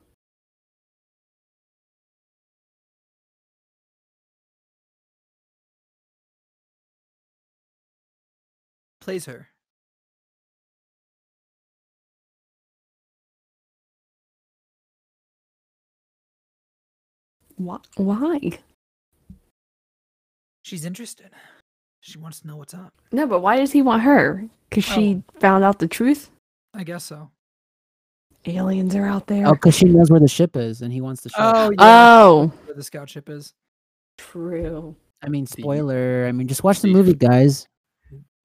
Speaker 2: plays her.
Speaker 4: Wh- why?
Speaker 2: She's interested. She wants to know what's up.
Speaker 4: No, but why does he want her? Because she found out the truth?
Speaker 2: I guess so.
Speaker 4: Aliens are out there.
Speaker 3: Oh, because she knows where the ship is, and he wants the ship.
Speaker 4: Oh,
Speaker 2: where the scout ship is.
Speaker 4: true.
Speaker 3: I mean,
Speaker 1: See.
Speaker 3: spoiler. I mean, just watch the
Speaker 1: See.
Speaker 3: movie, guys.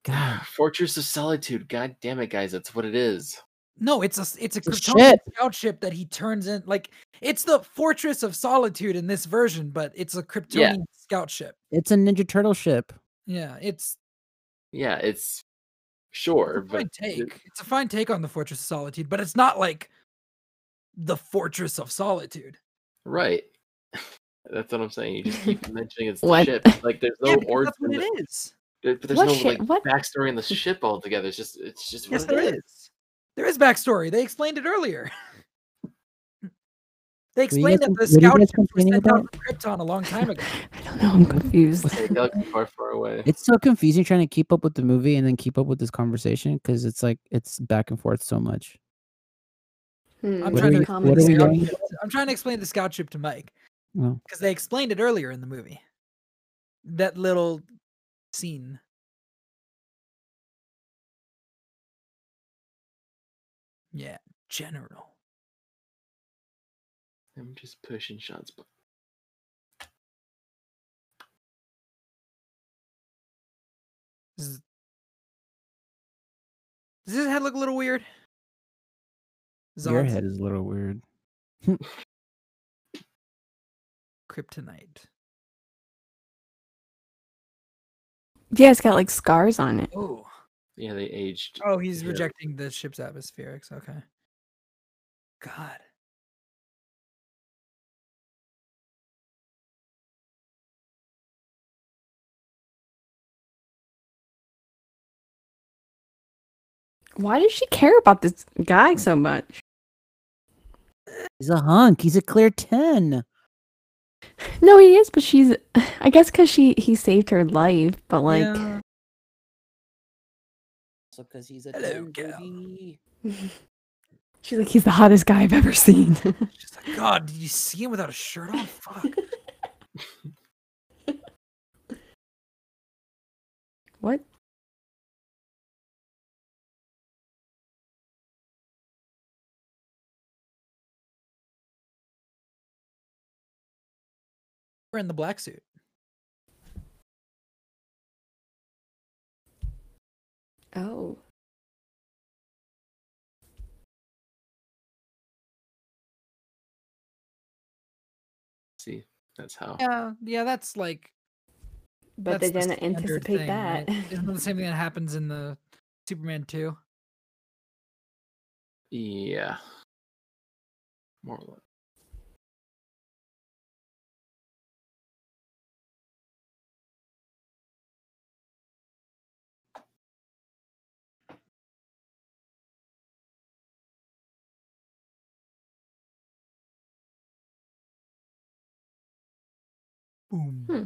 Speaker 3: God,
Speaker 1: Fortress of Solitude. God damn it, guys, that's what it is.
Speaker 2: No, it's a s- it's a
Speaker 3: a
Speaker 2: Kryptonian
Speaker 3: ship.
Speaker 2: scout ship that he turns in. Like it's the Fortress of Solitude in this version, but it's a Kryptonian scout ship.
Speaker 3: it's a Ninja Turtle ship.
Speaker 2: Yeah, it's
Speaker 1: Yeah, it's
Speaker 2: It's
Speaker 1: sure,
Speaker 2: a fine
Speaker 1: but
Speaker 2: take. it's a fine take on the Fortress of Solitude, but it's not like the Fortress of Solitude.
Speaker 1: right. [laughs] That's what I'm saying. You just
Speaker 2: [laughs]
Speaker 1: keep mentioning it's the
Speaker 4: What?
Speaker 1: ship. Like there's no
Speaker 2: yeah, because
Speaker 1: origin.
Speaker 2: that's what
Speaker 1: that-
Speaker 2: it is.
Speaker 1: there- But there's
Speaker 4: What
Speaker 1: no
Speaker 4: ship?
Speaker 1: like
Speaker 4: What? [laughs]
Speaker 1: backstory in the ship altogether. It's just it's just
Speaker 2: Yes,
Speaker 1: what
Speaker 2: there
Speaker 1: it
Speaker 2: is. There is backstory. They explained it earlier. [laughs] they
Speaker 3: Were you
Speaker 2: explained
Speaker 3: guys
Speaker 2: that the scout
Speaker 3: com- what are you guys
Speaker 2: ships were
Speaker 3: complaining
Speaker 2: sent out
Speaker 3: about?
Speaker 2: from Krypton a long time
Speaker 3: [laughs]
Speaker 2: ago.
Speaker 4: I don't know. I'm confused.
Speaker 1: In a
Speaker 4: [laughs]
Speaker 1: galaxy far, far away.
Speaker 3: It's so confusing trying to keep up with the movie and then keep up with this conversation because it's like it's back and forth so much.
Speaker 2: I'm
Speaker 3: Hmm.
Speaker 2: trying
Speaker 3: What
Speaker 2: to
Speaker 3: are we-
Speaker 2: explain
Speaker 3: what
Speaker 2: the
Speaker 3: are we Oh.
Speaker 2: scout
Speaker 3: doing?
Speaker 2: ship. I'm trying to explain the scout ship to Mike
Speaker 3: Well,
Speaker 2: because they explained it earlier in the movie. That little scene. Yeah, general.
Speaker 1: I'm just pushing shots. but-
Speaker 2: Does does his head look a little weird?
Speaker 3: your
Speaker 2: Zod's
Speaker 3: head is a little weird.
Speaker 2: kryptonite.
Speaker 4: Yeah, it's got like scars on it.
Speaker 2: Oh,
Speaker 1: Yeah, they aged.
Speaker 2: oh, he's
Speaker 1: Yeah.
Speaker 2: rejecting the ship's atmospherics. Okay. God.
Speaker 4: Why does she care about this guy so much?
Speaker 3: He's a hunk. He's a clear ten.
Speaker 4: No, he is, but she's. [laughs] I guess because she he saved her life, but like.
Speaker 2: Yeah.
Speaker 3: So because he's
Speaker 4: [laughs]
Speaker 3: a
Speaker 2: Hello, 10, gal.
Speaker 4: She She's like, he's the hottest guy I've ever seen. [laughs]
Speaker 2: She's like, God, did you see him without a shirt [laughs] on? Oh, Fuck.
Speaker 4: what?
Speaker 2: We're in the black suit.
Speaker 4: Oh.
Speaker 1: See, that's how.
Speaker 2: Yeah, yeah, that's like.
Speaker 4: But they
Speaker 2: that's the
Speaker 4: didn't
Speaker 2: standard
Speaker 4: anticipate
Speaker 2: thing,
Speaker 4: that. [laughs]
Speaker 2: right? Isn't that the same thing that happens in the Superman 2?
Speaker 1: Yeah. More or less.
Speaker 2: Boom.
Speaker 4: Hmm.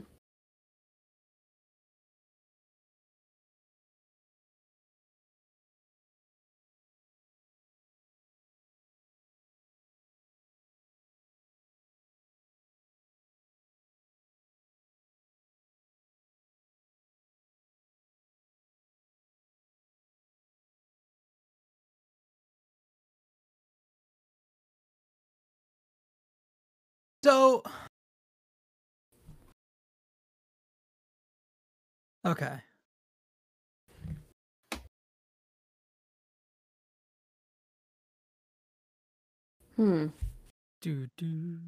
Speaker 2: So Okay.
Speaker 4: Hmm.
Speaker 2: Do do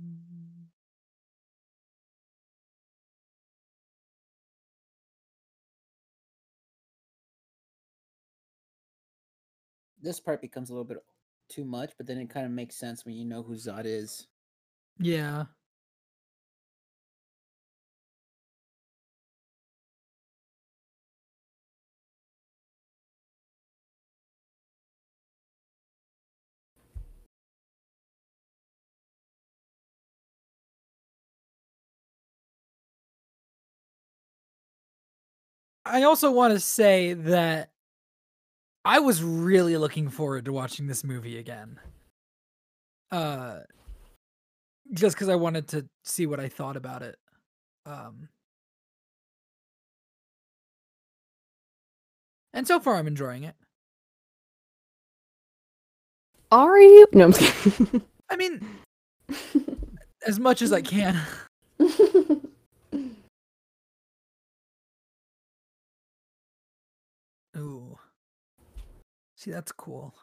Speaker 3: This part becomes a little bit too much, but then it kind of makes sense when you know who Zod is.
Speaker 2: Yeah. I also want to say that I was really looking forward to watching this movie again. Uh just because I wanted to see what I thought about it. Um, and so far, I'm enjoying it.
Speaker 4: Are you? No, I'm just kidding. [laughs]
Speaker 2: I mean, as much as I can. [laughs] Ooh, see, that's cool.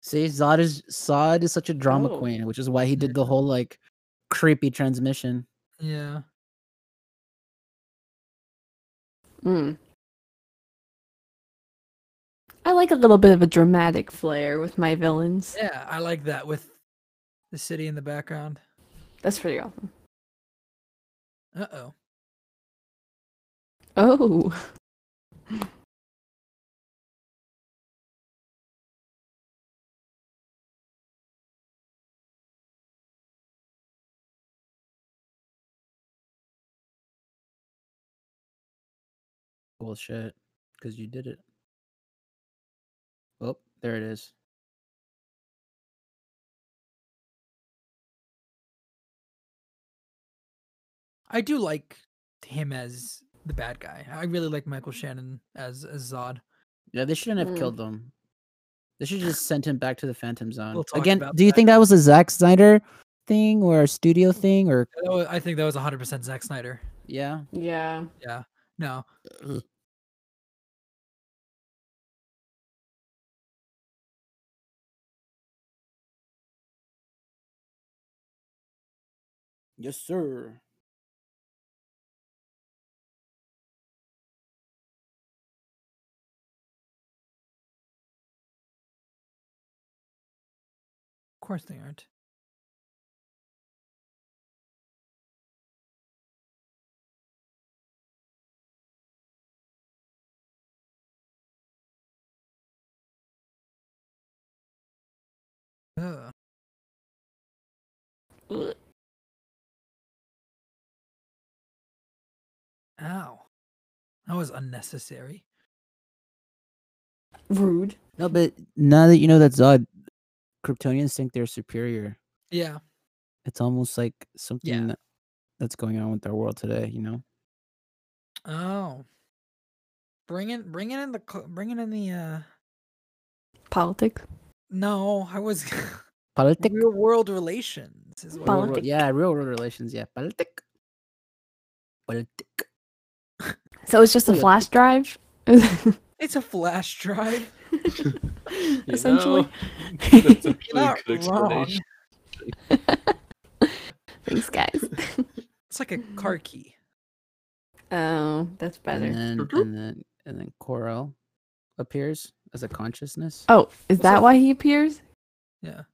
Speaker 3: See, Zod is Zod is such a drama
Speaker 4: Oh.
Speaker 3: queen, which is why he [laughs] did the whole like creepy transmission.
Speaker 2: Yeah.
Speaker 4: Hmm. I like a little bit of a dramatic flair with my villains.
Speaker 2: Yeah, I like that with the city in the background.
Speaker 4: That's pretty awesome.
Speaker 2: Uh oh.
Speaker 4: Oh.
Speaker 3: Cool shit, because you did it. Oh, there it is.
Speaker 2: I do like him as the bad guy. I really like Michael Shannon as as Zod.
Speaker 3: Yeah, they shouldn't have
Speaker 4: Mm.
Speaker 3: killed him. They [sighs] should just sent him back to the Phantom Zone
Speaker 2: We'll talk
Speaker 3: again.
Speaker 2: about
Speaker 3: Do you
Speaker 2: that.
Speaker 3: think that was a Zack Snyder thing or a studio thing or
Speaker 2: That wa- I think that was 100% Zack Snyder.
Speaker 3: yeah?
Speaker 4: Yeah.
Speaker 2: Yeah. No.
Speaker 3: Yes, sir.
Speaker 2: Of course they aren't. Ugh.
Speaker 4: Ugh.
Speaker 2: Ow. That was unnecessary.
Speaker 4: Rude.
Speaker 3: No, but now that you know that Zod, Kryptonians think they're superior.
Speaker 2: Yeah.
Speaker 3: It's almost like something that, that's going on with our world today. You know,
Speaker 2: Oh. Bringing bringing in the cl- bringing in the uh
Speaker 4: Politics.
Speaker 2: no, I was [laughs]
Speaker 3: politics.
Speaker 2: real world relations is what
Speaker 3: Real world-
Speaker 4: Politic.
Speaker 3: yeah, real world relations. Yeah, politic. Politic.
Speaker 4: So it's just a
Speaker 3: Yeah.
Speaker 4: flash drive? [laughs]
Speaker 2: it's a flash drive.
Speaker 1: You
Speaker 4: Essentially.
Speaker 1: know, [laughs]
Speaker 2: [laughs]
Speaker 1: that's actually
Speaker 2: You're
Speaker 1: a
Speaker 2: not
Speaker 1: good explanation.
Speaker 4: Thanks, guys. [laughs]
Speaker 2: It's like a car key.
Speaker 4: oh, that's
Speaker 3: And
Speaker 4: better.
Speaker 2: Mm-hmm.
Speaker 3: then,
Speaker 1: Doo-doo.
Speaker 3: and then, and then Coral appears as a consciousness.
Speaker 4: Oh, is
Speaker 2: that-
Speaker 4: that why he appears?
Speaker 2: Yeah.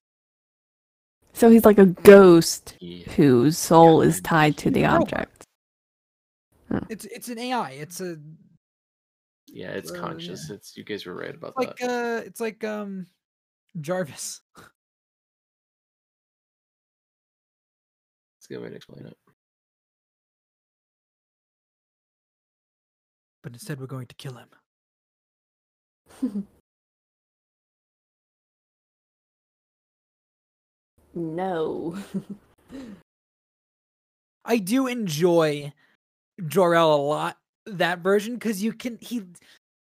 Speaker 4: So he's like a ghost
Speaker 1: Yeah.
Speaker 4: whose soul is tied to the
Speaker 2: He's a robot.
Speaker 4: object.
Speaker 2: It's it's an AI. It's a
Speaker 1: Yeah, it's
Speaker 2: Uh, yeah.
Speaker 1: conscious. It's you guys were right about
Speaker 2: it's like
Speaker 1: that.
Speaker 2: uh it's like um Jarvis.
Speaker 1: It's a good way to explain it.
Speaker 2: But instead we're going to kill him.
Speaker 4: no.
Speaker 2: I do enjoy Jor-El a lot that version because you can he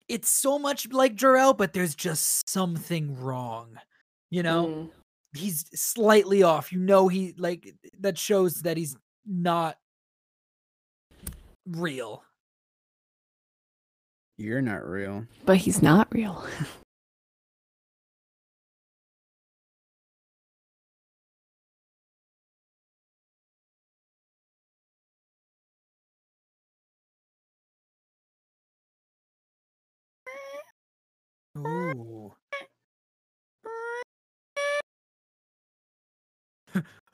Speaker 2: it's so much like Jor-El but there's just something wrong you
Speaker 4: Mm.
Speaker 2: know
Speaker 4: Hmm.
Speaker 2: he's slightly off you know he like that shows that he's not real
Speaker 3: You're not real.
Speaker 4: But he's not real.
Speaker 2: [laughs]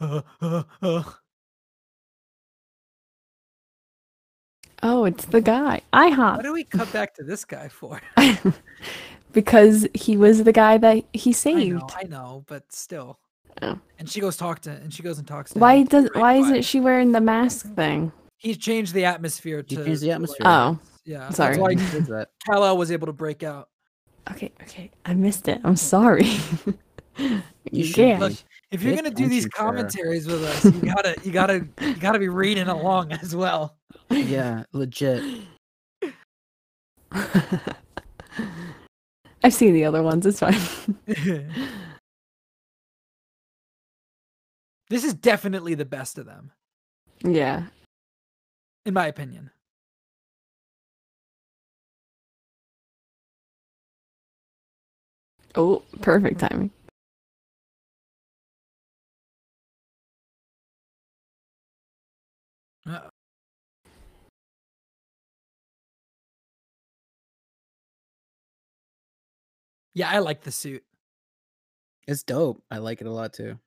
Speaker 2: Ooh.
Speaker 4: Oh, it's the guy. IHOP.
Speaker 2: What do we cut back to this guy for? [laughs]
Speaker 4: [laughs] because he was the guy that he
Speaker 2: I
Speaker 4: saved.
Speaker 2: know, I know, but still.
Speaker 4: Oh.
Speaker 2: And she goes talk to and she goes and talks to
Speaker 4: Why
Speaker 2: him.
Speaker 4: does
Speaker 2: Right,
Speaker 4: why
Speaker 2: but
Speaker 4: isn't she wearing the mask thing?
Speaker 2: He changed the atmosphere to
Speaker 3: He changed the
Speaker 2: to, like,
Speaker 3: atmosphere.
Speaker 4: Oh,
Speaker 2: yeah.
Speaker 4: sorry.
Speaker 2: That's
Speaker 4: [laughs]
Speaker 2: why
Speaker 3: [laughs] He did that.
Speaker 2: Kal-El was able to break out.
Speaker 4: okay, okay. I missed it. I'm sorry. [laughs]
Speaker 3: You should
Speaker 4: yeah.
Speaker 2: Look,
Speaker 3: be.
Speaker 2: if you're
Speaker 3: Pay
Speaker 2: gonna do these
Speaker 3: attention, Sarah.
Speaker 2: commentaries with us, you gotta you gotta you gotta be reading along as well.
Speaker 3: Yeah, legit.
Speaker 4: [laughs] I've seen the other ones. It's fine. [laughs]
Speaker 2: [laughs] this is definitely the best of them,
Speaker 4: yeah.
Speaker 2: in my opinion.
Speaker 4: Oh, perfect timing.
Speaker 2: Uh, yeah, I like the suit. [laughs]
Speaker 3: It's dope. I like it a lot too.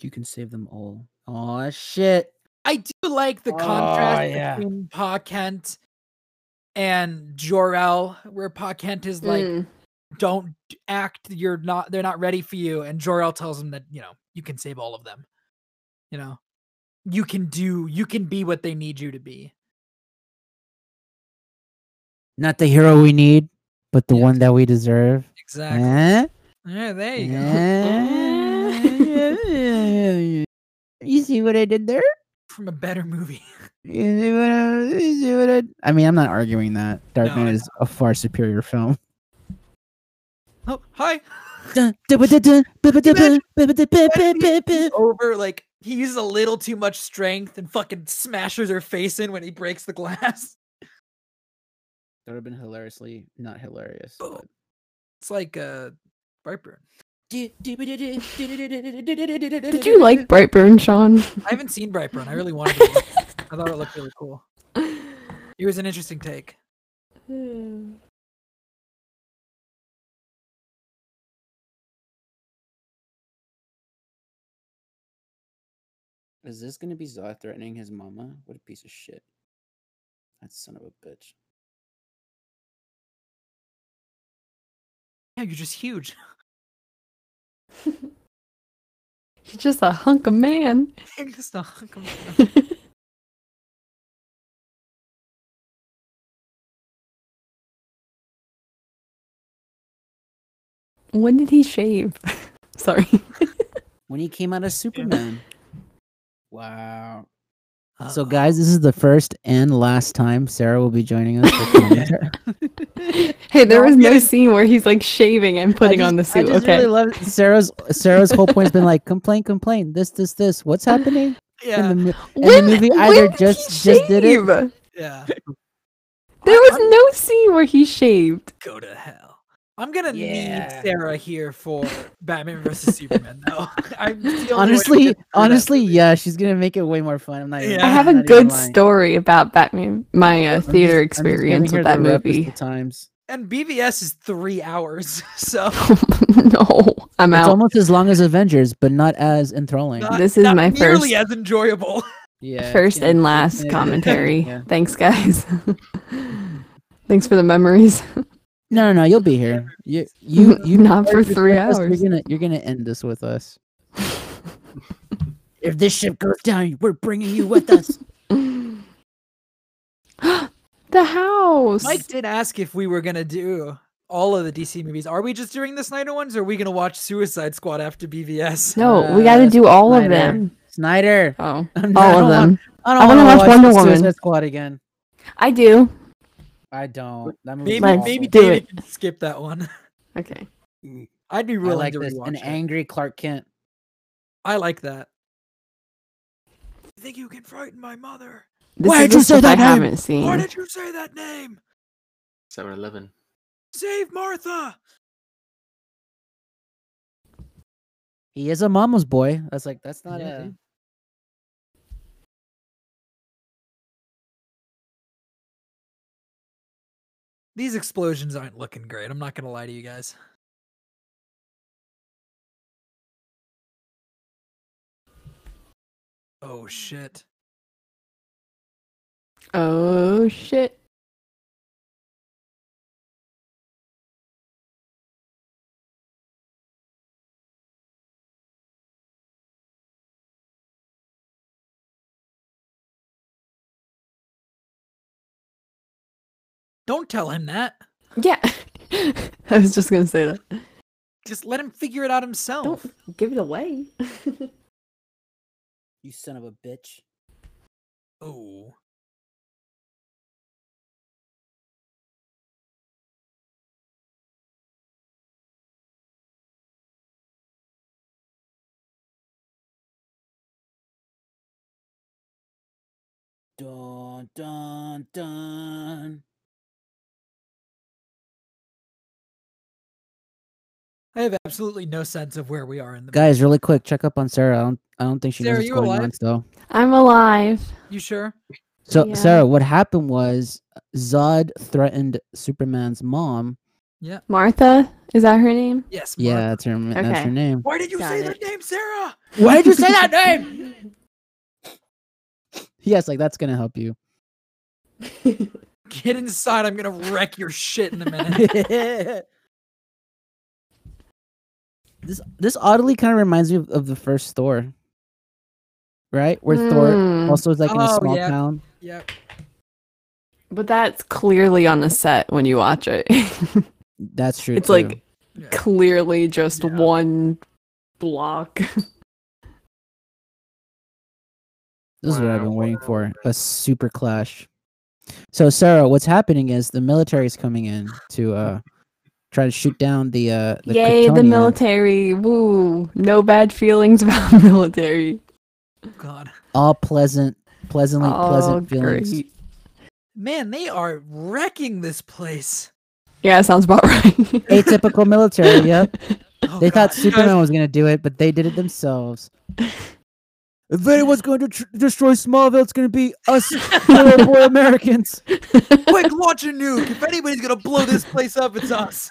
Speaker 3: You can save them all. Oh shit.
Speaker 2: I do like the
Speaker 3: Oh,
Speaker 2: contrast
Speaker 3: yeah.
Speaker 2: between Pa Kent and Jor-El, where Pa Kent is like,
Speaker 4: Mm.
Speaker 2: "Don't d- act. You're not. They're not ready for you." And Jor-El tells him that you know you can save all of them. You know, you can do. You can be what they need you to be.
Speaker 3: Not the hero we need, but the
Speaker 2: Yeah.
Speaker 3: one that we deserve.
Speaker 2: Exactly.
Speaker 3: Eh?
Speaker 2: Yeah, there you go.
Speaker 3: Eh? [laughs] you see what I did there?
Speaker 2: [laughs] From a better movie. [laughs]
Speaker 3: You see what I, you see what I, I mean, I'm not arguing that. Dark
Speaker 2: No,
Speaker 3: Knight
Speaker 2: I
Speaker 3: is a far superior film.
Speaker 2: Oh,
Speaker 3: [laughs]
Speaker 2: hi. Over like he uses a little too much strength and fucking smashes her face in when he breaks the glass. [laughs]
Speaker 3: That would have been hilariously not hilarious.
Speaker 2: Boom. It's like uh Brightburn.
Speaker 4: Did you like Brightburn, Sean?
Speaker 2: I haven't seen Brightburn. I really wanted to. Look. I thought it looked really cool. It was an interesting take.
Speaker 3: Is this gonna be Zod threatening his mama? What a piece of shit. That son of a bitch.
Speaker 2: Yeah, you're just huge. [laughs]
Speaker 4: He's just a hunk of man. [laughs]
Speaker 2: You're just a hunk of a-
Speaker 4: when did he shave? [laughs] Sorry.
Speaker 3: [laughs] When he came out as Superman. wow.
Speaker 2: [laughs]
Speaker 3: So,
Speaker 2: Uh,
Speaker 3: guys, this is the first and last time Sarah will be joining
Speaker 4: [laughs]
Speaker 3: us. For commentary.
Speaker 4: hey, there
Speaker 2: No,
Speaker 4: was
Speaker 2: I'm
Speaker 4: no
Speaker 2: getting-
Speaker 4: scene where he's like shaving and putting
Speaker 3: I
Speaker 4: on the
Speaker 3: just-
Speaker 4: suit.
Speaker 3: I just
Speaker 4: okay.
Speaker 3: really love Sarah's. Sarah's whole point has been like complain, complain. This, this, this. What's happening? in
Speaker 2: yeah,
Speaker 3: the mo- the movie either just- just did it- Uh-huh.
Speaker 4: There
Speaker 2: yeah.
Speaker 4: was no scene where he shaved.
Speaker 2: [laughs] Go to hell. I'm gonna
Speaker 3: Yeah.
Speaker 2: need Sarah here for Batman versus Superman, though. [laughs] I'm the only way to
Speaker 3: honestly,
Speaker 2: get through that
Speaker 3: honestly,
Speaker 2: movie.
Speaker 3: yeah, she's gonna make it way more fun. I'm not. Even,
Speaker 2: Yeah.
Speaker 4: I
Speaker 3: I'm
Speaker 4: have
Speaker 3: not
Speaker 4: a
Speaker 3: even
Speaker 4: good
Speaker 3: lying.
Speaker 4: story about Batman, my uh,
Speaker 3: I'm just-
Speaker 4: theater
Speaker 3: I'm just gonna
Speaker 4: experience
Speaker 3: hear
Speaker 4: with that
Speaker 3: the rep is
Speaker 4: [laughs]
Speaker 3: the
Speaker 4: movie.
Speaker 3: Times.
Speaker 2: And BVS is three hours, [laughs] so
Speaker 4: no, I'm
Speaker 3: It's
Speaker 4: out.
Speaker 3: almost as long as Avengers, but not as enthralling.
Speaker 2: not,
Speaker 4: This is
Speaker 2: not
Speaker 4: my
Speaker 2: nearly
Speaker 4: first-
Speaker 2: as
Speaker 3: [laughs]
Speaker 2: enjoyable.
Speaker 3: yeah,
Speaker 4: First
Speaker 3: yeah.
Speaker 4: and last [laughs]
Speaker 3: Yeah.
Speaker 4: commentary.
Speaker 3: Yeah.
Speaker 4: Thanks,
Speaker 3: [laughs]
Speaker 4: guys. Thanks for the memories.
Speaker 3: No, no, no. You'll be here.
Speaker 4: [laughs]
Speaker 3: You, you, [laughs] you
Speaker 4: Not for
Speaker 3: started this
Speaker 4: three
Speaker 3: with
Speaker 4: [laughs]
Speaker 3: us,
Speaker 4: hours.
Speaker 3: You're gonna, you're gonna end this with us. [laughs] If this ship goes down, we're bringing you with us.
Speaker 4: the house.
Speaker 2: Mike did ask if we were gonna do all of the DC movies. Are we just doing the Snyder ones, or are we gonna watch Suicide Squad after
Speaker 3: [laughs]
Speaker 2: BVS?
Speaker 4: no, we got
Speaker 3: Uh,
Speaker 4: to do [laughs] all
Speaker 3: Snyder.
Speaker 4: of them.
Speaker 3: Snyder. [laughs]
Speaker 4: Oh,
Speaker 3: I'm not- I
Speaker 4: all of
Speaker 3: don't want-
Speaker 4: them.
Speaker 3: I
Speaker 4: I
Speaker 3: don't
Speaker 4: wanna
Speaker 3: wanna
Speaker 4: watch Wonder Woman.
Speaker 3: Suicide Squad again.
Speaker 4: I do.
Speaker 3: I don't. That movie's
Speaker 2: Maybe
Speaker 4: Let's
Speaker 2: maybe
Speaker 3: awful.
Speaker 4: do
Speaker 2: David
Speaker 4: it.
Speaker 2: can skip that one. [laughs]
Speaker 4: Okay.
Speaker 2: I'd be
Speaker 3: Mm. I
Speaker 2: willing
Speaker 3: like
Speaker 2: to
Speaker 3: this.
Speaker 2: rewatch
Speaker 3: An
Speaker 2: it.
Speaker 3: angry Clark Kent.
Speaker 2: I like that. You think you can frighten my mother?
Speaker 4: This is
Speaker 3: Why did you
Speaker 4: the
Speaker 3: say
Speaker 4: stuff I
Speaker 3: that name?
Speaker 4: haven't seen.
Speaker 2: Why did you say that name?
Speaker 1: 7
Speaker 2: [laughs]
Speaker 1: Eleven.
Speaker 2: Save Martha.
Speaker 3: He is a mama's boy. That's like that's not
Speaker 1: Yeah,
Speaker 3: a.
Speaker 1: dude.
Speaker 2: These explosions aren't looking great. I'm not gonna lie to you guys. Oh shit.
Speaker 4: Oh shit.
Speaker 2: Don't tell him that.
Speaker 4: Yeah. [laughs] I was just gonna say that.
Speaker 2: Just let him figure it out himself.
Speaker 4: Don't give it away. [laughs]
Speaker 3: You son of a bitch.
Speaker 2: Oh.
Speaker 3: Dun dun dun.
Speaker 2: I have absolutely no sense of where we are in the
Speaker 3: Guys, really quick, check up on Sarah. I don't, I don't think she
Speaker 2: Sarah,
Speaker 3: knows what's
Speaker 2: you
Speaker 3: going
Speaker 2: alive?
Speaker 3: on still.
Speaker 4: I'm alive.
Speaker 2: You sure?
Speaker 3: So
Speaker 4: Yeah.
Speaker 3: Sarah, what happened was Zod threatened Superman's mom.
Speaker 4: Martha, is that her name?
Speaker 2: Yes.
Speaker 3: Yeah,
Speaker 2: Martha.
Speaker 3: that's her. That's
Speaker 4: Okay.
Speaker 2: [laughs]
Speaker 3: her name.
Speaker 2: Why did you
Speaker 4: Got
Speaker 2: say
Speaker 4: it.
Speaker 2: that name, Sarah?
Speaker 3: Why did you say that name? [laughs] Yes, like that's gonna help you.
Speaker 2: Get inside. I'm gonna wreck your shit in a
Speaker 3: [laughs]
Speaker 2: minute.
Speaker 3: this this oddly kind of reminds me of, of the first Thor, right? Where Thor
Speaker 4: Mm,
Speaker 3: also is like in a
Speaker 2: Oh,
Speaker 3: small
Speaker 2: yeah.
Speaker 3: town.
Speaker 2: yep.
Speaker 4: but that's clearly on a set when you watch it.
Speaker 3: [laughs] That's true.
Speaker 4: it's
Speaker 3: too.
Speaker 4: like
Speaker 2: Yeah.
Speaker 4: clearly just
Speaker 2: Yeah.
Speaker 4: one block.
Speaker 3: This is what I've
Speaker 1: Wow,
Speaker 3: been waiting
Speaker 1: wow,
Speaker 3: for a super clash. So, Sarah, what's happening is the military is coming in to uh, try to shoot down the. Uh, the
Speaker 4: Yay, the
Speaker 3: Kryptonian.
Speaker 4: military. Woo. No bad feelings about [laughs] military.
Speaker 2: oh, God.
Speaker 3: All pleasant, pleasantly
Speaker 4: Oh,
Speaker 3: pleasant feelings.
Speaker 4: great.
Speaker 2: Man, they are wrecking this place.
Speaker 4: Yeah, sounds about right. [laughs]
Speaker 3: Atypical military, yep.
Speaker 2: Oh,
Speaker 3: They
Speaker 2: God.
Speaker 3: thought Superman was going to do it, but they did it
Speaker 4: [laughs]
Speaker 3: themselves. If anyone's going to tr- destroy Smallville, it's going to be
Speaker 4: [laughs]
Speaker 3: us, terrible Americans.
Speaker 2: Quick, launch a nuke. If anybody's gonna blow this place up, it's
Speaker 3: [laughs]
Speaker 2: us.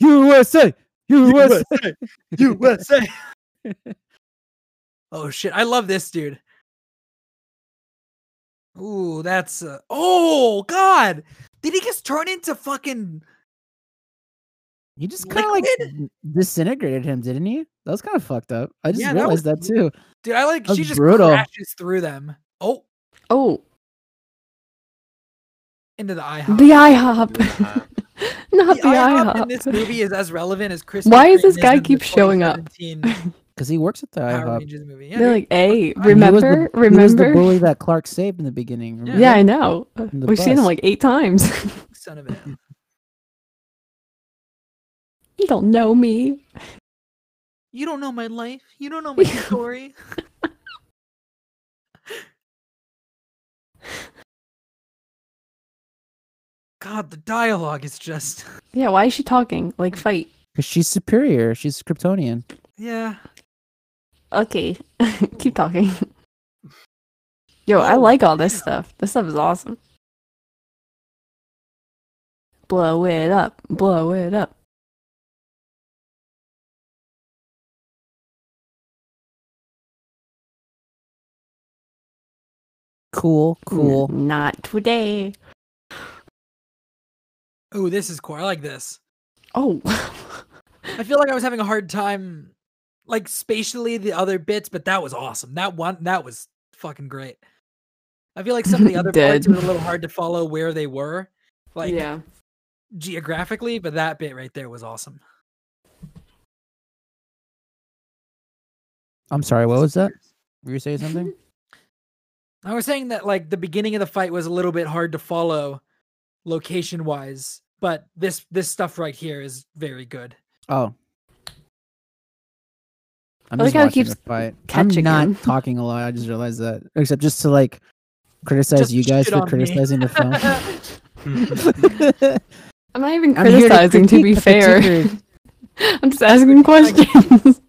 Speaker 3: USA! USA!
Speaker 2: [laughs] USA. oh shit! I love this dude. Ooh, that's uh, oh god! Did he just turn into fucking?
Speaker 3: You just kind of like
Speaker 2: Liquid?
Speaker 3: disintegrated him, didn't you? That was kind of fucked up. I just
Speaker 2: Yeah, that was
Speaker 3: realized that, too.
Speaker 2: Dude, I like
Speaker 3: That's
Speaker 2: she just
Speaker 3: brutal.
Speaker 2: crashes through them. Oh,
Speaker 4: Oh,
Speaker 2: into the eye.
Speaker 4: the IHOP. [laughs]
Speaker 1: [laughs]
Speaker 4: Not the, IHOP.
Speaker 2: in this movie is as relevant as Chris.
Speaker 4: Why is this guy keep showing up?
Speaker 3: [laughs] Because he works at the
Speaker 2: Power
Speaker 3: IHOP.
Speaker 2: Rangers movie. Yeah,
Speaker 4: They're
Speaker 2: dude.
Speaker 4: like, hey,
Speaker 2: was the-
Speaker 4: remember?
Speaker 3: He was the
Speaker 4: remember?
Speaker 3: bully that Clark saved in the beginning. remember?
Speaker 4: Yeah, I know. Uh,
Speaker 3: In the
Speaker 4: We've seen him
Speaker 3: bus.
Speaker 4: like eight times. [laughs]
Speaker 2: son of a.
Speaker 4: you don't know me.
Speaker 2: You don't know my life. You don't know my story. God, the dialogue is just
Speaker 4: Yeah, why is she talking? Like, fight.
Speaker 3: Because she's superior. She's Kryptonian.
Speaker 2: yeah.
Speaker 4: Okay, [laughs] keep talking. Yo, I
Speaker 2: Oh,
Speaker 4: like all this
Speaker 2: yeah.
Speaker 4: stuff. This stuff is awesome. Blow it up. Blow it up.
Speaker 3: Cool,
Speaker 4: N-
Speaker 3: cool.
Speaker 4: not today.
Speaker 2: Oh, this is cool. I like this.
Speaker 4: Oh. [laughs]
Speaker 2: I feel like I was having a hard time, like spatially the other bits, but that was awesome. That one, that was fucking great. I feel like some of the other parts
Speaker 4: Dead.
Speaker 2: it was a little hard to follow where they were, like geographically, but that bit right there was awesome.
Speaker 3: I'm sorry, what
Speaker 2: [laughs]
Speaker 3: was that? Were you saying something?
Speaker 2: I was saying that like the beginning of the fight was a little bit hard to follow, location wise, but this this stuff right here is very good. [laughs]
Speaker 3: Oh. I'm
Speaker 4: I like
Speaker 3: just
Speaker 4: how it
Speaker 3: watching
Speaker 4: keeps
Speaker 3: the fight.
Speaker 4: catching
Speaker 3: I'm not
Speaker 4: him.
Speaker 3: [laughs] talking a lot. I just realized that. Except just to like criticize
Speaker 2: Just
Speaker 3: you guys
Speaker 2: shit
Speaker 3: for
Speaker 2: on me.
Speaker 3: criticizing the
Speaker 2: [laughs]
Speaker 3: [laughs] film.
Speaker 4: I'm not even
Speaker 3: I'm here
Speaker 4: criticizing, to,
Speaker 3: critique
Speaker 4: be
Speaker 3: the
Speaker 4: fair.
Speaker 3: critiquers.
Speaker 4: [laughs] I'm just asking questions.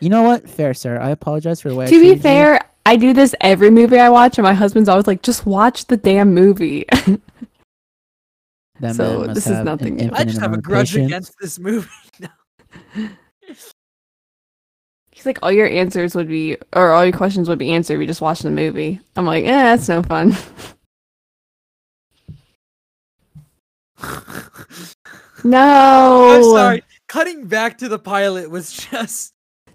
Speaker 3: You know what? Fair, sir. I apologize for the way. I
Speaker 4: to be
Speaker 3: treated you.
Speaker 4: fair, I do this every movie I watch, and my husband's always like, just watch the damn movie.
Speaker 3: That
Speaker 4: so
Speaker 3: man must
Speaker 4: this is
Speaker 3: have an
Speaker 4: nothing new. I
Speaker 2: I
Speaker 3: infinite
Speaker 2: just have a
Speaker 3: amount of
Speaker 2: grudge
Speaker 3: patience.
Speaker 2: against this movie. [laughs]
Speaker 4: He's like, all your answers would be, or all your questions would be answered if you just watched the movie. I'm like, eh, that's no fun. [laughs] No.
Speaker 2: I'm
Speaker 3: Oh, um,
Speaker 2: sorry. Cutting back to the pilot was [laughs] just.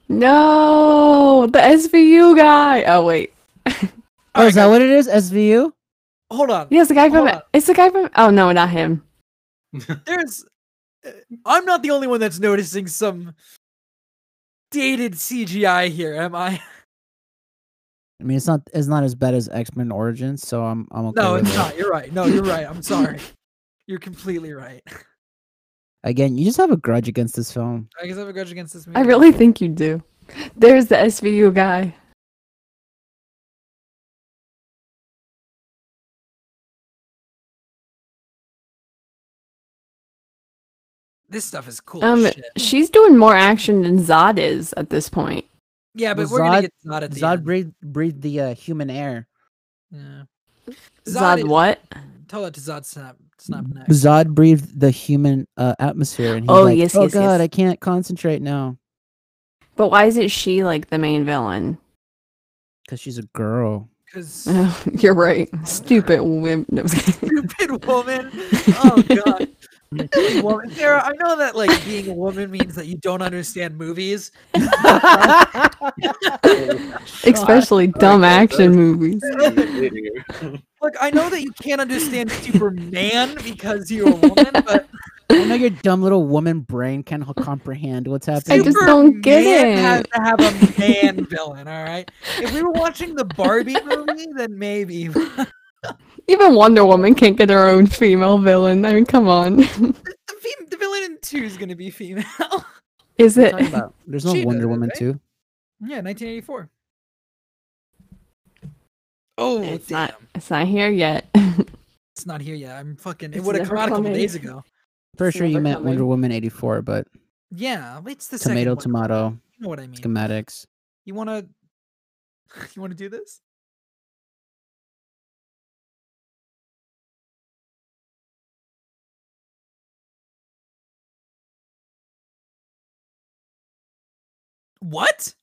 Speaker 4: No, the SVU guy. Oh wait,
Speaker 3: Oh, is
Speaker 2: Alright,
Speaker 3: that what it is? SVU?
Speaker 2: guys, hold on.
Speaker 4: yeah, it's the guy from.
Speaker 2: Hold on.
Speaker 4: It's the guy from. Oh no, not him.
Speaker 2: There's. uh, I'm not the only one that's noticing some dated CGI here, am I? [laughs]
Speaker 3: I mean, it's not. It's not as bad as X Men Origins, so I'm. I'm okay.
Speaker 2: No,
Speaker 3: with
Speaker 2: it's
Speaker 3: it.
Speaker 2: not. You're right. No, you're right. I'm
Speaker 3: [laughs]
Speaker 2: sorry. You're completely right.
Speaker 3: Again, you just have a grudge against this film.
Speaker 2: I guess I have a grudge against this movie.
Speaker 4: I really think you do. There's the SVU guy.
Speaker 2: This stuff is cool. as
Speaker 4: Um,
Speaker 2: shit.
Speaker 4: she's doing more action than Zod is at this point.
Speaker 2: Yeah, but
Speaker 3: Well,
Speaker 2: we're gonna
Speaker 3: Zod-
Speaker 2: get Zod at the
Speaker 3: Zod
Speaker 2: end.
Speaker 3: breathed breathed the uh, human air.
Speaker 2: yeah.
Speaker 4: Zod,
Speaker 2: is-
Speaker 4: what?
Speaker 2: Tell that to Zod Snap. Snap next.
Speaker 3: Zod breathed the human uh, atmosphere, and he's
Speaker 4: Oh,
Speaker 3: like,
Speaker 4: yes,
Speaker 3: "Oh
Speaker 4: yes,
Speaker 3: God,
Speaker 4: yes.
Speaker 3: I can't concentrate now
Speaker 4: But why isn't she like the main villain? [laughs]
Speaker 3: because she's a girl."
Speaker 2: 'Cause [laughs]
Speaker 4: Oh, you're right. Stupid wimp. No, I'm just kidding.
Speaker 2: stupid woman. Oh god. Being a woman. [laughs] Sarah, I know that like being a woman means that you don't understand movies.
Speaker 4: Especially dumb
Speaker 1: Like,
Speaker 4: action
Speaker 1: uh,
Speaker 4: movies.
Speaker 2: [laughs] Look, I know that you can't understand Superman because you're a woman, but
Speaker 3: I know your dumb little woman brain can't h-
Speaker 2: [laughs]
Speaker 3: comprehend what's
Speaker 4: I
Speaker 3: happening.
Speaker 4: just don't get
Speaker 2: Superman has
Speaker 4: it.
Speaker 2: to have a man villain, all right? If we were watching the Barbie movie, then maybe. [laughs] The
Speaker 4: Even Wonder Woman can't get her own female villain. I mean, come on. [laughs]
Speaker 2: fem- the villain in two is going to be female.
Speaker 4: Is
Speaker 3: What are you
Speaker 4: it?
Speaker 3: talking about? There's no
Speaker 2: She does
Speaker 3: Wonder
Speaker 2: it,
Speaker 3: Woman
Speaker 2: right?
Speaker 3: too.
Speaker 2: yeah, 1984. Oh,
Speaker 4: It's
Speaker 2: damn.
Speaker 4: not. It's not here yet.
Speaker 2: It's not here yet. I'm fucking. It
Speaker 4: It's
Speaker 2: would have
Speaker 4: never
Speaker 2: come out a couple
Speaker 4: coming. [laughs]
Speaker 2: days ago.
Speaker 3: Pretty sure you
Speaker 4: never
Speaker 3: meant
Speaker 4: coming.
Speaker 3: Wonder Woman '84, but
Speaker 2: Yeah, it's the
Speaker 3: tomato,
Speaker 2: second one.
Speaker 3: tomato,
Speaker 2: You know what I mean.
Speaker 3: schematics.
Speaker 2: You want to [laughs] you want to do this?
Speaker 4: [laughs]
Speaker 2: What?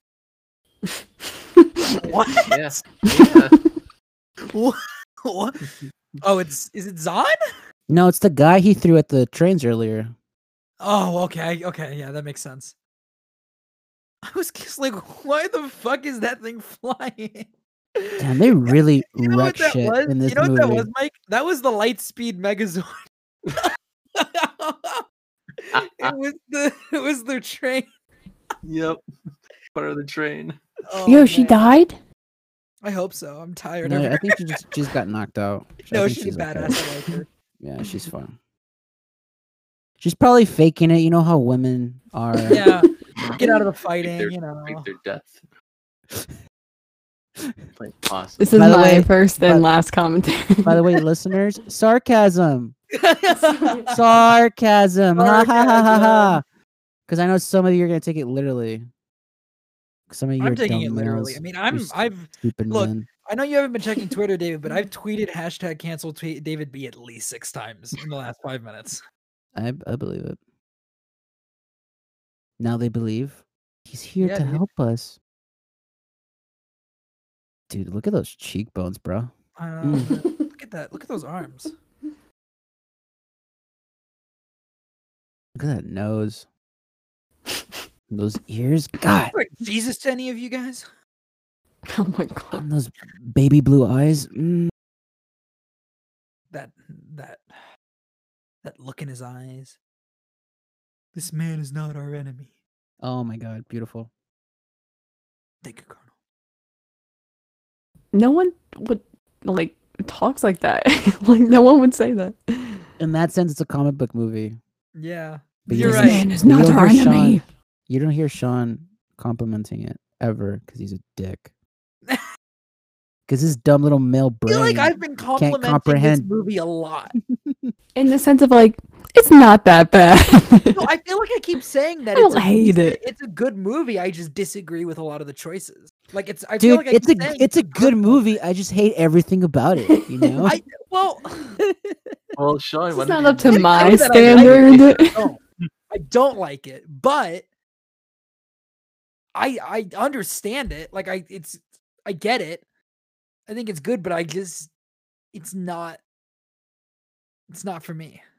Speaker 2: What?
Speaker 1: Yes. Yeah.
Speaker 2: Wha- [laughs] Oh, it's is it Zahn?
Speaker 3: no, it's the guy he threw at the trains earlier.
Speaker 2: Oh, okay, okay, yeah, that makes sense. I was just like, [laughs] why the fuck is that thing [laughs] flying?
Speaker 3: Damn, they really
Speaker 2: [laughs] You know
Speaker 3: wreck
Speaker 2: what that
Speaker 3: shit
Speaker 2: was?
Speaker 3: in this
Speaker 2: you know what
Speaker 3: movie. Ah,
Speaker 2: that was, Mike? That was the Lightspeed Megazord. [laughs] it was the [laughs] it was the train.
Speaker 1: Yep. Part of the train.
Speaker 2: Oh,
Speaker 4: Yo, she
Speaker 2: man.
Speaker 4: died?
Speaker 2: I hope so. I'm tired.
Speaker 3: No,
Speaker 2: of
Speaker 3: I
Speaker 2: her.
Speaker 3: think she just she's got
Speaker 2: [laughs]
Speaker 3: knocked out. I
Speaker 2: no,
Speaker 3: think
Speaker 2: she's, a
Speaker 3: okay.
Speaker 2: badass. I like
Speaker 3: [laughs]
Speaker 2: her.
Speaker 3: Yeah, she's fine. She's probably faking it. You know how women are.
Speaker 2: Yeah, get
Speaker 1: [laughs]
Speaker 2: out of the
Speaker 3: [laughs]
Speaker 1: Think they're-
Speaker 2: fighting. You know.
Speaker 1: Fake their death.
Speaker 2: [laughs]
Speaker 1: Like possum.
Speaker 4: This is
Speaker 3: By the
Speaker 4: my
Speaker 3: way-
Speaker 4: first and
Speaker 3: but-
Speaker 4: last commentary.
Speaker 3: By the
Speaker 2: [laughs]
Speaker 3: way, listeners, sarcasm,
Speaker 2: Sarcasm.
Speaker 3: sarcasm, ha ha ha ha ha.
Speaker 2: Sarcasm.
Speaker 3: Because I know some of you are gonna take it literally. Some of you
Speaker 2: [laughs]
Speaker 3: are
Speaker 2: I'm taking
Speaker 3: dumb
Speaker 2: it literally. I
Speaker 3: males,
Speaker 2: mean, I'm
Speaker 3: s-
Speaker 2: I've
Speaker 3: stupid
Speaker 2: look,
Speaker 3: men.
Speaker 2: I know you haven't been
Speaker 3: [laughs]
Speaker 2: checking Twitter, David, but I've tweeted hashtag cancel tweet David B at least six times in the last five minutes.
Speaker 3: I I believe it. Now they believe he's here
Speaker 2: Yeah,
Speaker 3: to
Speaker 2: dude.
Speaker 3: help us. Dude, look at those cheekbones, bro.
Speaker 2: I don't know,
Speaker 3: Mm.
Speaker 2: man.
Speaker 4: [laughs]
Speaker 2: look at that! Look at those arms.
Speaker 3: Look at
Speaker 2: [laughs]
Speaker 3: that nose. Those ears. God.
Speaker 2: Like, Jesus to any of you guys?
Speaker 4: oh my god.
Speaker 3: And those baby blue eyes. Mm.
Speaker 2: That that that look in his eyes. This man is not our enemy.
Speaker 3: Oh my god, beautiful.
Speaker 2: Thank you, Colonel.
Speaker 4: No one would like talks like that. [laughs] like no one would say that.
Speaker 3: In that sense, it's a comic book movie.
Speaker 2: Yeah,
Speaker 3: But
Speaker 2: You're
Speaker 3: you
Speaker 4: this
Speaker 3: don't-
Speaker 2: right.
Speaker 4: man is
Speaker 3: you
Speaker 4: not
Speaker 3: don't
Speaker 4: our
Speaker 3: hear Sean-
Speaker 4: enemy.
Speaker 3: you don't hear Sean complimenting it ever because he's a
Speaker 2: [laughs]
Speaker 3: dick. Because his dumb little male
Speaker 2: I
Speaker 3: brain.
Speaker 2: feel like I've been complimenting this
Speaker 3: comprehend.
Speaker 2: movie a
Speaker 3: [laughs]
Speaker 2: lot.
Speaker 4: In the sense of like, it's not that bad. [laughs]
Speaker 2: No, I feel like I keep saying that.
Speaker 4: I
Speaker 2: It's a
Speaker 4: don't hate
Speaker 2: decent-
Speaker 4: it.
Speaker 2: It's a good movie. I just disagree with a lot of the choices. Like it's. I feel
Speaker 3: Dude,
Speaker 2: like I
Speaker 3: it's a
Speaker 2: keep saying
Speaker 3: it's a good movie. I just hate everything about it.
Speaker 2: [laughs]
Speaker 3: You know,
Speaker 2: I well, [laughs]
Speaker 3: [laughs]
Speaker 1: Well, Sean, why don't
Speaker 4: it's not
Speaker 1: you
Speaker 4: up to
Speaker 2: didn't say
Speaker 4: my
Speaker 2: that I liked
Speaker 4: standard.
Speaker 2: don't.
Speaker 3: Hmm.
Speaker 2: I don't like it, but I I understand it. Like I it's I get it. I think it's good, but I just it's not it's not for me.
Speaker 4: [laughs]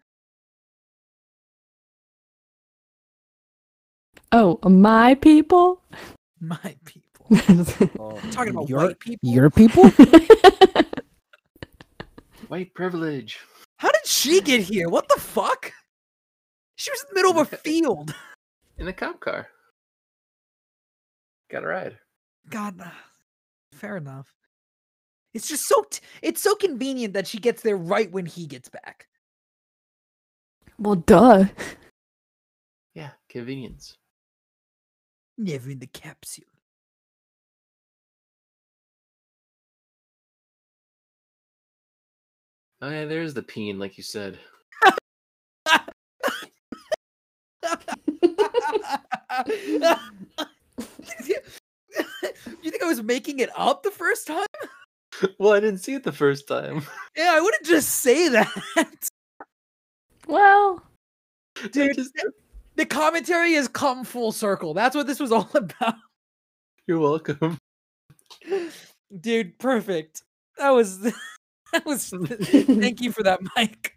Speaker 2: [laughs]
Speaker 4: oh, my
Speaker 3: [laughs]
Speaker 4: people? [laughs]
Speaker 2: My people.
Speaker 1: Oh,
Speaker 2: talking about
Speaker 3: Your-
Speaker 2: white people. [laughs]
Speaker 3: your people.
Speaker 1: white privilege.
Speaker 2: How did she get here? What the fuck? She was in the middle of
Speaker 3: [laughs]
Speaker 2: a field.
Speaker 1: In a cop car. Got a ride.
Speaker 2: God, uh, fair enough. It's just so t- it's so convenient that she gets there right when he gets back.
Speaker 4: well, duh.
Speaker 1: Yeah, convenience.
Speaker 2: Never in the capsule.
Speaker 1: Oh yeah, there's the peen, like you said. [laughs]
Speaker 2: [laughs] you think I was making it up the first time?
Speaker 1: well, I didn't see it the first time. [laughs]
Speaker 2: Yeah, I wouldn't just say that. [laughs]
Speaker 4: Well, [laughs]
Speaker 1: Dude, just,
Speaker 2: The commentary has come full circle. That's what this was all [laughs] about.
Speaker 1: you're welcome. [laughs]
Speaker 2: Dude, perfect. That was [laughs] that was thank you for that, Mike.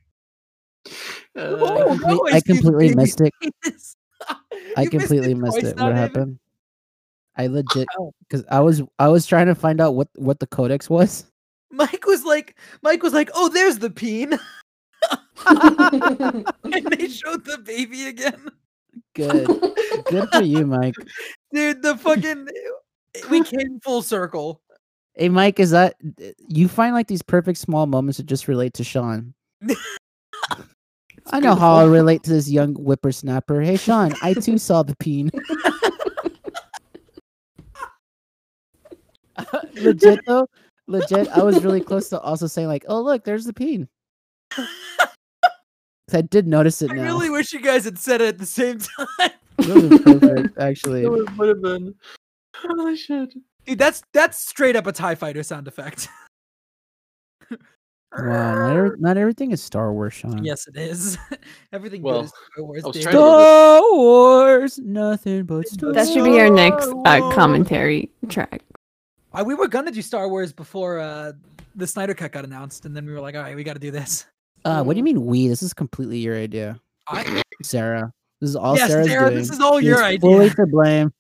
Speaker 2: [laughs]
Speaker 3: I,
Speaker 1: Uh,
Speaker 2: Oh,
Speaker 3: complete-
Speaker 2: no,
Speaker 3: I
Speaker 2: it's these
Speaker 3: completely
Speaker 2: baby [laughs]
Speaker 3: missed it. I
Speaker 2: You missed it
Speaker 3: completely missed
Speaker 2: twice
Speaker 3: it.
Speaker 2: now,
Speaker 3: What
Speaker 2: David.
Speaker 3: happened?
Speaker 2: [laughs]
Speaker 3: I legit
Speaker 2: Oh.
Speaker 3: because I was I was trying to find out what what the
Speaker 2: [laughs]
Speaker 3: codex was.
Speaker 2: Mike was like, Mike was like, oh, there's the peen. [laughs] and they
Speaker 3: [laughs]
Speaker 2: showed the baby again.
Speaker 3: [laughs] Good, good for you, Mike.
Speaker 2: Dude, the fucking we came full circle.
Speaker 3: Hey, Mike, is that you find like these perfect small moments that just relate to
Speaker 2: [laughs]
Speaker 3: Sean? I know how I relate to this young whippersnapper. Hey, Sean,
Speaker 2: [laughs]
Speaker 3: I too saw the peen. legit though, legit. I was really close to also saying like, "Oh, look, there's the
Speaker 2: [laughs]
Speaker 3: peen." 'Cause I did notice it
Speaker 2: I
Speaker 3: now.
Speaker 2: really wish you guys had said it at the same [laughs] time.
Speaker 3: This
Speaker 2: [laughs]
Speaker 3: is perfect, actually.
Speaker 1: [laughs] it would- would have been. [laughs] Oh shit!
Speaker 2: Dude, that's that's straight up a TIE fighter sound
Speaker 3: [laughs]
Speaker 2: effect.
Speaker 3: Wow, not, every- not everything is Star Wars, Sean.
Speaker 2: Yes, it is. [laughs] Everything
Speaker 1: Well,
Speaker 2: good is Star Wars.
Speaker 1: I was
Speaker 2: David.
Speaker 1: trying to-
Speaker 3: Star Wars, nothing but Star.
Speaker 4: that should be our next uh, commentary track.
Speaker 2: Uh, we were gonna do Star Wars before uh the Snyder Cut got announced, and then we were like, all right, we got to do this.
Speaker 3: Uh, what do you
Speaker 2: Hmm.
Speaker 3: mean we? This is completely your idea,
Speaker 2: I,
Speaker 3: Sarah. This is all
Speaker 2: yes,
Speaker 3: Sarah's
Speaker 2: Sarah,
Speaker 3: doing.
Speaker 2: this is all
Speaker 3: She
Speaker 2: your
Speaker 3: is Fully
Speaker 2: idea.
Speaker 3: to blame.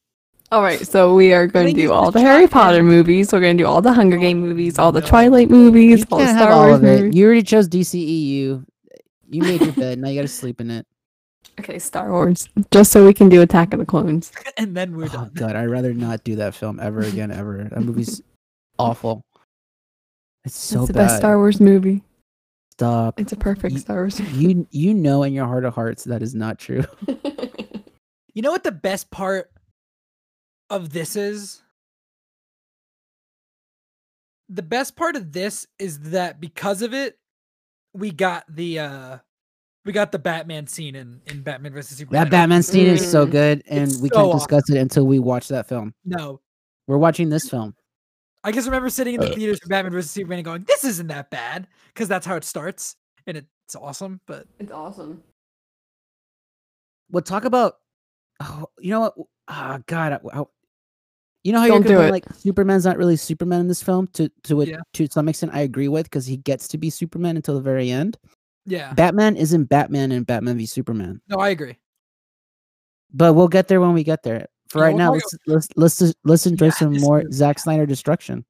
Speaker 4: All right, so we are going to
Speaker 2: think you
Speaker 4: do all
Speaker 2: should
Speaker 4: the
Speaker 2: try
Speaker 4: Harry
Speaker 2: and-
Speaker 4: Potter movies. We're going to do all the Hunger Game movies, all the
Speaker 2: no.
Speaker 4: Twilight movies,
Speaker 3: You
Speaker 4: all the
Speaker 3: can't have
Speaker 4: Star
Speaker 3: all
Speaker 4: Wars
Speaker 3: of it.
Speaker 4: movies.
Speaker 3: You already chose DCEU. You made your bed. Now you got to sleep in it.
Speaker 4: Okay, Star Wars, just so we can do Attack of the Clones.
Speaker 2: [laughs] and then [laughs] we're
Speaker 3: Oh
Speaker 2: done.
Speaker 3: god, I'd rather not do that film ever again. Ever. That movie's awful. It's so
Speaker 4: it's the
Speaker 3: bad.
Speaker 4: best Star Wars movie.
Speaker 3: Stop.
Speaker 4: It's a perfect
Speaker 3: Ye-
Speaker 4: Star Wars.
Speaker 3: You you know in your heart of hearts that is not true. [laughs]
Speaker 2: You know what the best part of this is? The best part of this is that because of it, we got the uh we got the Batman scene in in Batman versus Superman.
Speaker 3: That Batman scene is so
Speaker 4: Mm.
Speaker 3: good, and
Speaker 2: It's
Speaker 3: we
Speaker 2: so
Speaker 3: can't
Speaker 2: awesome.
Speaker 3: discuss it until we watch that film.
Speaker 2: No,
Speaker 3: We're watching this film.
Speaker 2: I just remember sitting in the theaters for Batman versus Superman and going, "This isn't that bad," because that's how it starts, and it's awesome. But
Speaker 4: [laughs] it's awesome.
Speaker 3: We'll talk about. Oh, you know what? Ah, God. I, I- you know how
Speaker 4: Don't do
Speaker 3: you're complaining,
Speaker 4: it.
Speaker 3: like Superman's not really Superman in this film. To to a,
Speaker 2: Yeah.
Speaker 3: to some extent, I agree with because he gets to be Superman until the very end.
Speaker 2: yeah,
Speaker 3: Batman isn't Batman in Batman v Superman,
Speaker 2: no, I agree.
Speaker 3: but we'll get there when we get there. For
Speaker 2: Yeah,
Speaker 3: right
Speaker 2: we'll
Speaker 3: now,
Speaker 2: talk
Speaker 3: let's, let's let's just listen to
Speaker 2: Yeah,
Speaker 3: some
Speaker 2: this
Speaker 3: more
Speaker 2: is-
Speaker 3: Zack Snyder destruction,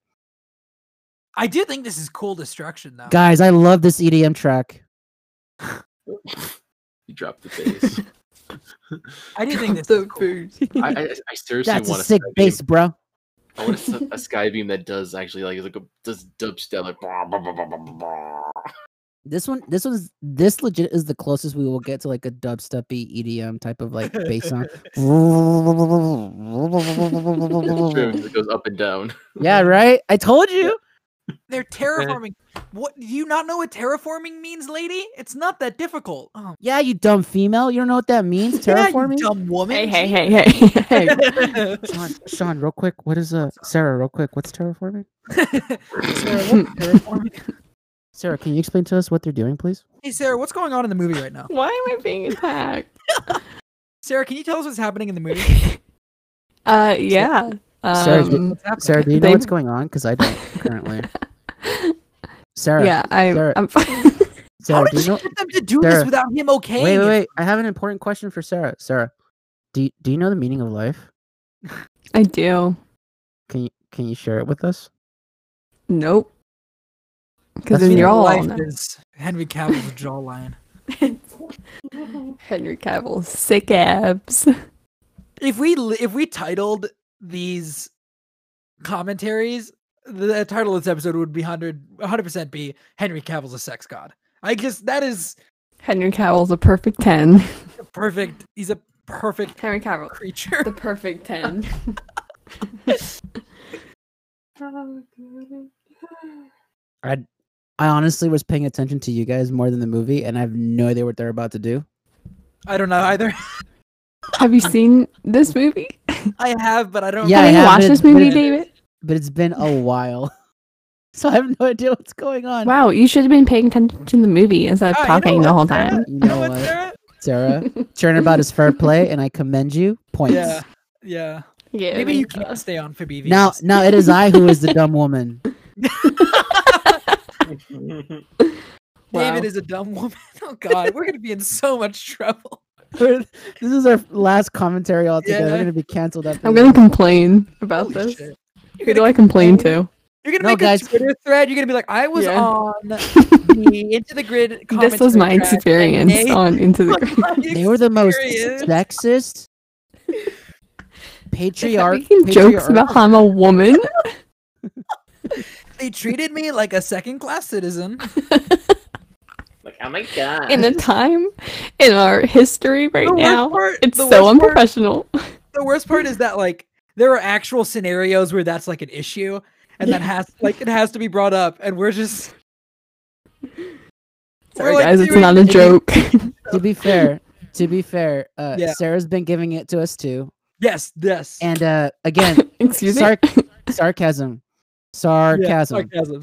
Speaker 2: I do think this is cool destruction though.
Speaker 3: guys. I love this EDM track.
Speaker 1: You dropped the bass.
Speaker 2: I
Speaker 4: [laughs]
Speaker 2: do think this is
Speaker 4: the
Speaker 2: cool.
Speaker 4: food.
Speaker 1: I, [laughs] I, I seriously
Speaker 3: That's a
Speaker 1: want
Speaker 3: sick bass, bro.
Speaker 1: I want a, s- a sky beam that does actually like is like a does dubstep like. "Bah, bah, bah, bah, bah, bah, bah."
Speaker 3: This one, this one's this legit is the closest we will get to like a dubstepy EDM type of like bass sound.
Speaker 2: [laughs]
Speaker 1: It's true, 'cause It goes up and down. [laughs]
Speaker 3: yeah, right. I told you.
Speaker 2: They're terraforming. What do you not know what terraforming means, lady? It's not that difficult. Oh,
Speaker 3: Yeah, you dumb female. You don't know what that
Speaker 2: [laughs]
Speaker 3: means.
Speaker 2: yeah, you
Speaker 3: Terraforming.
Speaker 2: dumb woman.
Speaker 4: [laughs] Hey, hey, hey, hey, hey. [laughs]
Speaker 2: [laughs]
Speaker 3: Sean, Sean, real quick. What is uh Sarah? Real quick. What's terraforming?
Speaker 2: [laughs] Sarah, what's terraforming?
Speaker 3: [laughs] Sarah, can you explain to us what they're doing, please?
Speaker 2: Hey, Sarah, what's going on in the movie right now?
Speaker 4: Why am I being attacked? [laughs]
Speaker 2: Sarah, can you tell us what's happening in the movie?
Speaker 4: Uh, yeah. Um,
Speaker 3: Sarah, do-
Speaker 2: What's happening?
Speaker 3: Sarah, do you know
Speaker 4: They-
Speaker 3: what's going on? Because I don't
Speaker 2: [laughs]
Speaker 3: currently. Sarah.
Speaker 4: yeah, I,
Speaker 3: Sarah.
Speaker 4: I'm [laughs] fine.
Speaker 2: How
Speaker 3: Sarah, do
Speaker 2: did
Speaker 3: you
Speaker 2: you
Speaker 3: know?
Speaker 2: get them to do this
Speaker 3: Sarah,
Speaker 2: without him okay?
Speaker 3: Wait, wait, wait. I have an important question for Sarah. Sarah, do you, do you know the meaning of life?
Speaker 4: I do.
Speaker 3: Can you can you share it with us?
Speaker 4: Nope. Because
Speaker 3: That's
Speaker 4: then
Speaker 3: meaning
Speaker 4: you're all
Speaker 2: life
Speaker 4: on
Speaker 2: is Henry Cavill's jawline.
Speaker 4: [laughs] Henry Cavill, sick abs.
Speaker 2: If we li- if we titled these commentaries, the title of this episode would be 100 percent be Henry Cavill's a sex god. I guess that is
Speaker 4: Henry Cavill's a [laughs] perfect 10.
Speaker 2: a perfect. He's a perfect
Speaker 4: Henry Cavill,
Speaker 2: creature.
Speaker 4: perfect [laughs] 10.
Speaker 3: I I honestly was paying attention to you guys more than the movie, and I have no idea what they're about to do.
Speaker 2: [laughs] I don't know either. [laughs]
Speaker 4: Have you seen this movie?
Speaker 2: I have, but I don't.
Speaker 3: Yeah, I
Speaker 4: have you
Speaker 3: have,
Speaker 4: watched
Speaker 3: but
Speaker 4: this
Speaker 3: it's- but
Speaker 4: movie,
Speaker 3: it's-
Speaker 4: David?
Speaker 3: But it's been
Speaker 2: [laughs]
Speaker 3: a while, [laughs] so I have no idea what's going on.
Speaker 4: Wow, you should have been paying attention to the movie instead of
Speaker 2: Ah, you know
Speaker 4: talking the
Speaker 2: what,
Speaker 4: whole
Speaker 2: Sarah?
Speaker 4: time.
Speaker 3: You
Speaker 2: You
Speaker 3: know
Speaker 2: know what,
Speaker 3: what?
Speaker 2: Sarah?
Speaker 4: [laughs]
Speaker 3: Sarah, turnabout is fair play, and I
Speaker 2: [laughs]
Speaker 3: commend you. Points.
Speaker 2: Yeah, yeah.
Speaker 4: Yeah. uh,
Speaker 2: Maybe you can't stay on for BVs.
Speaker 3: Now, now it is I who is the
Speaker 4: [laughs]
Speaker 3: dumb woman. [laughs]
Speaker 2: David
Speaker 4: Wow.
Speaker 2: is a dumb [laughs] woman. Oh God, we're gonna be in so much
Speaker 4: [laughs]
Speaker 2: trouble.
Speaker 3: this is our last commentary altogether.
Speaker 2: Yeah.
Speaker 3: We're gonna be canceled after.
Speaker 4: I'm
Speaker 3: this.
Speaker 4: gonna complain
Speaker 2: Holy
Speaker 4: about this.
Speaker 2: shit.
Speaker 4: Who
Speaker 2: You're
Speaker 4: do
Speaker 2: gonna,
Speaker 4: I complain to?
Speaker 2: you're gonna
Speaker 3: No,
Speaker 2: make
Speaker 3: guys.
Speaker 2: a Twitter thread. You're gonna be like, I was
Speaker 4: Yeah.
Speaker 2: on
Speaker 4: [laughs]
Speaker 2: the Into the Grid.
Speaker 4: This
Speaker 2: commentary
Speaker 4: was my
Speaker 2: track, and
Speaker 4: experience
Speaker 2: they- [laughs]
Speaker 4: on Into [laughs] the Grid.
Speaker 3: They were the most
Speaker 2: Experience.
Speaker 4: [laughs]
Speaker 3: sexist, patriarch,
Speaker 4: Making jokes about how I'm a
Speaker 2: [laughs]
Speaker 4: woman.
Speaker 2: They treated me like a second class citizen.
Speaker 1: Like oh my god.
Speaker 4: in a time in our history right
Speaker 2: The worst
Speaker 4: now.
Speaker 2: part-
Speaker 4: it's
Speaker 2: the
Speaker 4: so
Speaker 2: worst part-
Speaker 4: unprofessional.
Speaker 2: the worst part is that like there are actual scenarios where that's like an issue and that has like it has to be brought up and we're just
Speaker 4: Sorry,
Speaker 2: like,
Speaker 4: guys, it's
Speaker 2: seriously,
Speaker 4: not
Speaker 2: [laughs]
Speaker 4: a joke. [laughs]
Speaker 3: to be fair, to be fair, uh,
Speaker 2: Yeah.
Speaker 3: Sarah's been giving it to us too.
Speaker 2: yes yes
Speaker 3: And uh,
Speaker 2: [laughs]
Speaker 3: again,
Speaker 4: Excuse me.
Speaker 3: sarc- sarcasm,
Speaker 2: Yeah,
Speaker 3: sarcasm,
Speaker 2: sarcasm sarcasm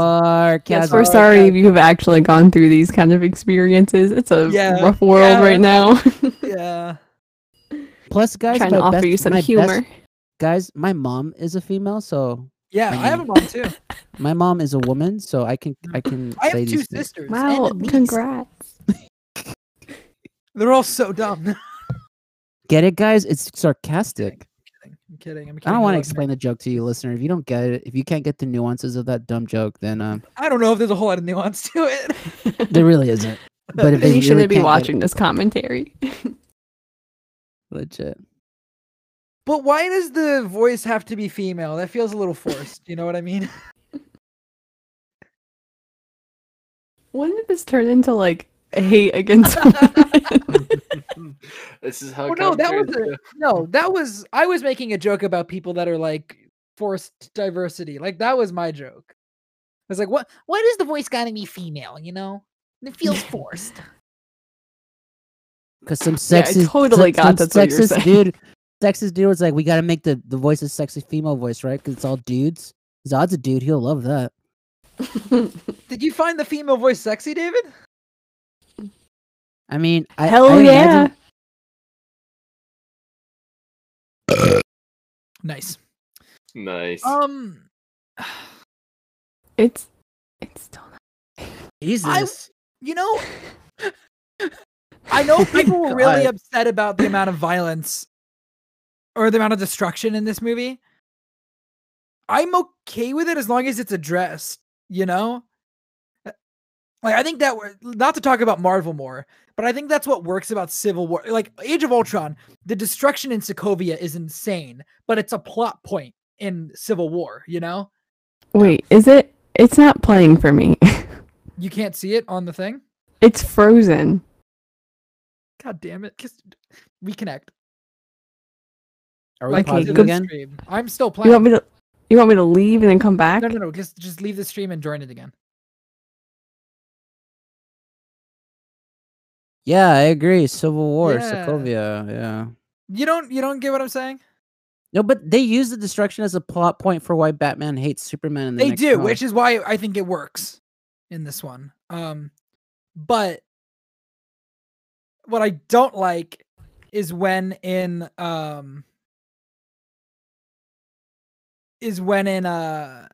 Speaker 3: sarcasm.
Speaker 4: We're
Speaker 2: Yes,
Speaker 4: sorry
Speaker 2: yeah.
Speaker 4: if you have actually gone through these kind of experiences. It's a
Speaker 2: Yeah,
Speaker 4: rough world
Speaker 2: yeah.
Speaker 4: right now.
Speaker 2: yeah
Speaker 3: Plus,
Speaker 4: [laughs]
Speaker 3: guys,
Speaker 4: Trying to
Speaker 3: my
Speaker 4: offer
Speaker 3: best-
Speaker 4: you some
Speaker 3: my best-
Speaker 4: humor.
Speaker 3: guys, my mom is a female, so
Speaker 2: yeah i have a mom too
Speaker 3: My mom is a woman, so I can I can
Speaker 2: I
Speaker 3: say
Speaker 2: have two
Speaker 3: these things.
Speaker 2: sisters. and
Speaker 4: Wow,
Speaker 2: a niece.
Speaker 4: congrats.
Speaker 2: They're all so dumb. [laughs] I'm
Speaker 3: Get it, guys? It's sarcastic.
Speaker 2: kidding. I'm kidding. I'm kidding.
Speaker 3: I don't want to
Speaker 2: love
Speaker 3: explain the joke to you, listener. If you don't get it, if you can't get the nuances of that dumb joke,
Speaker 2: [laughs]
Speaker 3: then um,
Speaker 2: Mary. I don't know if there's a whole lot of nuance to it.
Speaker 3: there really isn't. [laughs]
Speaker 2: [laughs]
Speaker 3: But if
Speaker 4: Then
Speaker 3: it
Speaker 4: you
Speaker 3: really
Speaker 4: shouldn't be
Speaker 3: can't get
Speaker 4: watching this commentary.
Speaker 3: it, legit.
Speaker 2: But why does the voice have to be female? That feels a little forced. You know what I mean?
Speaker 4: When did this turn into like hate against [laughs]
Speaker 2: [laughs]
Speaker 4: women?
Speaker 1: [laughs] this is how.
Speaker 2: Well, no, that was
Speaker 1: commentators
Speaker 2: No, that was I was making a joke about people that are like forced diversity. Like that was my joke. I was like, what why does the voice gotta be female, you know? It feels forced.
Speaker 3: Because some
Speaker 4: Yeah, I
Speaker 3: sexist,
Speaker 4: totally
Speaker 3: some-
Speaker 4: got
Speaker 3: some
Speaker 4: that's what you're
Speaker 3: sexist
Speaker 4: saying.
Speaker 3: dude, sexist dude was like, we got to make the the voice a sexy female voice, right? Because it's all dudes. Zod's a dude; he'll love that.
Speaker 2: [laughs] Did you find the female voice sexy, David?
Speaker 3: I mean, I,
Speaker 4: Hell yeah.
Speaker 3: I imagine-
Speaker 2: Nice.
Speaker 1: do. [laughs] Nice.
Speaker 2: Um
Speaker 4: It's it's still not.
Speaker 3: Jesus,
Speaker 2: you know I know people were really
Speaker 3: God.
Speaker 2: upset about the amount of violence or the amount of destruction in this movie. I'm okay with it as long as it's addressed, you know? Uh, Like I think that were- not to talk about Marvel more, but I think that's what works about Civil War. Like Age of Ultron, the destruction in Sokovia is insane, but it's a plot point in Civil War, you know?
Speaker 4: Wait, is it? It's not playing for me. [laughs]
Speaker 2: You can't see it on the thing.
Speaker 4: It's frozen.
Speaker 2: God damn it. Just reconnect.
Speaker 3: are we
Speaker 4: like,
Speaker 2: Pause
Speaker 3: pausing
Speaker 2: it
Speaker 4: good-
Speaker 3: again?
Speaker 2: stream. I'm still playing.
Speaker 4: You want me to? You want me to leave and then come back?
Speaker 2: No, no, no. Just just leave the stream and join it again.
Speaker 3: Yeah, I agree. Civil War,
Speaker 2: Yeah.
Speaker 3: Sokovia, yeah.
Speaker 2: You don't you don't get what I'm saying?
Speaker 3: No, but they use the destruction as a plot point for why Batman hates Superman. In the
Speaker 2: They
Speaker 3: next
Speaker 2: do,
Speaker 3: one.
Speaker 2: which is why I think it works in this one. Um but what I don't like is when in um is when in uh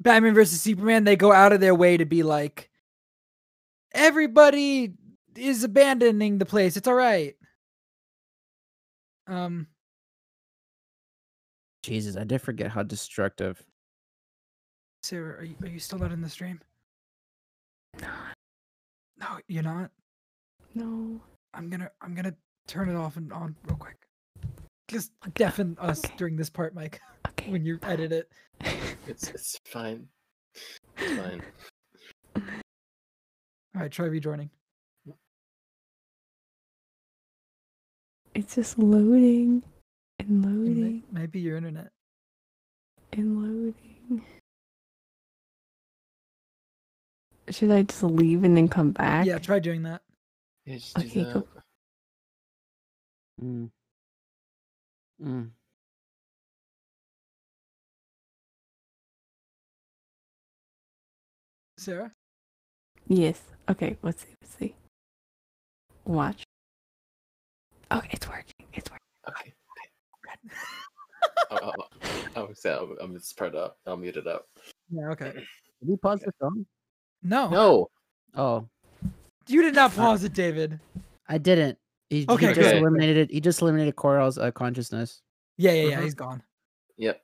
Speaker 2: Batman versus Superman they go out of their way to be like everybody is abandoning the place. It's all right. Um
Speaker 3: Jesus, I did forget how destructive.
Speaker 2: Sarah, are you, are you still not in the stream? No, you're not.
Speaker 4: No.
Speaker 2: I'm gonna I'm gonna turn it off and on real quick. Just deafen us
Speaker 4: okay.
Speaker 2: during this part, Mike, [laughs]
Speaker 4: Okay.
Speaker 2: when you edit it.
Speaker 4: [laughs]
Speaker 1: It's it's fine. It's fine.
Speaker 2: All right, try rejoining.
Speaker 4: It's just loading
Speaker 2: It
Speaker 4: and
Speaker 2: may-
Speaker 4: loading
Speaker 2: Maybe your internet.
Speaker 4: and loading. Should I just leave and then come back?
Speaker 2: Yeah, try doing that.
Speaker 1: Yeah, just do
Speaker 4: Okay,
Speaker 1: that.
Speaker 4: cool.
Speaker 3: Mm. Mm.
Speaker 2: Sarah,
Speaker 4: Yes. Okay. Let's see. Let's see. Watch. Okay, it's working. It's working.
Speaker 1: Okay. Oh, I'm, I'm, I'm, sad. I'm, I'm just part up. I'll mute it up.
Speaker 2: yeah, okay.
Speaker 3: Did we pause the song?
Speaker 2: No,
Speaker 1: No.
Speaker 3: Oh,
Speaker 2: you did [laughs] not pause it, David.
Speaker 3: I didn't. He, he
Speaker 2: Okay,
Speaker 3: just
Speaker 1: Okay.
Speaker 3: eliminated. He just eliminated Coral's uh, consciousness.
Speaker 2: Yeah, yeah, yeah.
Speaker 1: Mhm.
Speaker 2: He's gone.
Speaker 1: Yep.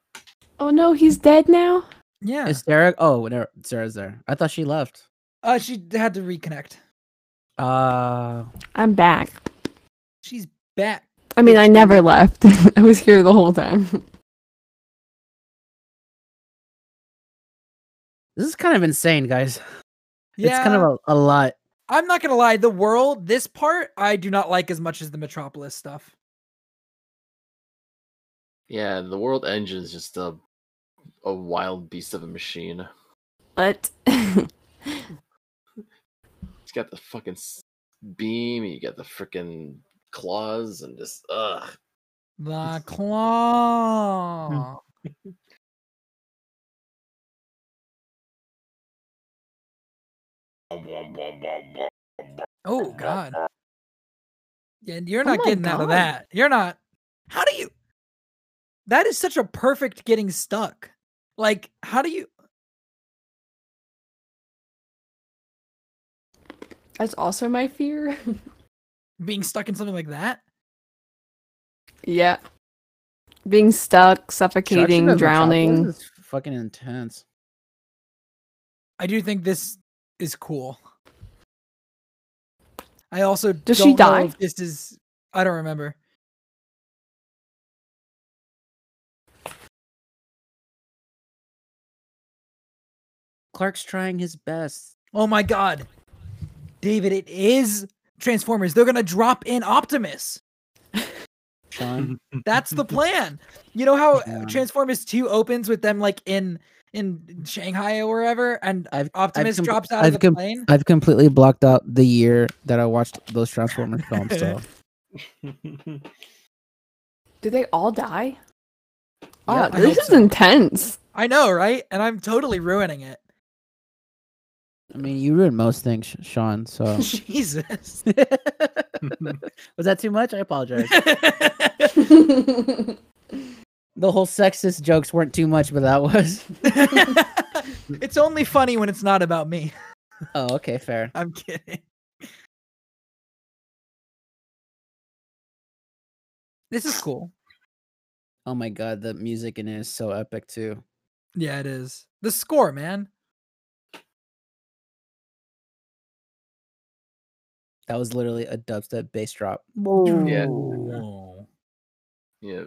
Speaker 4: Oh no, he's dead now.
Speaker 2: Yeah,
Speaker 3: Is Sarah? Oh, whatever. Sarah's there. I thought she left.
Speaker 2: uh, she d- had to reconnect.
Speaker 3: Uh,
Speaker 4: I'm back.
Speaker 2: She's back.
Speaker 4: I mean, I never left. [laughs] I was here the whole time.
Speaker 3: this is kind of insane, guys. [laughs]
Speaker 2: Yeah,
Speaker 3: It's kind of a, a lot.
Speaker 2: I'm not gonna lie. The world, this part, I do not like as much as the Metropolis stuff.
Speaker 1: Yeah, the world engine's just a a wild beast of a machine.
Speaker 4: [laughs] But
Speaker 1: It's got the fucking s- beam. You got the freaking claws and just ugh.
Speaker 2: The
Speaker 4: [laughs]
Speaker 2: claw.
Speaker 4: [laughs]
Speaker 2: Oh God. Yeah, and you're
Speaker 4: Oh
Speaker 2: not
Speaker 4: my
Speaker 2: getting out of
Speaker 4: God.
Speaker 2: that. You're not. How do you? That is such a perfect getting stuck. Like, how do you?
Speaker 4: That's also my fear.
Speaker 2: being stuck in something like that.
Speaker 4: yeah. Being stuck, suffocating,
Speaker 3: Construction of
Speaker 4: drowning.
Speaker 3: metropolis is fucking intense.
Speaker 2: I do think this is cool. I also
Speaker 4: Does she
Speaker 2: don't know
Speaker 4: die?
Speaker 2: if this is I don't remember.
Speaker 3: Clark's trying his best.
Speaker 2: Oh my god, David! It is Transformers. They're gonna drop in Optimus. [laughs]
Speaker 3: Sean,
Speaker 2: That's
Speaker 3: [laughs]
Speaker 2: the plan. You know how
Speaker 3: Yeah.
Speaker 2: Transformers Two opens with them like in in Shanghai or wherever, and
Speaker 3: I've
Speaker 2: Optimus
Speaker 3: com-
Speaker 2: drops out
Speaker 3: I've
Speaker 2: of the
Speaker 3: com-
Speaker 2: plane.
Speaker 3: I've completely blocked out the year that I watched those Transformers films.
Speaker 2: [laughs]
Speaker 3: So
Speaker 4: Do they all die? Wow,
Speaker 2: I hope
Speaker 4: Ah, this is
Speaker 2: so.
Speaker 4: intense.
Speaker 2: I know, right? And I'm totally ruining it.
Speaker 3: I mean, you ruined most things, Sh-
Speaker 2: [laughs]
Speaker 3: Sean. So [laughs]
Speaker 2: Jesus.
Speaker 3: was that too much?
Speaker 2: [laughs]
Speaker 3: I apologize. the whole sexist jokes weren't too much, but that was. [laughs]
Speaker 2: it's only funny when it's not about me. [laughs]
Speaker 3: Oh, okay, fair.
Speaker 2: I'm kidding. This is cool.
Speaker 3: Oh my god, the music in it is so epic too.
Speaker 2: Yeah, it is. The score, man.
Speaker 3: That was literally a dubstep bass drop. [laughs]
Speaker 1: Yeah.
Speaker 2: Whoa.
Speaker 1: yeah.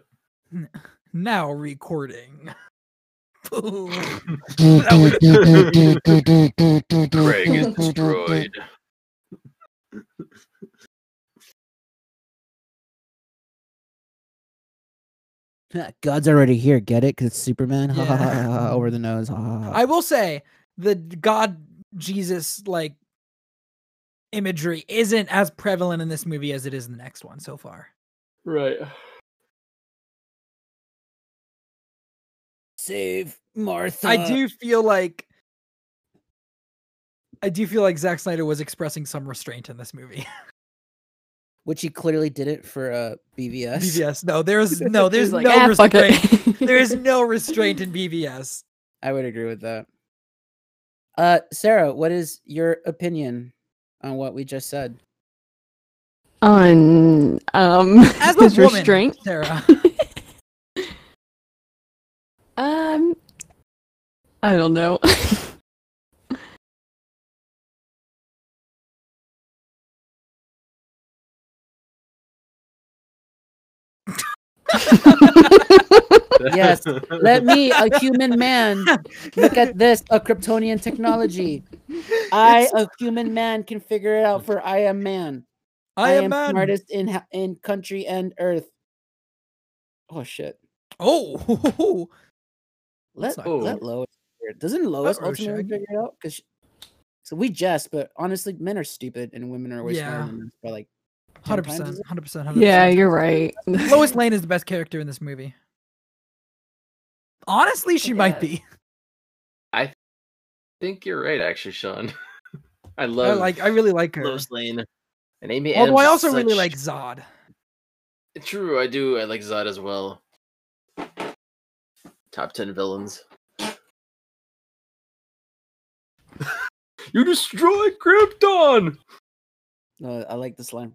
Speaker 1: [laughs]
Speaker 2: Now recording. [laughs]
Speaker 1: [laughs]
Speaker 2: Boom.
Speaker 1: Craig is destroyed.
Speaker 3: God's already here. Get it? Because it's Superman. [laughs] Ha, ha, ha,
Speaker 2: Yeah.
Speaker 3: ha, ha, Over the nose. [laughs] Ha, ha, ha.
Speaker 2: I will say the God Jesus like imagery isn't as prevalent in this movie as it is in the next one so far.
Speaker 1: Right. [laughs]
Speaker 3: Save Martha.
Speaker 2: I do feel like I do feel like Zack Snyder was expressing some restraint in this movie. [laughs]
Speaker 3: Which he clearly did it for uh, BVS.
Speaker 2: BVS, no, there's no,
Speaker 4: [laughs]
Speaker 2: there's
Speaker 4: He's like,
Speaker 2: no
Speaker 4: "Ah, fuck
Speaker 2: restraint.
Speaker 4: [laughs] it."
Speaker 2: there is no restraint in BVS.
Speaker 3: [laughs] I would agree with that. Uh, Sarah, what is your opinion on what we just said?
Speaker 4: on um
Speaker 2: As a
Speaker 4: his
Speaker 2: woman,
Speaker 4: restraint.
Speaker 2: Sarah,
Speaker 4: Um, I don't know. [laughs]
Speaker 3: Yes, Let me, a human man, look at this, a Kryptonian technology. I, a human man, can figure it out. For I am man.
Speaker 2: [laughs] I, am, man.
Speaker 3: smartest in ha- in country and earth. Oh shit!
Speaker 2: Oh, [laughs]
Speaker 3: Let
Speaker 2: not
Speaker 1: good.
Speaker 3: let Lois. figure it- Doesn't Lois
Speaker 2: Uh-oh,
Speaker 3: ultimately
Speaker 2: Shag.
Speaker 3: figure it out? Because so we jest, but honestly, men are stupid and women are way smarter
Speaker 2: Yeah.
Speaker 3: than us by like 10
Speaker 2: 100
Speaker 3: times as
Speaker 2: percent,
Speaker 3: much.
Speaker 2: hundred percent, hundred
Speaker 4: yeah, you're right.
Speaker 2: Lois Lane is the best character in this movie. Honestly, she might be. [laughs]
Speaker 1: I think you're right, actually, Sean. [laughs] I
Speaker 2: I
Speaker 1: love
Speaker 2: like, I really like her.
Speaker 1: Lois Lane and Amy.
Speaker 2: Although
Speaker 1: Adams
Speaker 2: I
Speaker 1: is
Speaker 2: also really
Speaker 1: such-
Speaker 2: like Zod.
Speaker 1: [laughs] True, I do. I like Zod as well. Top ten
Speaker 2: [laughs]
Speaker 1: villains. you destroyed Krypton.
Speaker 3: No, uh, I like this line.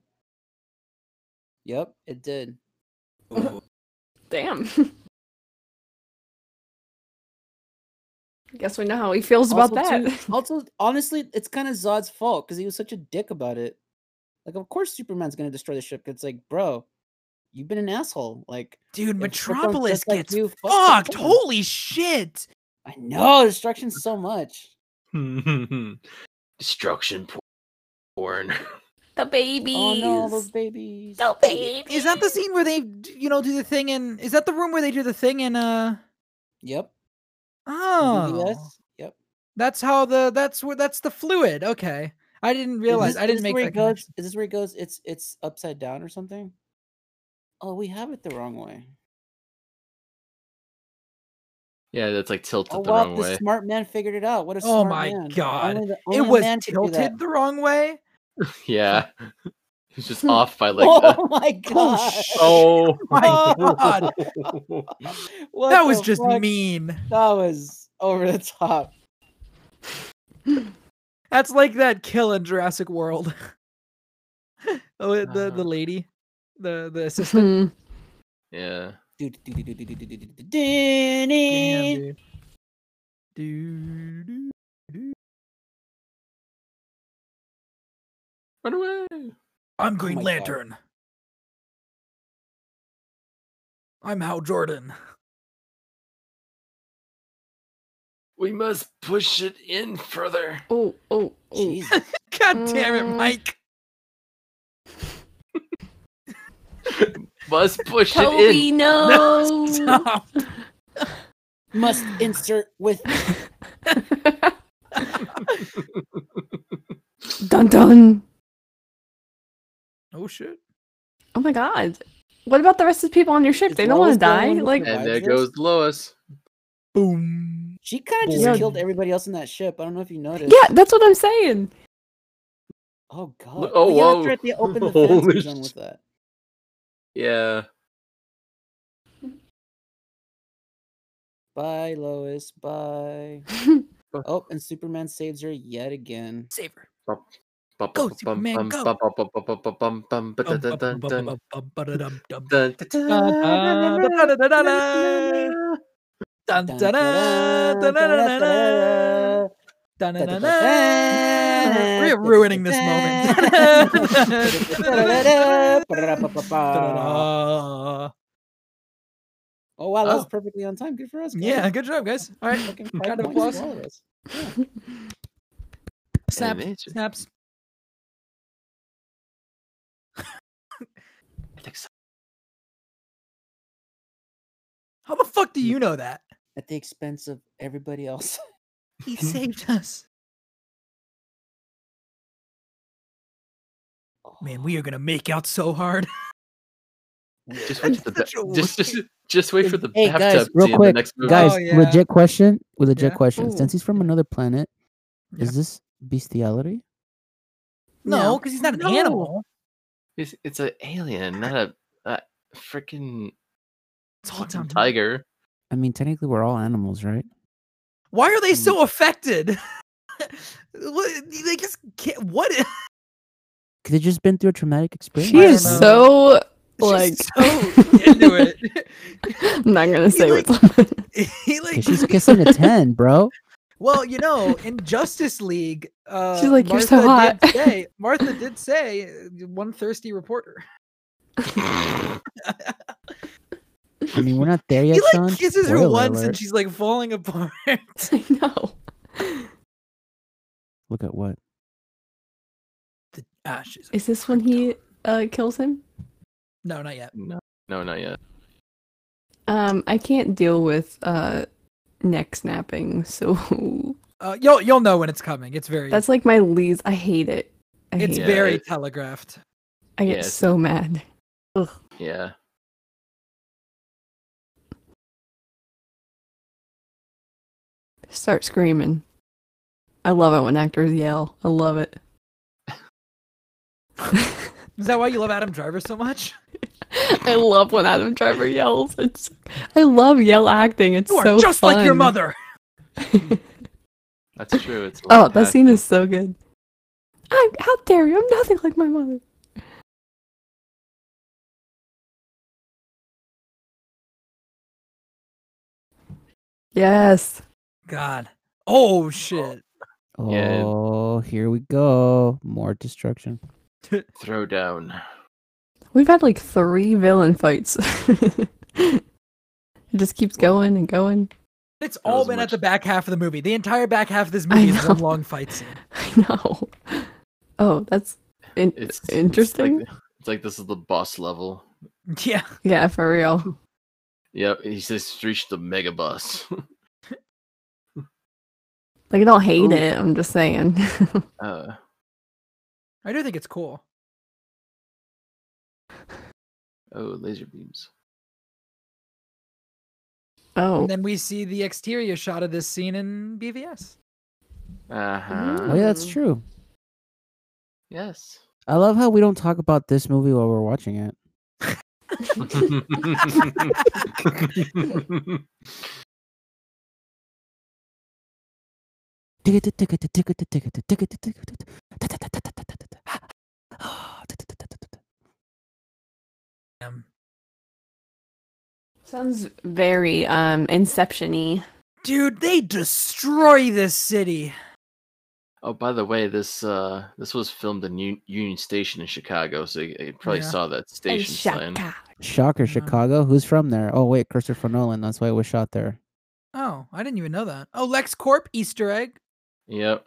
Speaker 3: Yep, it did.
Speaker 4: [laughs] Damn. Guess we know how he feels about
Speaker 3: Also,
Speaker 2: [laughs]
Speaker 4: that.
Speaker 3: too- also, honestly, it's kind of Zod's fault because he was such a dick about it. Like, of course, Superman's gonna destroy the ship. 'cause It's like, bro, you've been an asshole. Like,
Speaker 2: Dude,
Speaker 3: if Krypton's
Speaker 2: Metropolis
Speaker 3: just like
Speaker 2: gets
Speaker 3: you, the
Speaker 2: fucked.
Speaker 3: Krypton.
Speaker 2: Holy shit!
Speaker 3: I know destruction's so much.
Speaker 1: Destruction porn. [laughs]
Speaker 4: The babies.
Speaker 3: Oh no, those babies.
Speaker 4: babies.
Speaker 2: Is that the scene where they, d- you know, do the thing in? Is that the room where they do the thing in? Uh
Speaker 3: Yep. the
Speaker 2: oh,
Speaker 3: VVS, Yep.
Speaker 2: that's how the that's where that's the fluid. Okay, I didn't realize.
Speaker 3: Is this-
Speaker 2: I
Speaker 3: is
Speaker 2: didn't
Speaker 3: this
Speaker 2: make
Speaker 3: where
Speaker 2: that.
Speaker 3: it goes,
Speaker 2: connection.
Speaker 3: Is this where it goes? It's it's upside down or something. Oh, we have it the wrong way.
Speaker 1: Yeah, that's like tilted
Speaker 3: Oh
Speaker 1: the
Speaker 3: wow,
Speaker 1: wrong
Speaker 3: the
Speaker 1: way.
Speaker 3: smart man figured it out. What a
Speaker 2: Oh
Speaker 3: smart
Speaker 2: my
Speaker 3: man.
Speaker 2: God.
Speaker 3: Only the-
Speaker 2: It
Speaker 3: only a
Speaker 2: was
Speaker 3: man could do
Speaker 2: [laughs]
Speaker 3: that.
Speaker 2: tilted the wrong way.
Speaker 1: [laughs] Yeah, He's just off by like. a-
Speaker 5: oh my god!
Speaker 2: [laughs]
Speaker 1: [laughs] oh,
Speaker 2: my God.
Speaker 5: What
Speaker 2: that
Speaker 5: the
Speaker 2: was just
Speaker 5: fuck?
Speaker 2: mean.
Speaker 5: That was over the top.
Speaker 2: That's like that kill in Jurassic World. [laughs] oh, the
Speaker 5: Uh-huh.
Speaker 2: the- the lady, the
Speaker 5: [laughs]
Speaker 2: the assistant.
Speaker 4: Hmm.
Speaker 1: [laughs] yeah.
Speaker 5: Do- do- do- do- do- do- do- do- do- do- do- do.
Speaker 2: Damn, dude. Doo, doo, doo.
Speaker 1: Run away.
Speaker 2: I'm Green
Speaker 5: Oh my God.
Speaker 2: Lantern. I'm Hal Jordan. [laughs]
Speaker 1: We must push it in further.
Speaker 4: Oh, oh, oh.
Speaker 5: Jesus.
Speaker 2: God damn it,
Speaker 4: Mm.
Speaker 2: Mike. [laughs]
Speaker 1: Must push
Speaker 4: Toby,
Speaker 1: it in.
Speaker 2: [laughs]
Speaker 4: no.
Speaker 2: Stop.
Speaker 5: Must insert with
Speaker 4: dun dun.
Speaker 2: Oh shit.
Speaker 4: Oh my god. What about the rest of the people on your ship?
Speaker 5: Is
Speaker 4: they don't want
Speaker 5: Lois
Speaker 4: to
Speaker 5: the only
Speaker 4: die.
Speaker 5: one who
Speaker 4: Like,
Speaker 5: can-
Speaker 1: And
Speaker 5: Why
Speaker 1: there
Speaker 5: this?
Speaker 1: goes Lois.
Speaker 2: Boom.
Speaker 5: She kind of just
Speaker 4: Yeah.
Speaker 5: killed everybody else in that ship. I don't know if you noticed.
Speaker 4: yeah, that's what I'm saying.
Speaker 5: Oh god.
Speaker 1: Look-
Speaker 5: oh
Speaker 1: oh,
Speaker 5: yeah,
Speaker 1: whoa.
Speaker 5: that's right. They opened the fence
Speaker 1: Holy
Speaker 5: and done with
Speaker 1: shit.
Speaker 5: that.
Speaker 1: Yeah.
Speaker 5: Bye, Lois. Bye. Oh, and Superman saves her yet again.
Speaker 2: Saver.
Speaker 1: Go,
Speaker 2: Superman, go.
Speaker 5: Dun, dun, dun, dun, dun, dun, dun.
Speaker 2: We're ruining this moment.
Speaker 5: Oh wow, that was
Speaker 2: Oh.
Speaker 5: perfectly on time. Good for us. Guys.
Speaker 2: Yeah, good job, guys. All right,
Speaker 5: Fucking
Speaker 2: Round
Speaker 5: five
Speaker 2: of
Speaker 5: points
Speaker 2: applause.
Speaker 5: for all of us.
Speaker 2: snap,
Speaker 1: Animation.
Speaker 2: snaps.
Speaker 1: I think so.
Speaker 2: How the fuck do you know that?
Speaker 5: At the expense of everybody else.
Speaker 2: He saved us. Man, we are gonna make out so hard.
Speaker 1: Just wait for the
Speaker 2: Such a
Speaker 1: ba- just just just wait for the
Speaker 3: Hey, guys,
Speaker 1: bathtub
Speaker 3: real
Speaker 1: scene in the
Speaker 3: quick,
Speaker 1: next movie.
Speaker 3: Guys,
Speaker 2: Oh, yeah.
Speaker 3: legit question. With legit
Speaker 2: Yeah.
Speaker 3: question.
Speaker 4: Ooh.
Speaker 3: Since he's from another planet,
Speaker 2: Yeah.
Speaker 3: is this bestiality?
Speaker 2: No, because he's not an
Speaker 4: No.
Speaker 2: animal.
Speaker 1: It's, it's an alien, not a, a freaking
Speaker 2: It's all down to
Speaker 1: tiger.
Speaker 3: I mean, technically, we're all animals, right?
Speaker 2: Why are they so affected? [laughs] what, they just can't, what? is- [laughs]
Speaker 3: Could they just been through a traumatic experience?
Speaker 4: She
Speaker 2: I
Speaker 4: is
Speaker 2: don't know.
Speaker 4: so.
Speaker 2: She's
Speaker 4: Like-
Speaker 2: so
Speaker 4: [laughs]
Speaker 2: into it.
Speaker 4: I'm not gonna say
Speaker 2: like-
Speaker 4: what's. on it.
Speaker 2: [laughs]
Speaker 4: [laughs]
Speaker 2: he like,
Speaker 3: [laughs] 'Cause She's kissing a ten, bro.
Speaker 2: well, you know, in Justice League, uh,
Speaker 4: like, "You're so
Speaker 2: Martha
Speaker 4: hot." [laughs]
Speaker 2: Did say, Martha did say, uh, "One thirsty reporter."
Speaker 3: I mean, we're not there yet,
Speaker 2: he like
Speaker 3: Sean.
Speaker 2: kisses her
Speaker 3: Spoiler
Speaker 2: once,
Speaker 3: alert.
Speaker 2: and she's like falling apart. [laughs]
Speaker 4: I know.
Speaker 3: Look at what?
Speaker 2: the ashes.
Speaker 4: Is this when he uh, kills him?
Speaker 2: No, not yet.
Speaker 1: no, no, not yet.
Speaker 4: Um, I can't deal with uh neck snapping, [laughs] so
Speaker 2: Uh, you'll you'll know when it's coming. It's very
Speaker 4: that's like my least. I hate it. I
Speaker 2: it's
Speaker 4: hate
Speaker 1: Yeah,
Speaker 4: it.
Speaker 2: very
Speaker 1: it-
Speaker 2: telegraphed.
Speaker 4: I get
Speaker 1: yeah, it's-
Speaker 4: so mad. Ugh.
Speaker 1: Yeah.
Speaker 4: Start screaming. I love it when actors yell. I love it. [laughs]
Speaker 2: Is that why you love Adam Driver so much?
Speaker 4: I love when Adam Driver yells. It's I love yell acting. It's
Speaker 2: You are
Speaker 4: so
Speaker 2: just like your
Speaker 4: fun.
Speaker 2: mother.
Speaker 1: That's true. It's a
Speaker 4: [laughs] Oh,
Speaker 1: lot happening.
Speaker 4: that scene is so good. I'm how dare you? I'm nothing like my mother. Yes.
Speaker 2: God. Oh shit.
Speaker 1: Yeah.
Speaker 3: Oh, here we go. More destruction.
Speaker 1: throw down.
Speaker 4: We've had like three villain fights. [laughs] it just keeps going and going. [laughs]
Speaker 2: It's
Speaker 1: That
Speaker 2: all
Speaker 1: was
Speaker 2: been at
Speaker 1: much-
Speaker 2: the back half of the movie. The entire back half of this movie is one
Speaker 4: know.
Speaker 2: long fight scene. [laughs]
Speaker 4: I know. Oh, that's in-
Speaker 1: It's it's like
Speaker 4: interesting.
Speaker 1: the- it's like this is the boss level.
Speaker 2: Yeah.
Speaker 4: yeah, for real.
Speaker 1: Yep, he's just reached the mega boss. [laughs]
Speaker 4: Like, I don't
Speaker 1: Ooh.
Speaker 4: hate it. I'm just saying. [laughs]
Speaker 1: uh,
Speaker 2: I do think it's cool.
Speaker 1: oh, laser beams.
Speaker 4: oh,
Speaker 2: And then we see the exterior shot of this scene in BVS.
Speaker 1: Uh huh.
Speaker 3: Oh yeah, that's
Speaker 4: Mhm.
Speaker 3: true.
Speaker 1: Yes. [laughs]
Speaker 3: I love how we don't talk about this movie while we're watching
Speaker 4: [laughs]
Speaker 3: it.
Speaker 1: [laughs]
Speaker 2: Um,
Speaker 4: Sounds very um inception y.
Speaker 2: Dude, they destroy this city.
Speaker 1: oh, by the way, this uh this was filmed in U- Union Station in Chicago, so you, you probably
Speaker 2: Yeah.
Speaker 1: saw that station sign.
Speaker 3: Shocker,
Speaker 2: Yeah.
Speaker 3: Chicago. Who's from there? Oh wait, Christopher Nolan. That's why it was shot there.
Speaker 2: Oh, I didn't even know that. Oh, LexCorp Easter egg.
Speaker 1: Yep.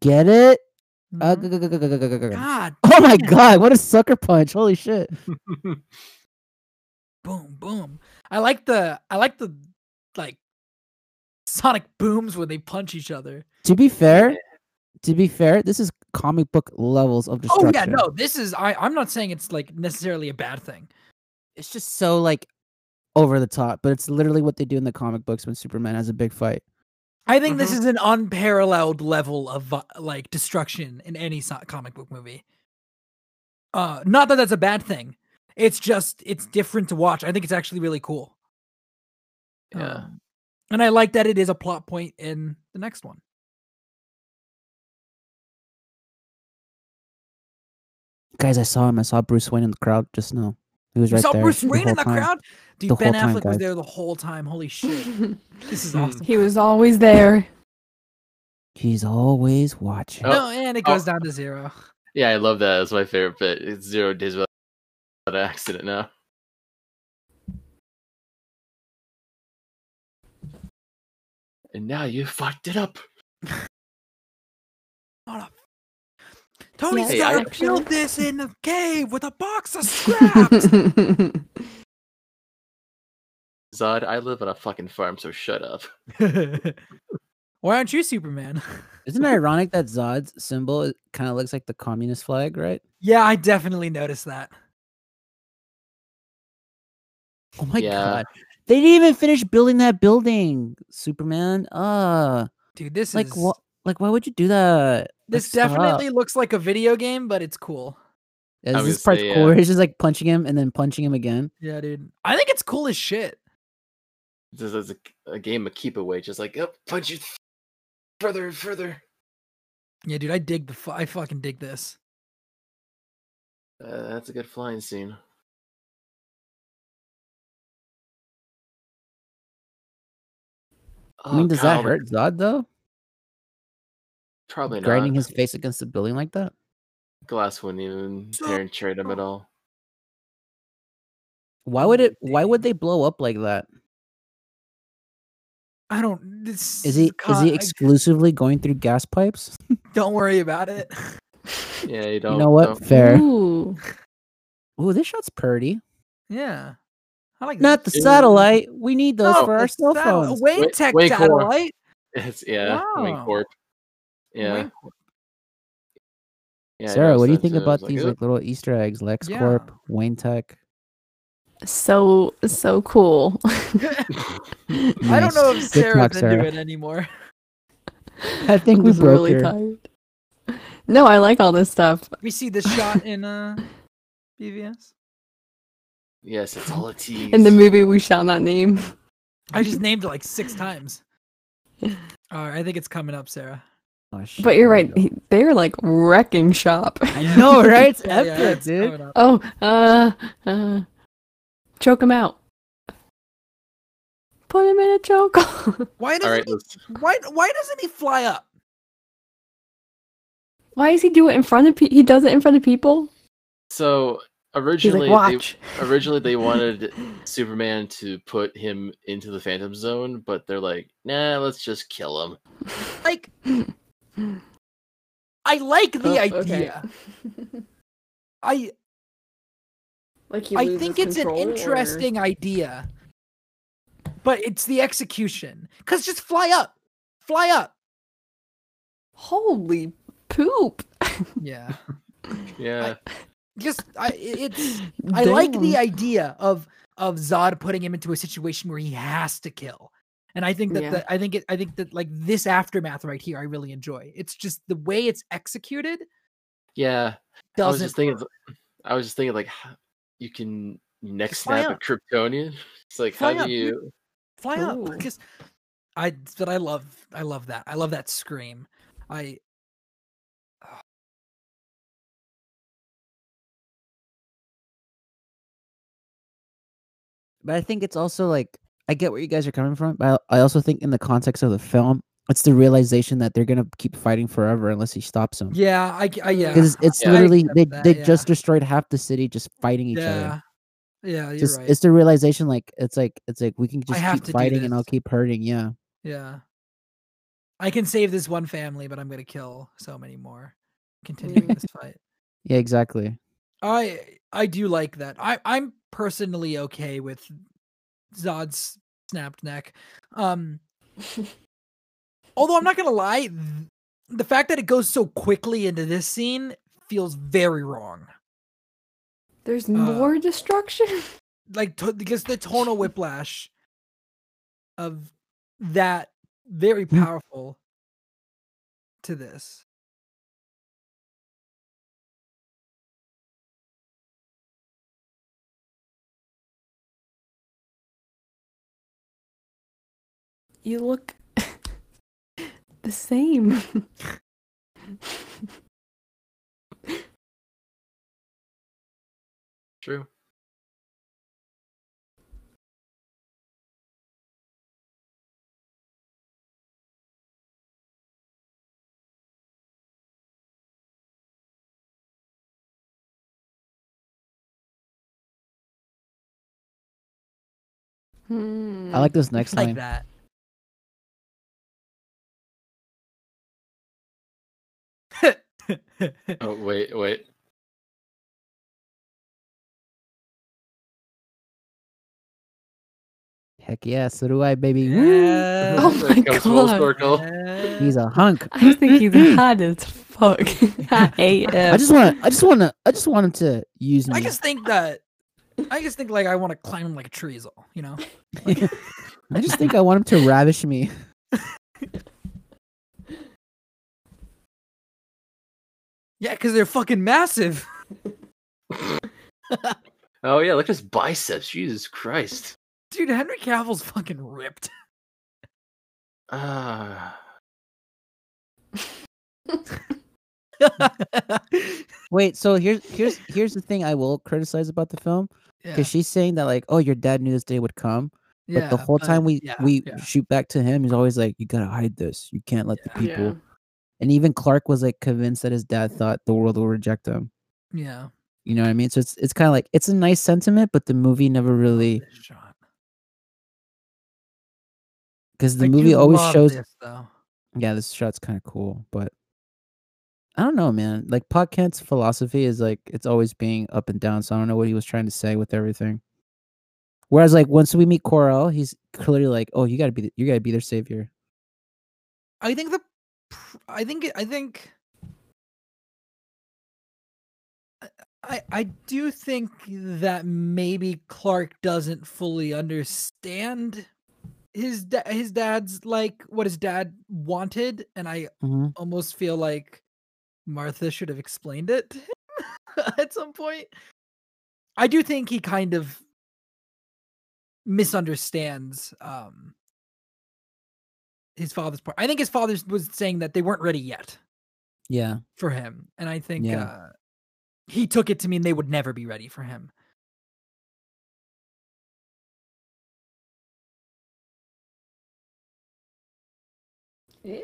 Speaker 3: Get it? Uh,
Speaker 2: Mhm.
Speaker 3: g- g- g- g- g- g- g- g-
Speaker 2: God,
Speaker 3: Oh [laughs] my
Speaker 2: damn.
Speaker 3: god, what a sucker punch. Holy [laughs] shit.
Speaker 2: boom boom i like the i like the like sonic booms when they punch each other
Speaker 3: To be fair, to be fair, this is comic book levels
Speaker 2: oh
Speaker 3: of destruction.
Speaker 2: yeah no this is i i'm not saying it's like necessarily a bad thing
Speaker 3: It's just so like over the top, but it's literally what they do in the comic books when Superman has a big fight.
Speaker 2: i think
Speaker 1: Mm-hmm.
Speaker 2: this is an unparalleled level of vi- like destruction in any so- comic book movie uh not that that's a bad thing it's just it's different to watch i think it's actually really cool
Speaker 1: Yeah.
Speaker 2: Um, and i like that it is a plot point in the next one
Speaker 3: Guys, I saw him. I saw Bruce Wayne in the crowd just now. He was
Speaker 2: you
Speaker 3: right
Speaker 2: saw
Speaker 3: there.
Speaker 2: bruce
Speaker 3: the
Speaker 2: wayne in
Speaker 3: whole
Speaker 2: the
Speaker 3: time.
Speaker 2: crowd dude
Speaker 3: The
Speaker 2: ben
Speaker 3: whole time,
Speaker 2: affleck was
Speaker 3: guys. Hmm.
Speaker 2: there the whole time holy shit This is
Speaker 3: [laughs]
Speaker 1: Mm.
Speaker 2: awesome.
Speaker 4: [laughs] he was always there.
Speaker 3: He's always watching.
Speaker 1: Oh.
Speaker 2: No, and it
Speaker 1: oh.
Speaker 2: goes down to zero.
Speaker 1: Yeah, I love that. That's my favorite bit. It's zero days without without an accident now. And now you fucked it up.
Speaker 2: What a- Tony
Speaker 1: Yeah, Hey, I-
Speaker 2: Stark built this in a cave with a box
Speaker 3: [laughs]
Speaker 2: of
Speaker 4: [laughs]
Speaker 2: scraps.
Speaker 1: Zod, I live on a fucking farm, so shut up.
Speaker 3: [laughs]
Speaker 2: Why aren't you Superman?
Speaker 3: Isn't it ironic that Zod's symbol kind of looks like the communist flag, right?
Speaker 2: yeah, I definitely noticed that.
Speaker 3: Oh my
Speaker 1: Yeah.
Speaker 3: god. They didn't even finish building that building, Superman. Uh
Speaker 2: Dude, this
Speaker 3: like
Speaker 2: is
Speaker 3: what like why would you do that?
Speaker 2: this
Speaker 3: Like, stop.
Speaker 2: definitely looks like a video game, but it's cool.
Speaker 3: Yeah,
Speaker 1: I
Speaker 3: this
Speaker 1: was
Speaker 3: [laughs] is
Speaker 1: gonna
Speaker 3: part
Speaker 1: say,
Speaker 3: cool.
Speaker 1: yeah.
Speaker 3: He's just like punching him and then punching him again.
Speaker 2: Yeah, dude. I think it's cool as shit.
Speaker 1: This is a, a game of keep away, just like, oh, punch it further and further.
Speaker 2: Yeah, dude, I dig the fu- I fucking dig this.
Speaker 1: Uh, that's a good flying scene.
Speaker 3: I mean,
Speaker 1: Oh,
Speaker 3: does
Speaker 1: God,
Speaker 3: that hurt Zod though?
Speaker 1: Probably
Speaker 3: Grinding
Speaker 1: not.
Speaker 3: his face against the building like that?
Speaker 1: glass wouldn't even
Speaker 2: So-
Speaker 1: parent trade him at all.
Speaker 3: Why would it
Speaker 2: Holy
Speaker 3: why would they blow up like that?
Speaker 2: I don't this
Speaker 3: Is he is
Speaker 2: co-
Speaker 3: he
Speaker 2: I-
Speaker 3: exclusively going through gas pipes?
Speaker 2: don't worry about it. [laughs]
Speaker 1: Yeah, you don't.
Speaker 3: You know what? Fair.
Speaker 4: Ooh.
Speaker 3: Ooh, this shot's pretty.
Speaker 2: yeah. I like
Speaker 3: Not the
Speaker 1: Ew.
Speaker 3: satellite. We need those
Speaker 2: No,
Speaker 3: for our
Speaker 2: it's
Speaker 3: cell
Speaker 2: satel-
Speaker 3: phones.
Speaker 2: Wayne
Speaker 1: Way-
Speaker 2: Tech
Speaker 1: way cooler.
Speaker 2: satellite.
Speaker 1: [laughs]
Speaker 2: [laughs]
Speaker 1: It's, yeah, Wing
Speaker 2: Wow.
Speaker 1: Corp. Yeah.
Speaker 2: Wayne-
Speaker 1: yeah I
Speaker 3: Sarah, what do you
Speaker 1: noticed that
Speaker 3: think
Speaker 1: too. I was
Speaker 3: about these
Speaker 1: "Ooh,
Speaker 3: like little Easter eggs? LexCorp, Wayne Tech.
Speaker 4: So so cool. [laughs]
Speaker 2: I don't
Speaker 3: [laughs]
Speaker 2: know if
Speaker 3: Nice. Good
Speaker 2: Sarah's
Speaker 3: talk,
Speaker 2: into
Speaker 3: Sarah.
Speaker 2: it anymore.
Speaker 3: I think we
Speaker 4: was
Speaker 3: broke
Speaker 4: really
Speaker 3: her.
Speaker 4: tired. No, I like all this stuff.
Speaker 2: We see this shot in
Speaker 3: [laughs]
Speaker 2: uh BVS.
Speaker 1: Yes, it's
Speaker 3: [laughs]
Speaker 1: all a tease.
Speaker 4: In the movie we shall not name. [laughs]
Speaker 2: [laughs] I just named it like six times. All right, I think it's coming up, Sarah.
Speaker 3: Oh, shit,
Speaker 4: But you're
Speaker 3: there we
Speaker 4: right.
Speaker 3: go.
Speaker 4: he- They're like wrecking shop. [laughs]
Speaker 3: I know,
Speaker 2: [laughs]
Speaker 3: right? It's
Speaker 2: Yeah,
Speaker 3: epic,
Speaker 2: yeah, it's
Speaker 3: dude.
Speaker 2: coming up.
Speaker 4: Oh, uh, uh, choke him out. Put him in a choke.
Speaker 2: Why doesn't
Speaker 1: All right,
Speaker 2: he,
Speaker 1: let's,
Speaker 2: why why doesn't he fly up?
Speaker 4: [laughs] Why does he do it in front of people? He does it in front of people.
Speaker 1: so
Speaker 4: He's
Speaker 1: originally
Speaker 4: like,
Speaker 1: they,
Speaker 4: watch.
Speaker 1: originally [laughs] they
Speaker 4: [laughs]
Speaker 1: wanted Superman to put him into the Phantom Zone, but they're like, nah, let's just kill him.
Speaker 2: Like I like the
Speaker 4: Oh, okay.
Speaker 2: idea. I
Speaker 4: like [laughs] he
Speaker 2: I
Speaker 4: loses
Speaker 2: think it's an
Speaker 4: control, or-
Speaker 2: interesting idea, but it's the execution. Cause just fly up, fly up.
Speaker 4: Holy poop!
Speaker 2: Yeah,
Speaker 1: Yeah,
Speaker 2: just I, i- it's. I like the
Speaker 4: Damn.
Speaker 2: idea of of Zod putting him into a situation where he has to kill, and I think that
Speaker 4: Yeah.
Speaker 2: the, I think it, I think that like this aftermath right here, I really enjoy. It's just the way it's executed.
Speaker 1: yeah. I was
Speaker 2: doesn't.
Speaker 1: just thinking. I was just thinking like h- you can neck
Speaker 2: Just fly
Speaker 1: snap a
Speaker 2: up.
Speaker 1: Kryptonian. [laughs] It's like
Speaker 2: Fly
Speaker 1: how
Speaker 2: up.
Speaker 1: do you?
Speaker 2: fly up
Speaker 4: Ooh.
Speaker 2: because I but I love I love that. I love that scream. I
Speaker 3: But I think it's also like I get where you guys are coming from, but I I also think in the context of the film, it's the realization that they're gonna keep fighting forever unless he stops them.
Speaker 2: yeah, I, g- I- yeah.
Speaker 3: Because it's, it's
Speaker 1: Yeah. I
Speaker 3: literally
Speaker 2: accept
Speaker 3: they,
Speaker 2: that,
Speaker 3: they
Speaker 2: yeah.
Speaker 3: just destroyed half the city just fighting each
Speaker 2: yeah.
Speaker 3: other.
Speaker 2: Yeah, you're
Speaker 3: Just
Speaker 2: right.
Speaker 3: it's the realization like it's like it's like we can just
Speaker 2: have to
Speaker 3: keep
Speaker 2: do
Speaker 3: fighting and I'll
Speaker 2: this.
Speaker 3: keep hurting. Yeah.
Speaker 2: yeah. I can save this one family, but I'm going to kill so many more continuing
Speaker 4: Mm.
Speaker 2: this fight.
Speaker 3: Yeah, exactly.
Speaker 2: I I do like that. I I'm personally okay with Zod's snapped neck. Um although I'm not going to lie, th- the fact that it goes so quickly into this scene feels very wrong.
Speaker 4: There's
Speaker 2: Uh.
Speaker 4: more destruction.
Speaker 2: like to, because the tonal whiplash of that very
Speaker 3: Mm.
Speaker 2: powerful to this.
Speaker 4: You look [laughs] the same.
Speaker 1: True.
Speaker 4: Hmm.
Speaker 3: I
Speaker 4: Mm.
Speaker 3: like this
Speaker 2: [laughs]
Speaker 3: next
Speaker 2: like
Speaker 3: line.
Speaker 2: that.
Speaker 1: Oh wait, wait.
Speaker 3: Heck yeah, so do I,
Speaker 2: [laughs]
Speaker 3: baby. Woo!
Speaker 2: Yeah.
Speaker 1: [laughs]
Speaker 4: Oh
Speaker 1: There
Speaker 4: my
Speaker 1: comes full
Speaker 4: God.
Speaker 1: circle.
Speaker 3: He's a hunk.
Speaker 4: I think he's hot as fuck. [laughs] I hate him.
Speaker 3: I just want I just want to I just want him to use me.
Speaker 2: I just think that I just think like I want to climb him like a tree is all, you know?
Speaker 3: I just think I want him to ravish me. [laughs]
Speaker 2: Yeah, because they're fucking massive. [laughs]
Speaker 1: Oh yeah, look at his biceps. Jesus Christ.
Speaker 2: Dude, Henry Cavill's fucking ripped. [laughs]
Speaker 1: Ah.
Speaker 3: Wait, so here's here's here's the thing I will criticize about the film
Speaker 2: yeah.
Speaker 3: because she's saying that like, oh, your dad knew this day would come, but
Speaker 2: yeah,
Speaker 3: the whole
Speaker 2: but-
Speaker 3: time we
Speaker 2: yeah,
Speaker 3: we
Speaker 2: yeah.
Speaker 3: shoot back to him, he's always like, you gotta hide this, you can't let the
Speaker 4: Yeah.
Speaker 3: people. And even Clark was like convinced that his dad thought the world will reject him.
Speaker 2: Yeah.
Speaker 3: You know what I mean? So it's it's kind of like it's a nice sentiment, but the movie never really
Speaker 2: This shot.
Speaker 3: because the
Speaker 2: I do
Speaker 3: movie always
Speaker 2: love
Speaker 3: shows.
Speaker 2: this, though.
Speaker 3: Yeah, this shot's kind of cool, but I don't know, man. Like Pot Kent's philosophy is like it's always being up and down. So I don't know what he was trying to say with everything. Whereas, like once we meet Coral, he's clearly like, "Oh, you gotta be, the, you gotta be their savior."
Speaker 2: I think the pr- I think it- I think I- I I do think that maybe Clark doesn't fully understand his da- his dad's like what his dad wanted and I
Speaker 3: Mm-hmm.
Speaker 2: almost feel like Martha should have explained it to him [laughs] at some point. I do think he kind of misunderstands um his father's part. I think his father was saying that they weren't ready yet
Speaker 3: Yeah,
Speaker 2: for him, and I think
Speaker 3: Yeah.
Speaker 2: uh, he took it to mean they would never be ready for him.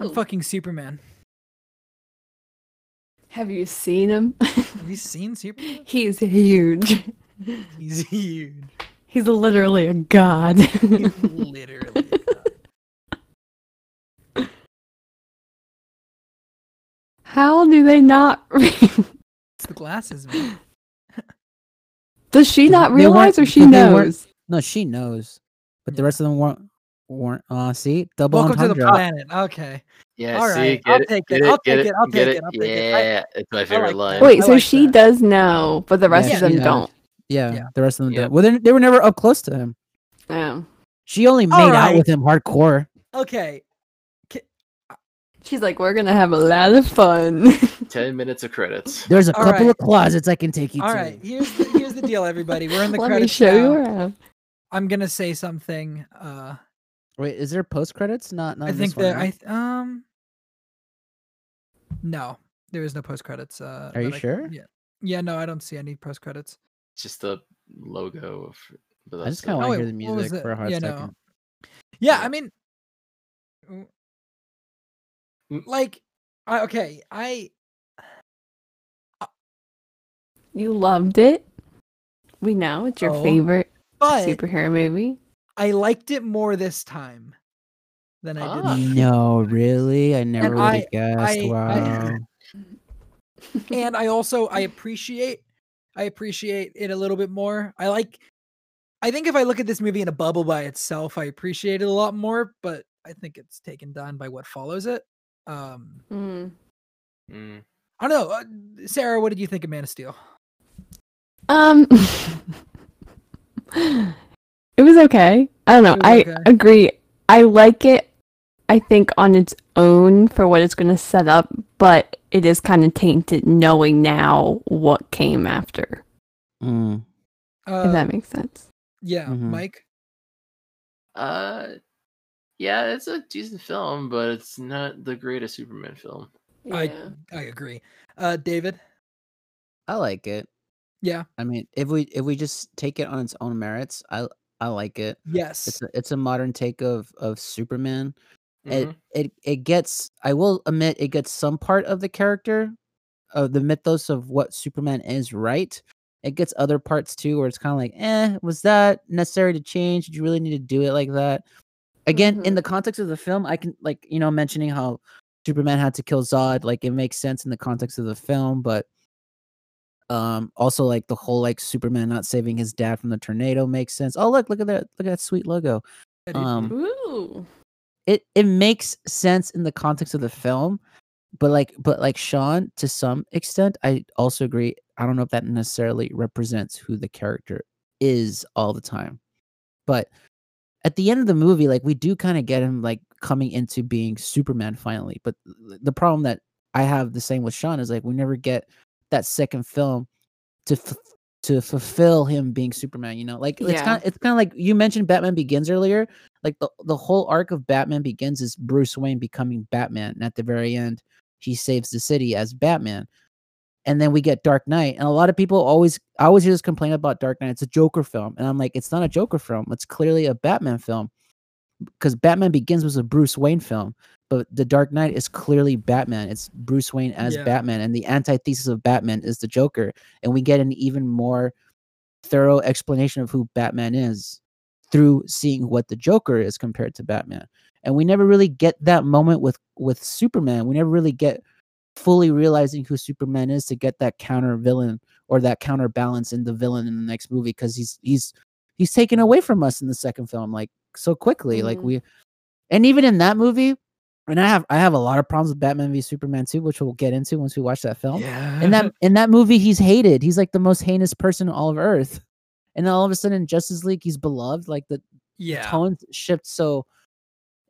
Speaker 2: I'm fucking Superman.
Speaker 4: Have you seen him? [laughs]
Speaker 2: Have you seen Superman?
Speaker 4: He's huge.
Speaker 2: He's huge.
Speaker 4: He's literally a god. [laughs]
Speaker 2: He's literally. a god.
Speaker 4: How do they not?
Speaker 2: It's the glasses, man.
Speaker 4: Does she not
Speaker 3: They weren't-
Speaker 4: realize, or she
Speaker 3: they weren't-
Speaker 4: knows?
Speaker 3: no, she knows, but the
Speaker 2: Yeah.
Speaker 3: rest of them weren't weren't. Uh, see, double
Speaker 2: Welcome to the
Speaker 3: entendre.
Speaker 2: planet. Okay.
Speaker 1: Yeah,
Speaker 2: All
Speaker 1: see,
Speaker 2: right,
Speaker 1: get
Speaker 2: I'll
Speaker 1: it,
Speaker 2: take
Speaker 1: get
Speaker 2: it, I'll
Speaker 1: get
Speaker 2: take it, I'll
Speaker 1: get
Speaker 2: take it, I'll take it. I-
Speaker 1: yeah, it's my
Speaker 2: like
Speaker 1: favorite
Speaker 2: that.
Speaker 1: line.
Speaker 4: Wait,
Speaker 2: I
Speaker 4: so
Speaker 2: like
Speaker 4: she
Speaker 2: that.
Speaker 4: does know, but the rest
Speaker 3: Yeah,
Speaker 4: of them
Speaker 3: she knows.
Speaker 4: don't.
Speaker 3: Yeah,
Speaker 2: Yeah.
Speaker 3: the rest of them.
Speaker 1: Yeah.
Speaker 3: don't. Well, they they were never up close to him.
Speaker 4: Oh.
Speaker 3: She only made
Speaker 2: All
Speaker 3: out with him hardcore.
Speaker 2: Okay. K- I-
Speaker 4: She's like, we're gonna have a lot of [laughs] fun.
Speaker 1: Ten minutes of credits.
Speaker 3: There's a
Speaker 2: All
Speaker 3: couple
Speaker 2: right.
Speaker 3: of closets I can take you
Speaker 2: All
Speaker 3: to.
Speaker 2: right, here's the, here's the deal, everybody. We're
Speaker 4: [laughs]
Speaker 2: in the
Speaker 4: Let me
Speaker 2: credits
Speaker 4: show you
Speaker 2: now.
Speaker 4: around.
Speaker 2: I'm gonna say something. Uh,
Speaker 3: Wait, is there post credits? Not, not.
Speaker 2: I
Speaker 3: in
Speaker 2: think
Speaker 3: this one,
Speaker 2: that I
Speaker 3: right?
Speaker 2: th- um. No, there is no post credits. Uh,
Speaker 3: Are you
Speaker 2: that I-
Speaker 3: sure?
Speaker 2: Yeah, yeah. No, I don't see any post credits.
Speaker 1: Just the logo of. But
Speaker 3: I
Speaker 1: that's
Speaker 3: just kind
Speaker 1: it.
Speaker 3: of
Speaker 2: Oh,
Speaker 3: want to
Speaker 2: wait,
Speaker 3: hear the
Speaker 2: what was
Speaker 3: music
Speaker 2: it?
Speaker 3: for a hard
Speaker 2: Yeah, no.
Speaker 3: second.
Speaker 2: Yeah,
Speaker 1: Yeah.
Speaker 2: I mean, w-
Speaker 1: Mm.
Speaker 2: like, I, okay, I
Speaker 4: You loved it. We know it's your
Speaker 2: Oh,
Speaker 4: favorite
Speaker 2: but
Speaker 4: superhero movie.
Speaker 2: I liked it more this time than I did.
Speaker 1: Ah.
Speaker 2: last
Speaker 3: No, really? I never would
Speaker 2: I-
Speaker 3: have guessed.
Speaker 2: I-
Speaker 3: wow.
Speaker 2: [laughs] and I also I appreciate I appreciate it a little bit more. I like I think if I look at this movie in a bubble by itself, I appreciate it a lot more, but I think it's taken down by what follows it. Um
Speaker 4: Mm.
Speaker 2: Oh.
Speaker 1: Mm.
Speaker 2: I don't know. uh, Sarah, what did you think of Man of Steel?
Speaker 4: Um, [laughs] it was okay. I don't know.
Speaker 2: It was
Speaker 4: I
Speaker 2: okay.
Speaker 4: agree. I like it. I think on its own for what it's going to set up, but it is kind of tainted knowing now what came after.
Speaker 3: Mm.
Speaker 2: Uh,
Speaker 4: if that makes sense.
Speaker 2: yeah,
Speaker 3: Mhm.
Speaker 2: Mike.
Speaker 1: Uh, yeah, it's a decent film, but it's not the greatest Superman film.
Speaker 2: I I agree. Uh David.
Speaker 3: I like it.
Speaker 2: Yeah.
Speaker 3: I mean, if we if we just take it on its own merits, I I like it.
Speaker 2: Yes.
Speaker 3: It's a, it's a modern take of of Superman.
Speaker 1: Mhm.
Speaker 3: It it it gets. I will admit, it gets some part of the character, of the mythos of what Superman is. Right. It gets other parts too, where it's kind of like, eh, was that necessary to change? Did you really need to do it like that? Again, in
Speaker 4: Mhm.
Speaker 3: the context of the film, I can like you know mentioning how Superman had to kill Zod. Like it makes sense in the context of the film, but um also like the whole like Superman not saving his dad from the tornado makes sense. Oh look, look at that, look at that sweet logo
Speaker 2: Eddie?
Speaker 3: um
Speaker 4: Ooh.
Speaker 3: it it makes sense in the context of the film but like but like sean to some extent i also agree i don't know if that necessarily represents who the character is all the time but at the end of the movie like we do kind of get him like coming into being superman finally but th- the problem that i have the same with sean is like we never get that second film to f- to fulfill him being superman you know like it's
Speaker 4: Yeah.
Speaker 3: kind of it's kind of like you mentioned batman begins earlier like the, the whole arc of Batman begins is Bruce Wayne becoming Batman, and at the very end, he saves the city as Batman. And then we get Dark Knight, and a lot of people always I always hear this complaint about Dark Knight. It's a Joker film, and I'm like, it's not a Joker film. It's clearly a Batman film because Batman Begins was a Bruce Wayne film, but The Dark Knight is clearly Batman. It's Bruce Wayne as
Speaker 2: Yeah.
Speaker 3: Batman, and the antithesis of Batman is the Joker, and we get an even more thorough explanation of who Batman is through seeing what the Joker is compared to Batman. And we never really get that moment with with Superman. We never really get fully realizing who Superman is to get that counter villain or that counterbalance in the villain in the next movie because he's he's he's taken away from us in the second film like so quickly. Like
Speaker 4: Mhm.
Speaker 3: we and even in that movie, and I have I have a lot of problems with Batman v Superman too, which we'll get into once we watch that film
Speaker 2: yeah.
Speaker 3: in that in that movie he's hated he's like the most heinous person on all of earth and then all of a sudden in justice league he's beloved like the
Speaker 2: [laughs] yeah.
Speaker 3: tone shifts so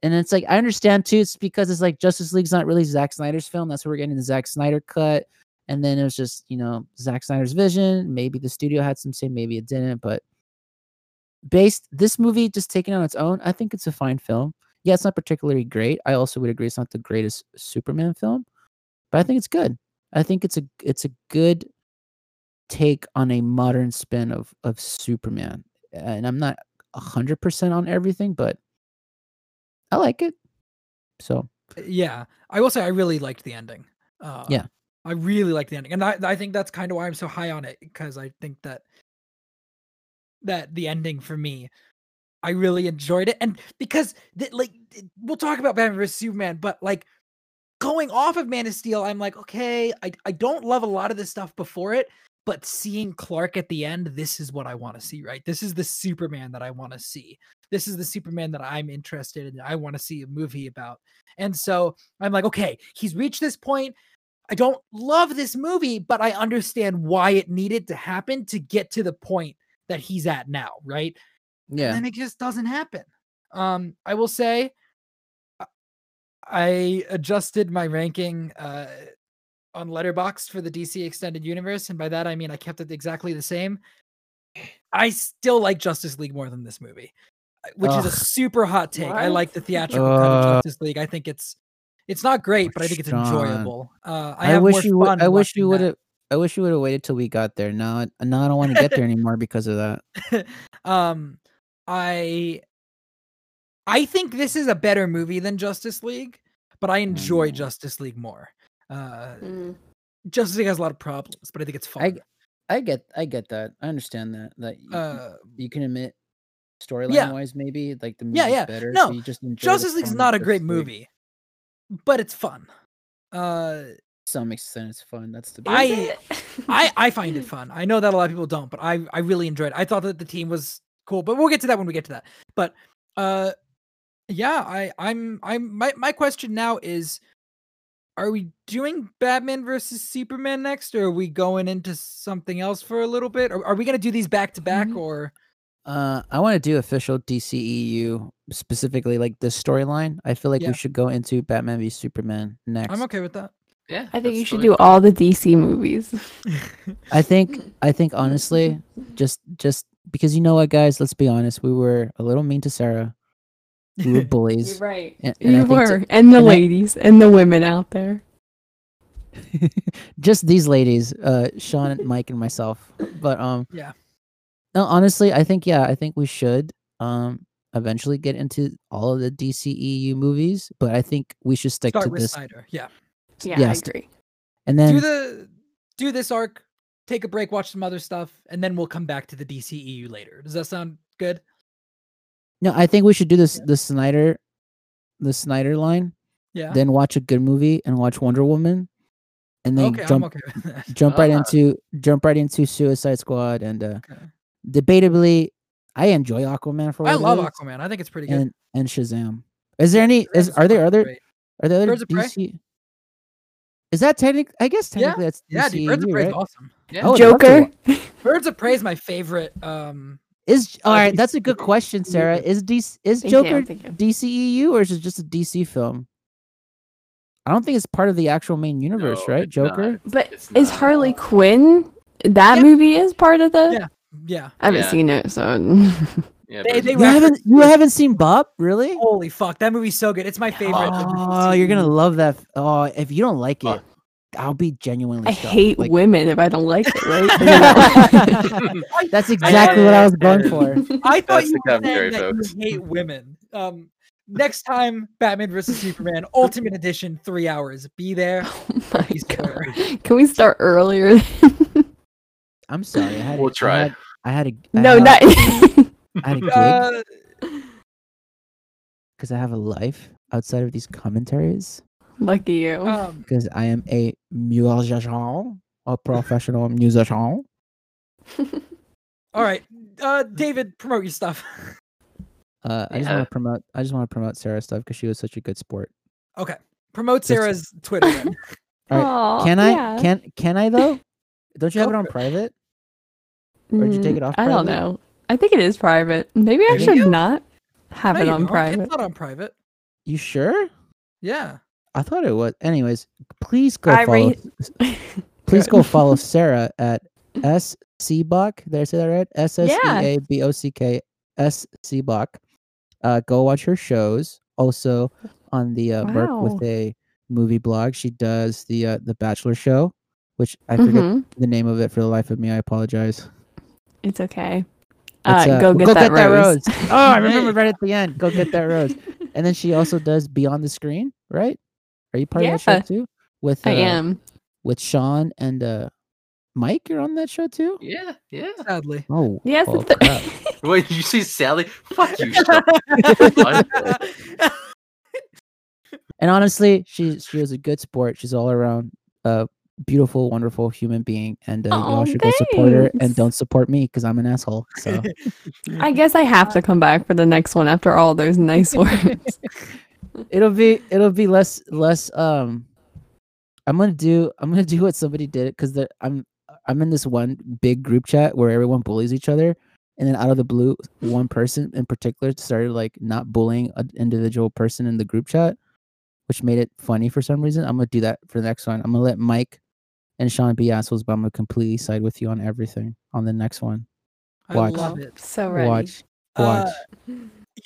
Speaker 3: and it's like i understand too it's because it's like justice league's not really Zack snyder's film that's where we're getting the Zack snyder cut and then it was just you know Zack snyder's vision maybe the studio had some say maybe it didn't but based this movie just taken on its own i think it's a fine film yeah it's not particularly great i also would agree it's not the greatest superman film but i think it's good i think it's a it's a good take on a modern spin of of superman and i'm not 100% on everything but i like it so
Speaker 2: Uh, Yeah, I will say I really liked the ending. Uh,
Speaker 3: Yeah.
Speaker 2: I really liked the ending, and I I think that's kind of why I'm so high on it because I think that that the ending for me, I really enjoyed it, and because that like th- we'll talk about Batman vs Superman, but like going off of Man of Steel, I'm like okay, I I don't love a lot of the stuff before it. But seeing Clark at the end, this is what I want to see, right? This is the Superman that I want to see. This is the Superman that I'm interested in. I want to see a movie about. And so I'm like, okay, he's reached this point. I don't love this movie, but I understand why it needed to happen to get to the point that he's at now, right?
Speaker 3: yeah
Speaker 2: And then it just doesn't happen. Um, I will say, uh, I adjusted my ranking uh, on Letterboxd for the DC Extended Universe, and by that I mean I kept it exactly the same. I still like Justice League more than this movie, uh, which is a
Speaker 3: Ugh.
Speaker 2: super hot take. I
Speaker 4: What?
Speaker 2: like the theatrical cut
Speaker 3: Uh,
Speaker 2: of Justice League. I think it's it's not great, but I think it's
Speaker 3: Sean.
Speaker 2: enjoyable. Uh, I,
Speaker 3: I,
Speaker 2: have
Speaker 3: wish you.
Speaker 2: more fun
Speaker 3: Would, I wish you
Speaker 2: watching that.
Speaker 3: would have. I wish you would have waited till we got there. No, I- no, I don't want to
Speaker 2: [laughs]
Speaker 3: get there anymore because of that.
Speaker 2: um i i think this is a better movie than justice league but i enjoy
Speaker 3: Mm.
Speaker 2: justice league more uh
Speaker 4: Mm.
Speaker 2: justice league has a lot of problems but i think it's fun
Speaker 3: I get. I get that. I understand that. That you,
Speaker 2: uh
Speaker 3: you can admit storyline
Speaker 2: yeah.
Speaker 3: wise, maybe like the movie's
Speaker 2: Yeah, yeah.
Speaker 3: better.
Speaker 2: No,
Speaker 3: so you just enjoy the
Speaker 2: justice league's
Speaker 3: fun of
Speaker 2: not a
Speaker 3: Justice
Speaker 2: great
Speaker 3: League.
Speaker 2: movie but it's fun uh
Speaker 3: Some extent, it's fun. That's the.
Speaker 2: I- i i find it fun i know that a lot of people don't but i i really enjoyed it i thought that the team was cool but we'll get to that when we get to that but uh yeah i i'm i'm my, my question now is are we doing batman versus superman next or are we going into something else for a little bit are, are we going to do these back to back
Speaker 4: Mhm.
Speaker 2: or
Speaker 3: Uh, I want to do official DCEU specifically, like this storyline. I feel like
Speaker 2: Yeah.
Speaker 3: we should go into Batman v Superman next.
Speaker 2: i'm okay with that
Speaker 1: Yeah,
Speaker 4: [laughs] I think you
Speaker 1: that's
Speaker 4: should
Speaker 1: totally
Speaker 4: do
Speaker 1: fine.
Speaker 4: all the DC movies.
Speaker 3: I think, I think honestly, just, just because you know what, guys, let's be honest, we were a little mean to Sarah. We
Speaker 2: [laughs]
Speaker 3: were bullies.
Speaker 4: right.
Speaker 3: and- and I
Speaker 4: You
Speaker 3: think
Speaker 4: were. and the
Speaker 3: and I-
Speaker 4: ladies and the women out there.
Speaker 3: t- [laughs] just these ladies, uh, Sean, Mike, and myself. But um,
Speaker 2: Yeah.
Speaker 3: No, honestly, I think yeah, I think we should um eventually get into all of the DCEU movies, but I think we should stick
Speaker 2: start
Speaker 3: to
Speaker 2: with
Speaker 3: this.
Speaker 2: snyder yeah
Speaker 4: Yeah,
Speaker 3: Yes.
Speaker 4: I agree.
Speaker 3: And then
Speaker 2: do the do this arc take a break watch some other stuff and then we'll come back to the dceu later does that sound good
Speaker 3: No, I think we should do this the Snyder the Snyder line,
Speaker 2: yeah
Speaker 3: then watch a good movie and watch Wonder Woman and then
Speaker 2: okay i'm
Speaker 3: jump
Speaker 2: okay with that
Speaker 3: jump right
Speaker 1: Ah.
Speaker 3: into jump right into Suicide Squad and uh
Speaker 2: Okay.
Speaker 3: debatably I enjoy Aquaman for
Speaker 2: I
Speaker 3: what it
Speaker 2: love
Speaker 3: is,
Speaker 2: Aquaman. I think it's pretty good.
Speaker 3: and and Shazam. Is there any is
Speaker 2: Shazam's
Speaker 3: are there
Speaker 2: fucking
Speaker 3: other
Speaker 2: great.
Speaker 3: are there other
Speaker 2: Birds of Prey?
Speaker 3: DC Is that technic I guess
Speaker 2: Yeah,
Speaker 3: technically that's
Speaker 2: Yeah, dude, Birds of
Speaker 3: DCEU,
Speaker 2: Prey is
Speaker 3: right?
Speaker 2: awesome.
Speaker 1: Yeah.
Speaker 3: I would Oh, love to
Speaker 4: Joker.
Speaker 3: wa-
Speaker 2: Birds of Prey is my favorite. Um,
Speaker 3: Is all
Speaker 2: Uh,
Speaker 3: right, that's a good
Speaker 2: DCEU.
Speaker 3: question, Sarah. Is DC is
Speaker 4: Thank you,
Speaker 3: Joker
Speaker 4: thank you.
Speaker 3: DCEU or is it just a DC film? I don't think it's part of the actual main universe,
Speaker 1: No,
Speaker 3: right?
Speaker 1: it's not.
Speaker 3: Joker?
Speaker 4: But
Speaker 1: It's
Speaker 4: is
Speaker 1: not.
Speaker 4: Harley Quinn that
Speaker 2: Yeah.
Speaker 4: movie is part of the?
Speaker 2: Yeah. yeah.
Speaker 4: I haven't
Speaker 1: Yeah.
Speaker 4: seen it, so [laughs]
Speaker 1: Yeah,
Speaker 2: They-
Speaker 1: Birds
Speaker 2: they
Speaker 1: of Prey.
Speaker 3: You
Speaker 2: reference
Speaker 3: haven't you
Speaker 2: it.
Speaker 3: haven't seen Bob? Really?
Speaker 2: Holy fuck, that movie's so good. It's my favorite. of the
Speaker 3: Oh,
Speaker 2: DCEU.
Speaker 1: [laughs]
Speaker 3: you're gonna love that. f- Oh, if you don't like
Speaker 1: Fuck.
Speaker 3: it, I'll be genuinely
Speaker 4: I
Speaker 3: shocked.
Speaker 4: hate [laughs]
Speaker 3: Like,
Speaker 4: women if I don't like it,
Speaker 3: [laughs]
Speaker 4: right? [laughs]
Speaker 2: I,
Speaker 3: That's exactly what I was going
Speaker 1: Yeah.
Speaker 3: for.
Speaker 2: I
Speaker 1: That's
Speaker 2: thought you
Speaker 1: the
Speaker 2: were saying
Speaker 1: commentary,
Speaker 2: that
Speaker 1: folks.
Speaker 2: you hate women. Um, next time, Batman versus Superman, Ultimate Edition, three hours. Be there.
Speaker 4: oh my
Speaker 2: Be
Speaker 4: god!
Speaker 2: square.
Speaker 4: Can we start earlier?
Speaker 3: I'm sorry. I had
Speaker 1: We'll
Speaker 3: a- I
Speaker 1: try.
Speaker 3: had- I had a I
Speaker 4: no,
Speaker 3: had-
Speaker 4: not.
Speaker 3: I had a gig
Speaker 2: Uh,
Speaker 3: because I have a life outside of these commentaries.
Speaker 4: [laughs] Lucky you.
Speaker 2: um,
Speaker 3: Because I am a musician, a professional musician. Oh.
Speaker 2: all right, uh, David, promote your stuff. [laughs]
Speaker 3: Uh, I just
Speaker 1: Yeah.
Speaker 3: want to promote. I just want to promote Sarah's stuff because she was such a good sport.
Speaker 2: Promote
Speaker 3: Just-
Speaker 2: Sarah's Twitter. then.
Speaker 4: Aw,
Speaker 3: Can I?
Speaker 4: yeah.
Speaker 3: Can Can I though? Don't you have
Speaker 2: Go
Speaker 3: it on
Speaker 2: for it.
Speaker 3: private? or did you take
Speaker 4: Mm,
Speaker 3: it off
Speaker 4: I don't
Speaker 3: private?
Speaker 4: know. I think it is private. Maybe I
Speaker 2: Did
Speaker 4: should
Speaker 2: you?
Speaker 4: not have
Speaker 2: No,
Speaker 4: it
Speaker 2: you
Speaker 4: on
Speaker 2: don't.
Speaker 4: private.
Speaker 2: It's
Speaker 4: [laughs]
Speaker 2: not on private.
Speaker 3: You sure?
Speaker 2: Yeah.
Speaker 3: I thought it was. Anyways, please go
Speaker 4: I
Speaker 3: follow.
Speaker 4: rate-
Speaker 3: Please
Speaker 4: Good. [laughs]
Speaker 3: go follow Sarah at S C Buck. Did I say that right? S S E
Speaker 4: Yeah.
Speaker 3: A B O C K S C Buck. Uh, go watch her shows. Also on the uh, Merc
Speaker 4: Wow.
Speaker 3: with a movie blog. She does the uh, the Bachelor show, which I forget
Speaker 4: Mhm.
Speaker 3: the name of it for the life of me. I apologize.
Speaker 4: It's okay. Uh,
Speaker 3: It's, uh,
Speaker 4: go get that rose.
Speaker 3: rose. Oh, I remember
Speaker 4: [laughs]
Speaker 1: Hey.
Speaker 3: right at the end. Go get that [laughs] rose. And then she also does Beyond the Screen, right? Are you part of
Speaker 4: Yeah.
Speaker 3: that show too? With uh,
Speaker 4: I am.
Speaker 3: with Sean and uh, Mike. You're on that show too.
Speaker 1: Yeah, yeah. [laughs]
Speaker 3: [laughs]
Speaker 2: Sadly.
Speaker 3: Oh,
Speaker 4: Yes.
Speaker 3: oh,
Speaker 4: it's the-
Speaker 3: crap.
Speaker 1: Wait, you see Sally? Fuck you. Sean.
Speaker 3: [laughs] and honestly, she she was a good sport. She's all around a beautiful, wonderful human being, and uh,
Speaker 4: Aw,
Speaker 3: y'all should go support her and
Speaker 4: thanks.
Speaker 3: don't support me because I'm an asshole. So
Speaker 4: [laughs] I guess I have to come back for the next one after all those nice words.
Speaker 3: it'll be it'll be less less um i'm gonna do i'm gonna [laughs] do what somebody did because i'm i'm in this one big group chat where everyone bullies each other and then out of the blue one person in particular started like not bullying an individual person in the group chat which made it funny for some reason. I'm gonna do that for the next one. I'm gonna let Mike and Sean be assholes, but I'm gonna completely side with you on everything on the next one.
Speaker 2: I
Speaker 3: Watch.
Speaker 2: love
Speaker 4: Oh,
Speaker 2: it.
Speaker 4: So ready.
Speaker 3: [laughs] Watch, watch.
Speaker 2: Uh,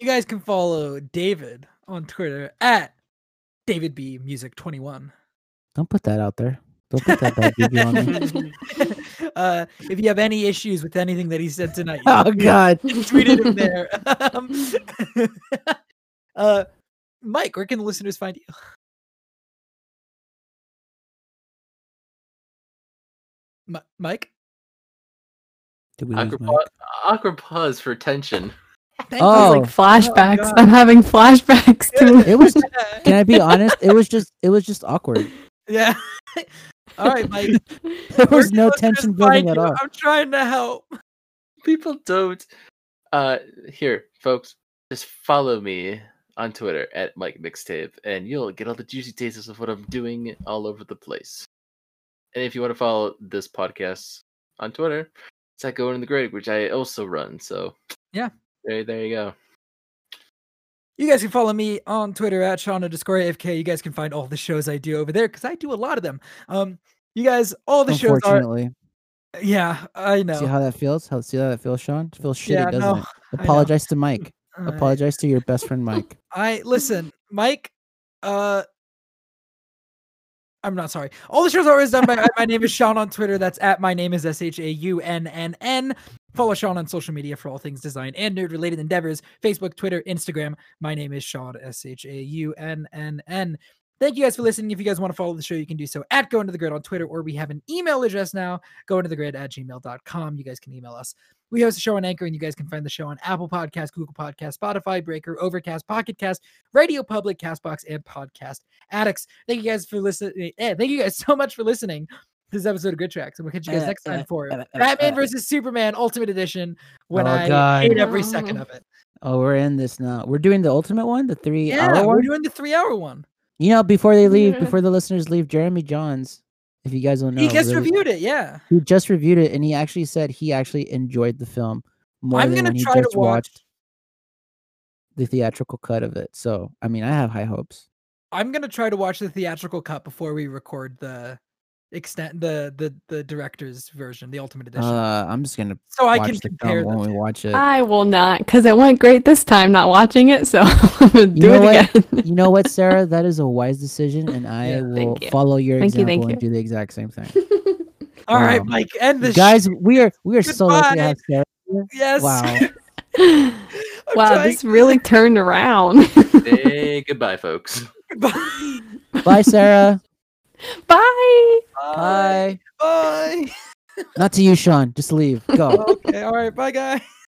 Speaker 2: you guys can follow David on Twitter at David B Music 21.
Speaker 3: Don't put that out there. Don't put that bad baby on me.
Speaker 2: [laughs] uh, if you have any issues with anything that he said tonight, you
Speaker 3: [laughs] [laughs] Oh
Speaker 2: can
Speaker 3: God.
Speaker 2: tweet it in
Speaker 4: [laughs]
Speaker 2: there. Um, [laughs] uh, Mike, where can the listeners find you? Mi- Mike,
Speaker 3: Did we lose
Speaker 1: Awkward,
Speaker 3: Mike?
Speaker 1: pause, awkward pause for tension.
Speaker 2: Thank
Speaker 3: Oh,
Speaker 4: It's like flashbacks.
Speaker 2: God.
Speaker 4: I'm having flashbacks to
Speaker 3: It [laughs] was.
Speaker 2: you.
Speaker 3: Can I be honest? It was just. It was just awkward.
Speaker 2: [laughs] yeah. [laughs] All right, Mike.
Speaker 3: There
Speaker 2: where
Speaker 3: was
Speaker 2: can
Speaker 3: no
Speaker 2: listeners
Speaker 3: tension building
Speaker 2: find
Speaker 3: at
Speaker 2: you?
Speaker 3: all.
Speaker 2: I'm trying to help.
Speaker 1: People don't. Uh, here, folks, just follow me on Twitter at Mike Mixtape, and you'll get all the juicy tastes of what I'm doing all over the place. And if you want to follow this podcast on Twitter, it's at Going in the Grade, which I also run. So
Speaker 2: Yeah.
Speaker 1: there, there you go.
Speaker 2: You guys can follow me on Twitter at Sean underscore AFK. You guys can find all the shows I do over there because I do a lot of them. Um, you guys, all the shows are.
Speaker 3: Unfortunately,
Speaker 2: Yeah, I know.
Speaker 3: see how that feels. How see how that feels, Sean? It feels shitty,
Speaker 2: Yeah, [laughs]
Speaker 3: doesn't
Speaker 2: no,
Speaker 3: it?
Speaker 2: know.
Speaker 3: Apologize to Mike.
Speaker 2: I-
Speaker 3: Apologize to your best friend Mike.
Speaker 2: I listen, Mike. Uh, I'm not sorry. All the shows are always done by my name is Sean on Twitter. That's at my name is S H A U N N N. Follow Sean on social media for all things design and nerd related endeavors Facebook, Twitter, Instagram. My name is Sean, S H A U N N N. Thank you guys for listening. If you guys want to follow the show, you can do so at Go Into the Grid on Twitter, or we have an email address now, go into the grid at gmail.com. You guys can email us. We host a show on Anchor, and you guys can find the show on Apple Podcasts, Google Podcasts, Spotify, Breaker, Overcast, Pocket Cast, Radio Public, Castbox, and Podcast Addicts. Thank you guys for listening. thank you guys [laughs] so much for listening to this episode of Grid Tracks, and we'll catch you guys
Speaker 5: Uh,
Speaker 2: next time
Speaker 5: uh,
Speaker 2: for
Speaker 5: uh, uh,
Speaker 2: [laughs] Batman
Speaker 5: uh.
Speaker 2: versus Superman Ultimate Edition. When
Speaker 3: Oh,
Speaker 2: I
Speaker 3: God.
Speaker 2: hate every second of it.
Speaker 3: Oh, we're in this now. We're doing the ultimate one, the three
Speaker 2: Yeah,
Speaker 3: hour
Speaker 2: we're
Speaker 3: one.
Speaker 2: doing the three-hour one.
Speaker 3: You know, before they
Speaker 2: [laughs]
Speaker 3: leave,
Speaker 4: Yeah.
Speaker 3: before the listeners leave, Jeremy Johns, if you guys don't know,
Speaker 2: he just
Speaker 3: really-
Speaker 2: reviewed it. Yeah,
Speaker 3: He just reviewed it, and he actually said he actually enjoyed the film more
Speaker 2: I'm
Speaker 3: than
Speaker 2: gonna
Speaker 3: when he
Speaker 2: try to
Speaker 3: just
Speaker 2: watch-
Speaker 3: watched the theatrical cut of it. So, I mean, I have high hopes.
Speaker 2: I'm gonna try to watch the theatrical cut before we record the extent the the the director's version, the Ultimate Edition,
Speaker 3: Uh, I'm just gonna
Speaker 2: so I
Speaker 3: watch
Speaker 2: can
Speaker 3: the
Speaker 2: compare
Speaker 3: film
Speaker 2: them.
Speaker 3: when we watch it.
Speaker 4: I will not, because it went great this time not watching it, so [laughs] I'm going to do
Speaker 3: know
Speaker 4: it
Speaker 3: what?
Speaker 4: again.
Speaker 3: you know what, Sarah? That is a wise decision,
Speaker 2: [laughs]
Speaker 3: and I
Speaker 2: Yeah.
Speaker 3: will
Speaker 4: Thank you.
Speaker 3: follow your
Speaker 4: Thank you,
Speaker 3: example
Speaker 4: thank
Speaker 3: and do the exact same thing.
Speaker 2: [laughs] All right,
Speaker 3: Wow.
Speaker 2: Mike, end this. sh-
Speaker 3: Guys, we are we are so lucky to
Speaker 2: Goodbye.
Speaker 3: have Sarah.
Speaker 2: [laughs] yes. [laughs]
Speaker 3: Wow.
Speaker 2: I'm
Speaker 4: wow,
Speaker 2: trying-
Speaker 4: this really turned around. [laughs]
Speaker 1: Say goodbye, folks.
Speaker 2: [laughs] Bye.
Speaker 3: Bye, Sarah.
Speaker 4: Bye.
Speaker 2: [laughs] Bye. [laughs]
Speaker 3: Not to you, Sean. Just leave. Go.
Speaker 2: okay. All right. Bye, guys.